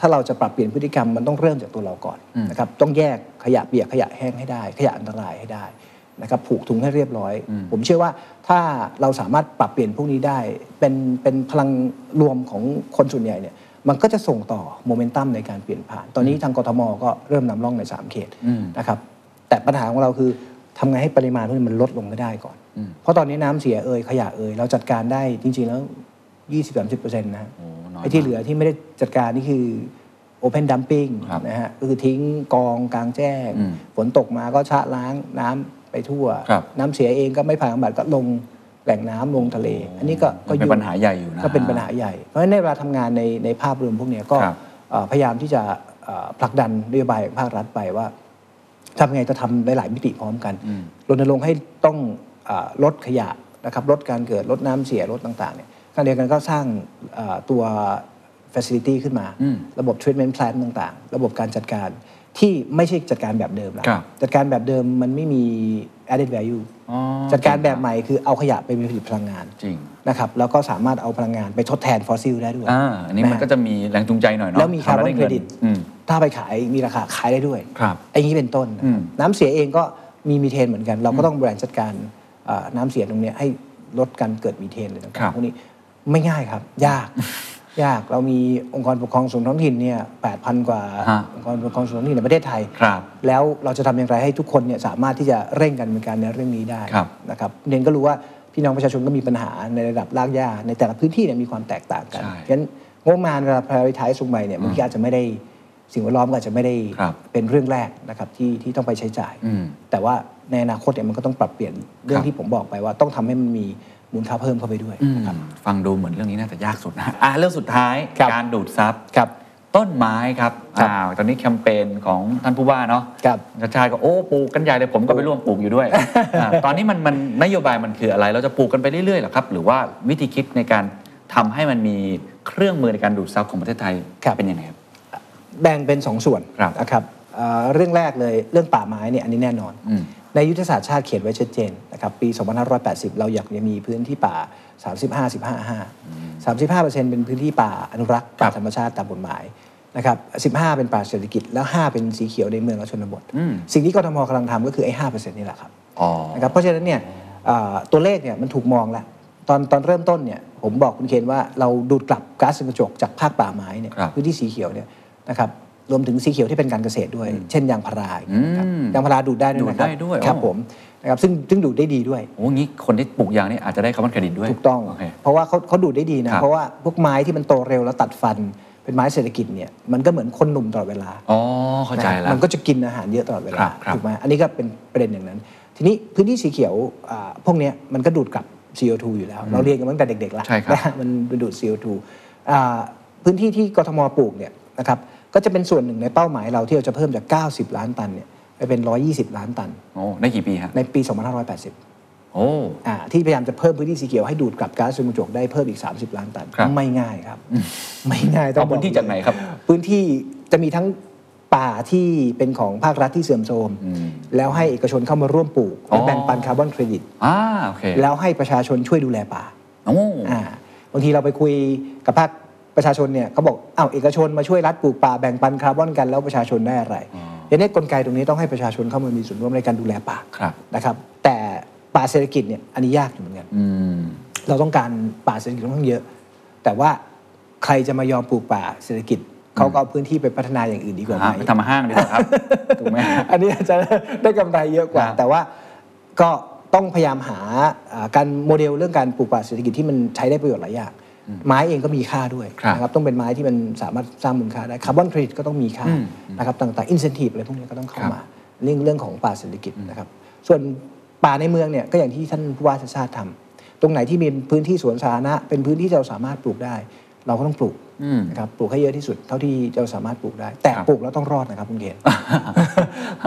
Speaker 1: ถ้าเราจะปรับเปลี่ยนพฤติกรรมมันต้องเริ่มจากตัวเราก่อน
Speaker 2: อืม
Speaker 1: นะครับต้องแยกขยะเปียกขยะแห้งให้ได้ ขยะอันตรายให้ได้นะครับผูกถุงให้เรียบร้อย
Speaker 2: อืม
Speaker 1: ผมเชื่อว่าถ้าเราสามารถปรับเปลี่ยนพวกนี้ได้ เป็นเป็นพลังรวมของคนส่วนใหญ่เนี่ยมันก็จะส่งต่อโมเมนตัมในการเปลี่ยนผ่าน ตอนนี้ทางกทมก็เริ่มนำร่องในสามเขต
Speaker 2: อืม
Speaker 1: นะครับแต่ปัญหาของเราคือทำไงให้ปริมาณพวกนี้มันลดลงให้ได้ก่อน
Speaker 2: อืม
Speaker 1: เพราะตอนนี้น้ำเสียเอ่ยขยะเอ่ยเราจัดการได้จริง ๆ แล้ว 20-30%นะฮะ
Speaker 2: โอ้น้อย
Speaker 1: ไอ้ที่เหลื
Speaker 2: มา
Speaker 1: อ
Speaker 2: ก
Speaker 1: ที่ไม่ได้จัดการนี่คือ Open Dumping
Speaker 2: ครับ
Speaker 1: นะฮะก็คือทิ้งกองกลางแจ้ง
Speaker 2: อืม
Speaker 1: ฝนตกมาก็ชะล้างน้ำไปทั่ว
Speaker 2: ครับ
Speaker 1: น้ำเสียเองก็ไม่ผ่านบำบัดก็ลงแหล่งน้ำลงทะเล
Speaker 2: โอ้
Speaker 1: อันนี้ก็ก็
Speaker 2: มันเป็น
Speaker 1: ง
Speaker 2: ปัญหาใหญ่อยู่นะ
Speaker 1: ก็เป็นปัญหาใหญ่ เพราะฉะนั้นในเวลาทำงานในในภาพรวมพวกเนี้ยก็
Speaker 2: ครับ
Speaker 1: เอ่อพยายามที่จะเอ่อผลักดันนโยบายของภาครัฐไปว่า ทำไงจะทำหลายๆมิติพร้อมกัน
Speaker 2: อืม
Speaker 1: รณรงค์ให้ต้องอาลดขยะนะครับลดการเกิดลดน้ำเสียลดต่างๆเนี่ยขณะเดียวกันก็สร้างอ่าตัว facility ขึ้นมา
Speaker 2: อืม
Speaker 1: ระบบ treatment plant ต่างๆ ระบบการจัดการที่ไม่ใช่จัดการแบบเดิมแล้ว
Speaker 2: ครับ
Speaker 1: จัดการแบบเดิมมันไม่มี added value
Speaker 2: อ๋อ
Speaker 1: จัดการแบบใหม่คือเอาขยะไปมีผลิตพลังงาน
Speaker 2: จริง
Speaker 1: นะครับแล้วก็สามารถเอาพลังงานไปทดแทนฟอสซิลได้ด้วย
Speaker 2: อ่าอันนี้มัน
Speaker 1: ฮ
Speaker 2: ก็จะมีแรงจูงใจหน่อยเนาะ
Speaker 1: แล้วมีคาร์บอ
Speaker 2: ทำได้
Speaker 1: นเคร
Speaker 2: งิ
Speaker 1: ดิต
Speaker 2: อืม
Speaker 1: ถ้าไปขายมีราคาขายได้ด้วย
Speaker 2: ครับ
Speaker 1: ไอ้นี้เป็นต้นนะ
Speaker 2: อื
Speaker 1: ค
Speaker 2: ม
Speaker 1: รับน้ำเสียเองก็มีมีเทนเหมือนกัน เราก็ต้องบริหารจัดการเอ่อน้ำเสียตรงเนี้ยให้ลดการเกิดมีเทนอะไร
Speaker 2: ครั
Speaker 1: ต่าง
Speaker 2: บ
Speaker 1: ๆพวกนี้ไม่ง่ายครับ ยาก ยากเรามีองค์กรปกครองส่วนท้องถิ่นเนี่ยแปดพันกว่า
Speaker 2: ฮะ
Speaker 1: องค์กรปกครองส่วนท้องถิ่นในประเทศไทย
Speaker 2: ครับ
Speaker 1: แล้วเราจะทำอย่างไรให้ทุกคนเนี่ยสามารถที่จะเร่งกันเป็นการในเรื่องนี้ได้
Speaker 2: ครับ
Speaker 1: นะครับเรียนก็รู้ว่าพี่น้องประชาชนก็มีปัญหาในระดับรากหญ้าในแต่ละพื้นที่เนี่ยมีความแตกต่างกัน
Speaker 2: ใช่
Speaker 1: งั้นงบประมาณเวลา prioritize ลงไปเนี่ยบางทีอาจจะไม่ได้สิ่งแวดล้อมก็อาจจะไม่ได้
Speaker 2: ครับ
Speaker 1: เป็นเรื่องแรกนะครับที่ที่ต้องไปใช้จ่าย
Speaker 2: อืม
Speaker 1: แต่ว่าในอนาคตเนี่ยมันก็ต้องปรับเปลี่ยนเรื่อ
Speaker 2: ครั
Speaker 1: ง
Speaker 2: บ
Speaker 1: ที่ผมบอกไปว่าต้องทำให้มันมีมูลค่าเพิ่มเข้าไปด้วยนะครับ
Speaker 2: ฟังดูเหมือนเรื่องนี้น่าจะยากสุดนะอ่ะเรื่องสุดท้าย
Speaker 1: ครับ
Speaker 2: การดูดซับ
Speaker 1: ครับ
Speaker 2: ต้นไม้ครับ
Speaker 1: ครับ
Speaker 2: อ่าตอนนี้แคมเปญของท่านผู้ว่าเนาะ
Speaker 1: ครับ
Speaker 2: ชาติชายก็โอ้ปลูกกันใหญ่เลยผมก็ไปร่วมปลูกอยู่ ด้วยอ่าตอนนี้มันมันนโยบายมันคืออะไร เราจะปลูกกันไปเรื่อยๆเหรอครับ หรือว่าวิธีคิดในการทำให้มันมีเครื่องมือในการดูดซับของประเทศไทย
Speaker 1: ครับ
Speaker 2: เป็นยังไงครับ
Speaker 1: แบ่งเป็น 2สองส่วน
Speaker 2: ครับ
Speaker 1: นะครับเอ่อเรื่องแรกเลยเรื่องป่าไม้เนี่ยอันนี้แน่นอน
Speaker 2: อืม
Speaker 1: ในยุทธศาสตร์ชาติเขียนไว้ชัดเจนนะครับปี 2580 เราอยากจะมีพื้นที่ป่า 35 15 5 35 เป็นพื้นที่ป่าอนุรักษ์
Speaker 2: ครั
Speaker 1: ป่า
Speaker 2: บ
Speaker 1: ธรรมชาติตามกฎหมายนะครับ15 เป็นป่าเศรษฐกิจแล้ว 5 เป็นสีเขียวในเมืองและชนบท
Speaker 2: อืม
Speaker 1: สิ่งที่กทมกำลังทำก็คือไอ้5%นี่แหละครับ
Speaker 2: อ๋อ
Speaker 1: นะครับเพราะฉะนั้นเนี่ยเอ่อตัวเลขเนี่ยมันถูกมองแล้วตอนตอนเริ่มต้นเนี่ยผมบอกคุณเคนว่าเราดูดกลับก๊าซเรือนกระจกจากภาคป่าไม้เนี่ย
Speaker 2: ครับ
Speaker 1: พื้นที่สีเขียวเนี่ยนะครับรวมถึงสีเขียวที่เป็นการเกษตรด้วย เช่นยางพาราอย่างเงี้ยนะครับ
Speaker 2: อืม
Speaker 1: ยางพาราดูดได้ด้วยนะครั
Speaker 2: ดูดได้ด้วย
Speaker 1: ครับ
Speaker 2: อ๋อ
Speaker 1: ผมนะครับซึ่งซึ่งดูดได้ดีด้วย
Speaker 2: โอ้งี้คนที่ปลูกยางนี่อาจจะได้คาร์บอนเครดิตด้วย
Speaker 1: ถูกต้อง
Speaker 2: โอเค
Speaker 1: เพราะว่าเขาเขาดูดได้ดีนะ
Speaker 2: ครับ
Speaker 1: เพราะว่าพวกไม้ที่มันโตเร็วแล้วตัดฟัน เป็นไม้เศรษฐกิจเนี่ยมันก็เหมือนคนหนุ่มตลอดเวลา
Speaker 2: อ๋อเข้าใจแล้ว
Speaker 1: นะมันก็จะกินอาหารเยอะตลอดเว
Speaker 2: ครั
Speaker 1: ลา
Speaker 2: บครับ
Speaker 1: ถูกไหมอันนี้ก็เป็นประเด็นอย่างนั้น ทีนี้พื้นที่สีเขียวอ่าพวกเนี้ยมันก็ดูดกลับ CO2 อยู่แล้ว เราเรียนกันตั้งแต่เด็กๆละ
Speaker 2: ใช่ครับ
Speaker 1: นะฮะมันดูด CO2 อ่าพื้นที่ที่กทมปลูกเนี่ยนะครับก็จะเป็นส่วนหนึ่งในเป้าหมายเราที่เราจะเพิ่มจาก 90 ล้านตันเนี่ยไปเป็น 120 ล้านตัน
Speaker 2: โอ้ได้กี่ปีฮะ
Speaker 1: ในปี 2580
Speaker 2: โอ้
Speaker 1: อ่าที่พยายามจะเพิ่มพื้นที่สีเขียวให้ดูดกลับก๊าซเรือนกระจกได้เพิ่มอีก 30 ล้านตัน
Speaker 2: ครับ
Speaker 1: ไม่ง่ายครับ ไม่ง่ายต้อง
Speaker 2: เอาพื้นที่
Speaker 1: บอ
Speaker 2: จากไหนครับ
Speaker 1: พื้นที่จะมีทั้งป่าที่เป็นของภาครัฐที่เสื่อมโทรม
Speaker 2: อืม
Speaker 1: แล้วให้เอกชนเข้ามาร่วมปลูก
Speaker 2: อ๋อ
Speaker 1: และแบ่งปันคาร์บอนเครดิต
Speaker 2: อ่าโอเค
Speaker 1: แล้วให้ประชาชนช่วยดูแลป่า
Speaker 2: โอ้
Speaker 1: อ่าบางทีเราไปคุยกับภาค ประชาชนเนี่ยเขาบอกอ้าวเอกชนมาช่วยรัฐปลูกป่าแบ่งปันคาร์บอนกันแล้วประชาชนได้อะไรเดี๋ยวนี้กลไกตรงนี้ต้องให้ประชาชนเข้ามามีส่วนร่วมในการดูแลป่า
Speaker 2: ครับ
Speaker 1: นะครับแต่ป่าเศรษฐกิจเนี่ยอันนี้ยากอยู่เหมือนกัน
Speaker 2: อืม
Speaker 1: เราต้องการป่าเศรษฐกิจค่อนข้างเยอะ แต่ว่าใครจะมายอมปลูกป่าเศรษฐกิจเขาก็เอาพื้นที่ไปพัฒนาอย่างอื่นดีกว่าไหม
Speaker 2: ฮะไปทำห้างดีกว่า ครับ ถูกไหมฮะ
Speaker 1: อันนี้อาจจะ ได้กำไรเยอะกว่า
Speaker 2: ครับ
Speaker 1: แต่ว่าก็ต้องพยายามหาอ่าการโมเดลเรื่องการปลูกป่าเศรษฐกิจที่มันใช้ได้ประโยชน์หลายอย่าง ไม้เองก็มีค่าด้วยนะครับต้องเป็นไม้ที่มันสามารถสร้างมูลค่าได้คาร์บอนเครดิตก็ต้องมีค่านะครับต่างๆอินเซนティブอะไรพวกนี้ก็ต้องเข้ามาเรื่องเรื่องของป่าเศรษฐกิจนะครับส่วนป่าในเมืองเนี่ยก็อย่างที่ท่านผู้ว่าชาติชาติทำตรงไหนที่มีพื้นที่สวนสาธารณะเป็นพื้นที่ที่เราสามารถปลูกได้ เราก็ต้องปลูก
Speaker 2: อืม
Speaker 1: นะครับปลูกให้เยอะที่สุดเท่าที่เราสามารถปลูกได้ แต่
Speaker 2: ครับ
Speaker 1: ปลูกแล้วต้องรอดนะครับคุณเกณฑ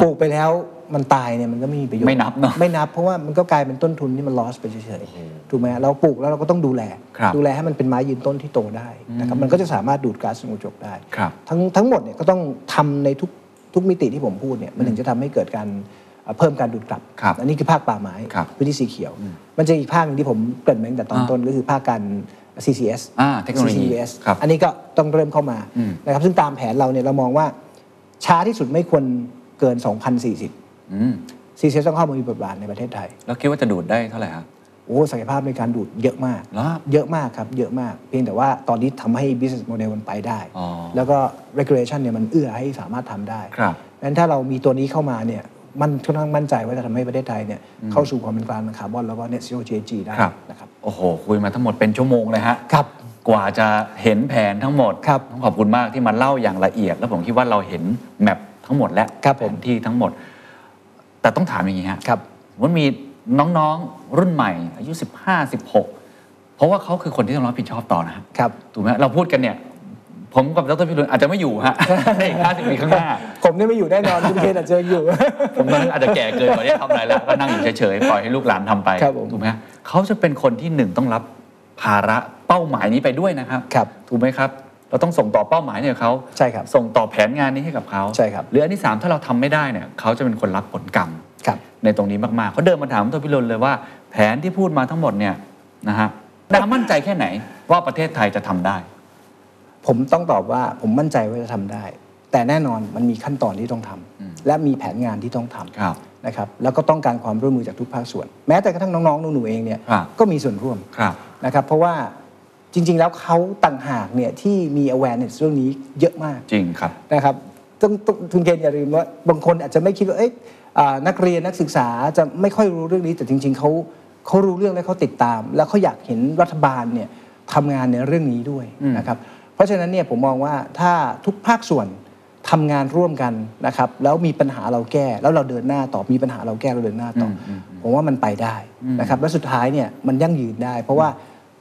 Speaker 1: ปลูกไปแล้วมันตายเนี่ยมันก็ไม่มีประโยชน์
Speaker 2: ไม่นับเนอะ
Speaker 1: ไม่นับเพราะว่ามันก็กลายเป็นต้นทุนที่มันลอสไปเฉยๆถูกไหมเราปลูกแล้วเราก็ต้องดูแล
Speaker 2: ครับ
Speaker 1: ดูแลให้มันเป็นไม้ยืนต้นที่โตได้นะครับมันก็จะสามารถดูดก๊าซเรือนกระจกได้
Speaker 2: ครับ
Speaker 1: ทั้งทั้งหมดเนี่ยก็ต้องทำในทุกทุกมิติที่ผมพูดเนี่ยมันถึงจะทำให้เกิดการเอ่อเพิ่มการดูดกลับ
Speaker 2: ครับ
Speaker 1: อันนี้คือภาคป่าไม้
Speaker 2: ครับ
Speaker 1: พื้นที่สีเขียว มันจะอีกภาคหนึงที่ผมเกริ่นมาตั้งแต่ตอน
Speaker 2: อ่า
Speaker 1: ต้นก็คือภาคการ CCS
Speaker 2: อ่าเทคโนโลยี
Speaker 1: CCUS
Speaker 2: ครับ
Speaker 1: อันนี้ก็ต้องเริ่มเข้ามานะครับซึ่งตามแผนเราเนี่ยเรามองว่าช้าที่สุดไม่ควรเกิน 2040
Speaker 2: อืม
Speaker 1: ซีเซียสต้องเข้ามามีบทบาทในประเทศไทย
Speaker 2: แล้วคิดว่าจะดูดได้เท่าไหร่ฮะ
Speaker 1: โอ้ศักยภาพในการดูดเยอะมาก
Speaker 2: เหรอ
Speaker 1: เยอะมากครับ เยอะมาก เพียงแต่ว่าตอนนี้ทำให้ business model มันไปได้
Speaker 2: อ๋อ
Speaker 1: แล้วก็ regulation เนี่ยมันเอื้อให้สามารถทำได้
Speaker 2: ครับ
Speaker 1: งั้นถ้าเรามีตัวนี้เข้ามาเนี่ยมันค่อนข้างมั่นใจว่าจะทำให้ประเทศไทยเนี่ยเข้าสู่ความเป็นกลางทางคาร์บอนแล้วก็ net zero GHG ได้
Speaker 2: ครับ
Speaker 1: นะครับ
Speaker 2: โอ้โห คุยมาทั้งหมดเป็นชั่วโมงเลยฮะ
Speaker 1: ครับ
Speaker 2: กว่าจะเห็นแผนทั้งหมด
Speaker 1: ครับ
Speaker 2: ต้องขอบคุณมากที่มาเล่าอย่างละเอียด แล้วผมคิดว่าเราเห็นแมปทั้งหมดแล้ว
Speaker 1: ครับ
Speaker 2: แผ
Speaker 1: ผม
Speaker 2: นที่ทั้งหมด แต่ต้องถามอย่างนี้ฮะ
Speaker 1: ครับ
Speaker 2: สมมติมีน้องๆ รุ่นใหม่ อายุ 15 16 เพราะว่าเขาคือคนที่ต้องรับผิดชอบต่อนะครับ
Speaker 1: ครับ
Speaker 2: ถูกไหมเราพูดกันเนี่ย ผมกับดรพิรุณอาจจะไม่อยู่ฮะ ในอีก50ปีข้างหน้า
Speaker 1: ผมเนี่ยไม่อยู่แน่นอนคุณเคนอาจจะยังอยู่
Speaker 2: ผมตอนนั้นอาจจะแก่เกินกว่าที่ทำอะไรแล้ว ก็นั่งอยู่เฉยๆ ปล่อยให้ลูกหลานทำไป
Speaker 1: ครับผม
Speaker 2: ถูกไหมฮะเขาจะเป็นคนที่หนึ่งต้องรับภาระเป้าหมายนี้ไปด้วยนะครับ
Speaker 1: ครับ
Speaker 2: ถูกไหมครับ เราต้องส่งต่อเป้าหมายเนี่ยเขา
Speaker 1: ใช่ครับ
Speaker 2: ส่งต่อแผนงานนี้ให้กับเขา
Speaker 1: ใช่ครับ
Speaker 2: หรืออันที่สามถ้าเราทำไม่ได้เนี่ยเขาจะเป็นคนรับผลกรรม
Speaker 1: ครับ
Speaker 2: ในตรงนี้มากๆเขาเดินมาถามตัวพิรนเลยว่าแผนที่พูดมาทั้งหมดเนี่ยนะฮะดามั่นใจแค่ไหนว่าประเทศไทยจะทำได้
Speaker 1: ผมต้องตอบว่าผมมั่นใจว่าจะทำได้ แต่แน่นอนมันมีขั้นตอนที่ต้องทำและมีแผนงานที่ต้องท
Speaker 2: ครับ
Speaker 1: ำนะครับแล้วก็ต้องการความร่วมมือจากทุกภาคส่วน แม้แต่กระทั่งน้องๆหนูๆเองเนี่ย
Speaker 2: ครับ
Speaker 1: ก็มีส่วนร่วม
Speaker 2: ครับ
Speaker 1: นะครับเพราะว่าจริง ๆ แล้วเขาต่างหากเนี่ยที่มี awareness เรื่องนี้เยอะมาก
Speaker 2: จริงครับ
Speaker 1: นะครับต้องต้องทุนเกณฑ์อย่าลืมว่าบางคนอาจจะไม่คิดว่าเอ๊ะอ่านักเรียนนักศึกษาจะไม่ค่อยรู้เรื่องนี้ แต่จริง ๆเขาเขารู้เรื่องและเขาติดตาม แล้วเขาอยากเห็นรัฐบาลเนี่ยทำงานในเรื่องนี้ด้วยนะครับเพราะฉะนั้นเนี่ยผมมองว่าถ้าทุกภาคส่วนทำงานร่วมกันนะครับแล้วมีปัญหาเราแก้ แล้วเราเดินหน้าต่อมีปัญหาเราแก้เราเดินหน้าต่ออผมว่ามันไปได้นะครับและสุดท้ายเนี่ยมันยั่งยืนได้ เพราะว่า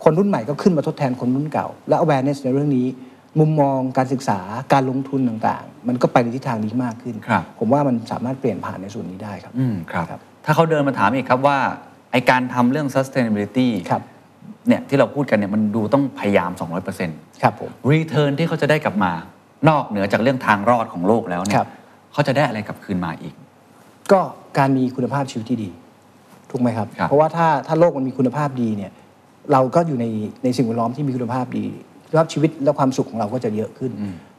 Speaker 1: คนรุ่นใหม่ก็ขึ้นมาทดแทนคนรุ่นเก่า และ awareness ในเรื่องนี้ มุมมองการศึกษาการลงทุนต่างๆ มันก็ไปในทิศทางนี้มากขึ้น
Speaker 2: ครับ
Speaker 1: ผมว่ามันสามารถเปลี่ยนผ่านในส่วนนี้ได้ครับ
Speaker 2: อืมครับ
Speaker 1: ครับ
Speaker 2: ถ้าเขาเดินมาถามอีกครับว่าไอการทำเรื่อง sustainability
Speaker 1: ครับ
Speaker 2: เนี่ยที่เราพูดกันเนี่ยมันดูต้องพยายาม 200%
Speaker 1: ครับผม
Speaker 2: return ที่เขาจะได้กลับมา นอกเหนือจากเรื่องทางรอดของโลกแล้วเนี่
Speaker 1: ครั
Speaker 2: ย
Speaker 1: บ
Speaker 2: เขาจะได้อะไรกลับคืนมาอีก
Speaker 1: ก็การมีคุณภาพชีวิตที่ดี ถูกไหมครับ
Speaker 2: ครับ
Speaker 1: เพราะว่าถ้าถ้าโลกมันมีคุณภาพดีเนี่ยเราก็อยู่ในในสิ่งแวดล้อมที่มีคุณภาพดีคุณภาพชีวิตและความสุขของเราก็จะเยอะขึ้น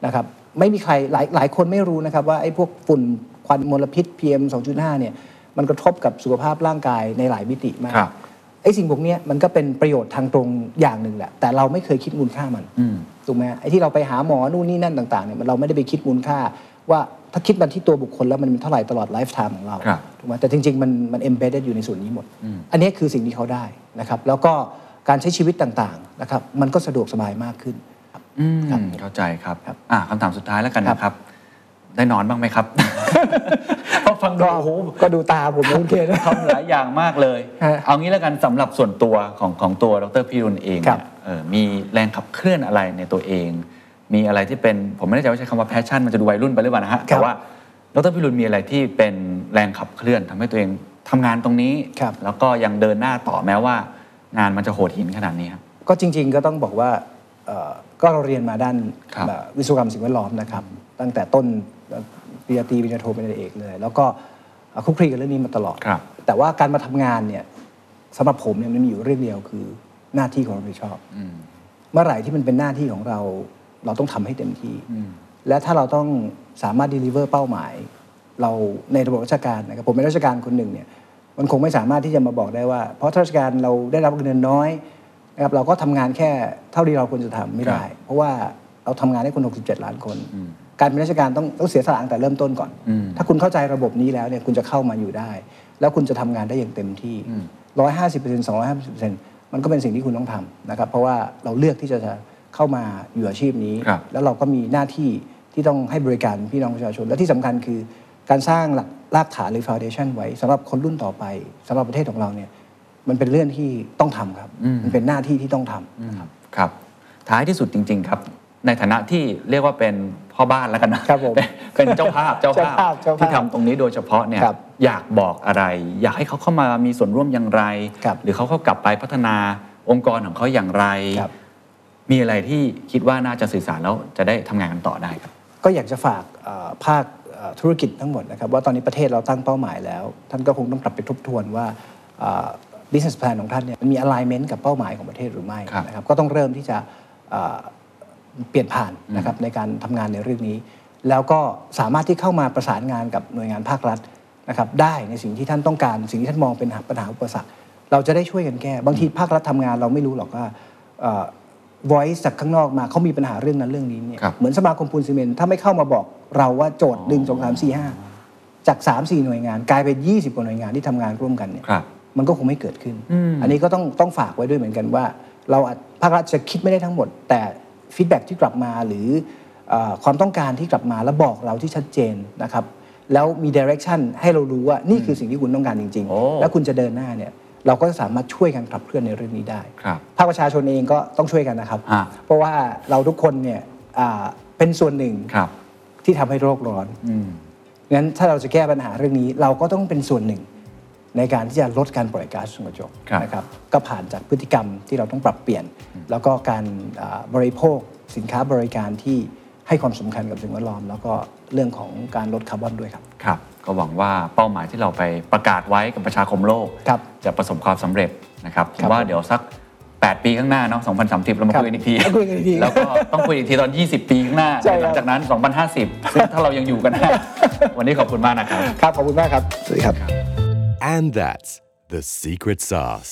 Speaker 1: นะครับไม่มีใครหลายหลายคนไม่รู้นะครับว่าไอ้พวกฝุ่นควันมลพิษ PM 2.5เนี่ยมันกระทบกับสุขภาพร่างกายในหลายมิติมาก
Speaker 2: ครับ
Speaker 1: ไอ้สิ่งพวกเนี้ยมันก็เป็นประโยชน์ทางตรงอย่างหนึ่งแหละแต่เราไม่เคยคิดมูลค่ามัน
Speaker 2: อืม
Speaker 1: ถูกไหมฮะไอ้ที่เราไปหาหมอนู่นนี่นั่นต่างๆเนี่ยมันเราไม่ได้ไปคิดมูลค่า ว่าถ้าคิดมันที่ตัวบุคคลแล้วมันเป็นเท่าไหร่ตลอดไลฟ์ไทม์ของเรา
Speaker 2: ครับ
Speaker 1: ถูกไหมแต่จริงๆ มันมัน embedded อยู่ในส่วนนี้หมด อันนี้คือสิ่งที่เขาได้นะครับแล้วก็การใช้ชีวิตต่างๆนะครับมันก็สะดวกสบายมากขึ้นครับ
Speaker 2: อืม
Speaker 1: ครับ
Speaker 2: เข้าใจครับ
Speaker 1: ครับ
Speaker 2: อ่ะคำถามสุดท้ายแล้วกันนะครับ ได้นอนบ้างไหมครับ เพราะฟังดูโอ้โห
Speaker 1: ก็ดูตาผมนะคุณเคน
Speaker 2: ทำหลายอย่างมากเลย
Speaker 1: ฮะ
Speaker 2: เอางี้แล้วกันสำหรับส่วนตัวของของตัวดรพิรุณเอง
Speaker 1: ครั
Speaker 2: เนี่
Speaker 1: บ
Speaker 2: ยเออมีแรงขับเคลื่อนอะไรในตัวเอง มีอะไรที่เป็นผมไม่แน่ใจว่าใช้คำว่าแพชชั่นมันจะดูวัยรุ่นไปหรือเปล่านะฮะแต่ว่าดรพิรุณมีอะไรที่เป็นแรงขับเคลื่อนทำให้ตัวเองทำงานตรงนี้
Speaker 1: ครับ
Speaker 2: แล้วก็ยังเดินหน้าต่อแม้ว่างานมันจะโหดหินขนาดนี้ครับ
Speaker 1: ก็จริง ๆ ก็ต้องบอกว่าเอ่อก็เราเรียนมาด้าน
Speaker 2: ครับ
Speaker 1: เอ่อวิศวกรรมสิ่งแวดล้อมนะครับ ตั้งแต่ต้นเอ่อปริญญาตรีปริญญาโทปริญญาเอกเลย แล้วก็เอ่อคลุกคลีกับเรื่องนี้มาตลอด
Speaker 2: ครับ
Speaker 1: แต่ว่าการมาทำงานเนี่ยสำหรับผมเนี่ยมันมีอยู่เรื่องเดียวคือหน้าที่ของเรารับผิดชอบ เมื่อไหร่ที่มันเป็นหน้าที่ของเรา เราต้องทำให้เต็มที่ และถ้าเราต้องสามารถ deliver เป้าหมาย เราในระบบราชการนะครับผมเป็นราชการคนหนึ่งเนี่ยมันคงไม่สามารถที่จะมาบอกได้ว่า เพราะราชการเราได้รับเงินเดือนน้อยนะครับเราก็ทำงานแค่เท่าที่เราควรจะทำไม่ได้ เพราะว่าเราทำงานให้คน 67 ล้านคน การเป็นราชการต้องต้องเสียสละตั้งแต่เริ่มต้นก่อน
Speaker 6: อืม
Speaker 1: ถ้าคุณเข้าใจระบบนี้แล้วเนี่ยคุณจะเข้ามาอยู่ได้ แล้วคุณจะทำงานได้อย่างเต็มที่ร้อยห้าสิบเปอร์เซ็นต์สองร้อยห้าสิบเปอร์เซ็นต์มันก็เป็นสิ่งที่คุณต้องทำนะครับเพราะว่าเราเลือกที่จะเข้ามาอยู่อาชีพนี้
Speaker 2: ครับ
Speaker 1: แล้วเราก็มีหน้าที่ที่ต้องให้บริการพี่น้องประชาชน และที่สำคัญคือการสร้างหลักรากฐานหรือ foundation ไว้สำหรับคนรุ่นต่อไปสำหรับประเทศของเราเนี่ยมันเป็นเรื่องที่ต้องทำครับมันเป็นหน้าที่ที่ต้องทำ
Speaker 2: ครับ ท้ายที่สุดจริง ๆ ครับ ในฐานะที่เรียกว่าเป็นพ่อบ้านแล้วกันนะครับ
Speaker 1: ผม
Speaker 2: เป็นเป็นเจ้าภาพเจ้าภาพ
Speaker 1: เจ้าภาพเจ้าภาพ
Speaker 2: ที่ทำตรงนี้โดยเฉพาะเนี่ย
Speaker 1: ครับ
Speaker 2: อยากบอกอะไร อยากให้เขาเข้ามามีส่วนร่วมอย่างไร
Speaker 1: ครับ
Speaker 2: หรือเขาเข้ากลับไปพัฒนาองค์กรของเขาอย่างไร
Speaker 1: ครับ
Speaker 2: มีอะไรที่คิดว่าน่าจะสื่อสารแล้วจะได้ทำงานกันต่อได้ครับ
Speaker 1: ก็อยากจะฝากเอ่อภาคเอ่อธุรกิจทั้งหมดนะครับว่าตอนนี้ประเทศเราตั้งเป้าหมายแล้ว ท่านก็คงต้องกลับไปทบทวนว่าเอ่อ business plan ของท่านเนี่ยมันมี alignment กับเป้าหมายของประเทศหรือไม่
Speaker 2: ครับ
Speaker 1: นะครับก็ต้องเริ่มที่จะเอ่อเปลี่ยนผ่านนะครับในการทำงานในเรื่องนี้ แล้วก็สามารถที่เข้ามาประสานงานกับหน่วยงานภาครัฐนะครับได้ในสิ่งที่ท่านต้องการ สิ่งที่ท่านมองเป็นปัญหาอุปสรรคเราจะได้ช่วยกันแก้บางทีภาครัฐทำงานเราไม่รู้หรอกว่าเอ่อ voice จากข้างนอกมาเขามีปัญหาเรื่องนั้นเรื่องนี้เนี่ย
Speaker 2: ครับ
Speaker 1: เหมือนสมาคมปูนซีเมนต์ถ้าไม่เข้ามาบอกเราว่าโจทย์หนึ่งสองสามสี่ห้าจากสามสี่หน่วยงานกลายเป็นยี่สิบกว่าหน่วยงานที่ทำงานร่วมกันเนี่ย
Speaker 2: ครับ
Speaker 1: มันก็คงไม่เกิดขึ้น
Speaker 2: อืม
Speaker 1: อันนี้ก็ต้องต้องฝากไว้ด้วยเหมือนกันว่า เราอาจภาครัฐจะคิดไม่ได้ทั้งหมด แต่ฟีดแบ็ที่กลับมาหรือเอ่อความต้องการที่กลับมาแล้วบอกเราที่ชัดเจนนะครับแล้วมีดิเรกชันให้เรารู้ว่านี่คือสิ่งที่คุณต้องการจริง
Speaker 2: โอ้
Speaker 1: ๆ แล้วคุณจะเดินหน้าเนี่ยเราก็สามารถช่วยกันขับเคลื่อนในเรื่องนี้ได้
Speaker 2: ครับ
Speaker 1: ภาคประชาชนเองก็ต้องช่วยกันนะครับ
Speaker 2: อ่า
Speaker 1: เพราะว่าเราทุกคนเนี่ยอ่าเป็นส่วนหนึ่ง
Speaker 2: ครับ
Speaker 1: ที่ทำให้โลกร้อน
Speaker 2: อืม
Speaker 1: งั้นถ้าเราจะแก้ปัญหาเรื่องนี้ เราก็ต้องเป็นส่วนหนึ่ง ในการที่จะลดการปล่อยก๊าซเรือนกระจก
Speaker 2: ครับ
Speaker 1: นะครับ ก็ผ่านจากพฤติกรรมที่เราต้องปรับเปลี่ยน แล้วก็การอ่าบริโภคสินค้าบริการที่ให้ความสำคัญกับสิ่งแวดล้อม แล้วก็เรื่องของการลดคาร์บอนด้วยครับ
Speaker 2: ครับก็หวังว่าเป้าหมายที่เราไปประกาศไว้กับประชาคมโลก
Speaker 1: ครับ
Speaker 2: จะประสบความสำเร็จนะครับผ
Speaker 1: ครั
Speaker 2: ม
Speaker 1: บ
Speaker 2: ว่าเดี๋ยวสัก 8 ปีข้างหน้าเนาะ2030 เรามา
Speaker 1: ครับ
Speaker 2: คุยกันอีกที
Speaker 1: มาคุยกันอีกที
Speaker 2: แล้วก็ต้องคุยอีกทีตอน 20 ปีข้างหน้า
Speaker 1: ใช่ครับ
Speaker 2: หลัจากนั้น 2050ซึ่งถ้าเรายังอยู่กั นได้ วันนี้ขอบคุณมากนะครับ
Speaker 1: ครับ ขอบคุณมากครับ สวัสดีครับ
Speaker 3: And that's the secret sauce.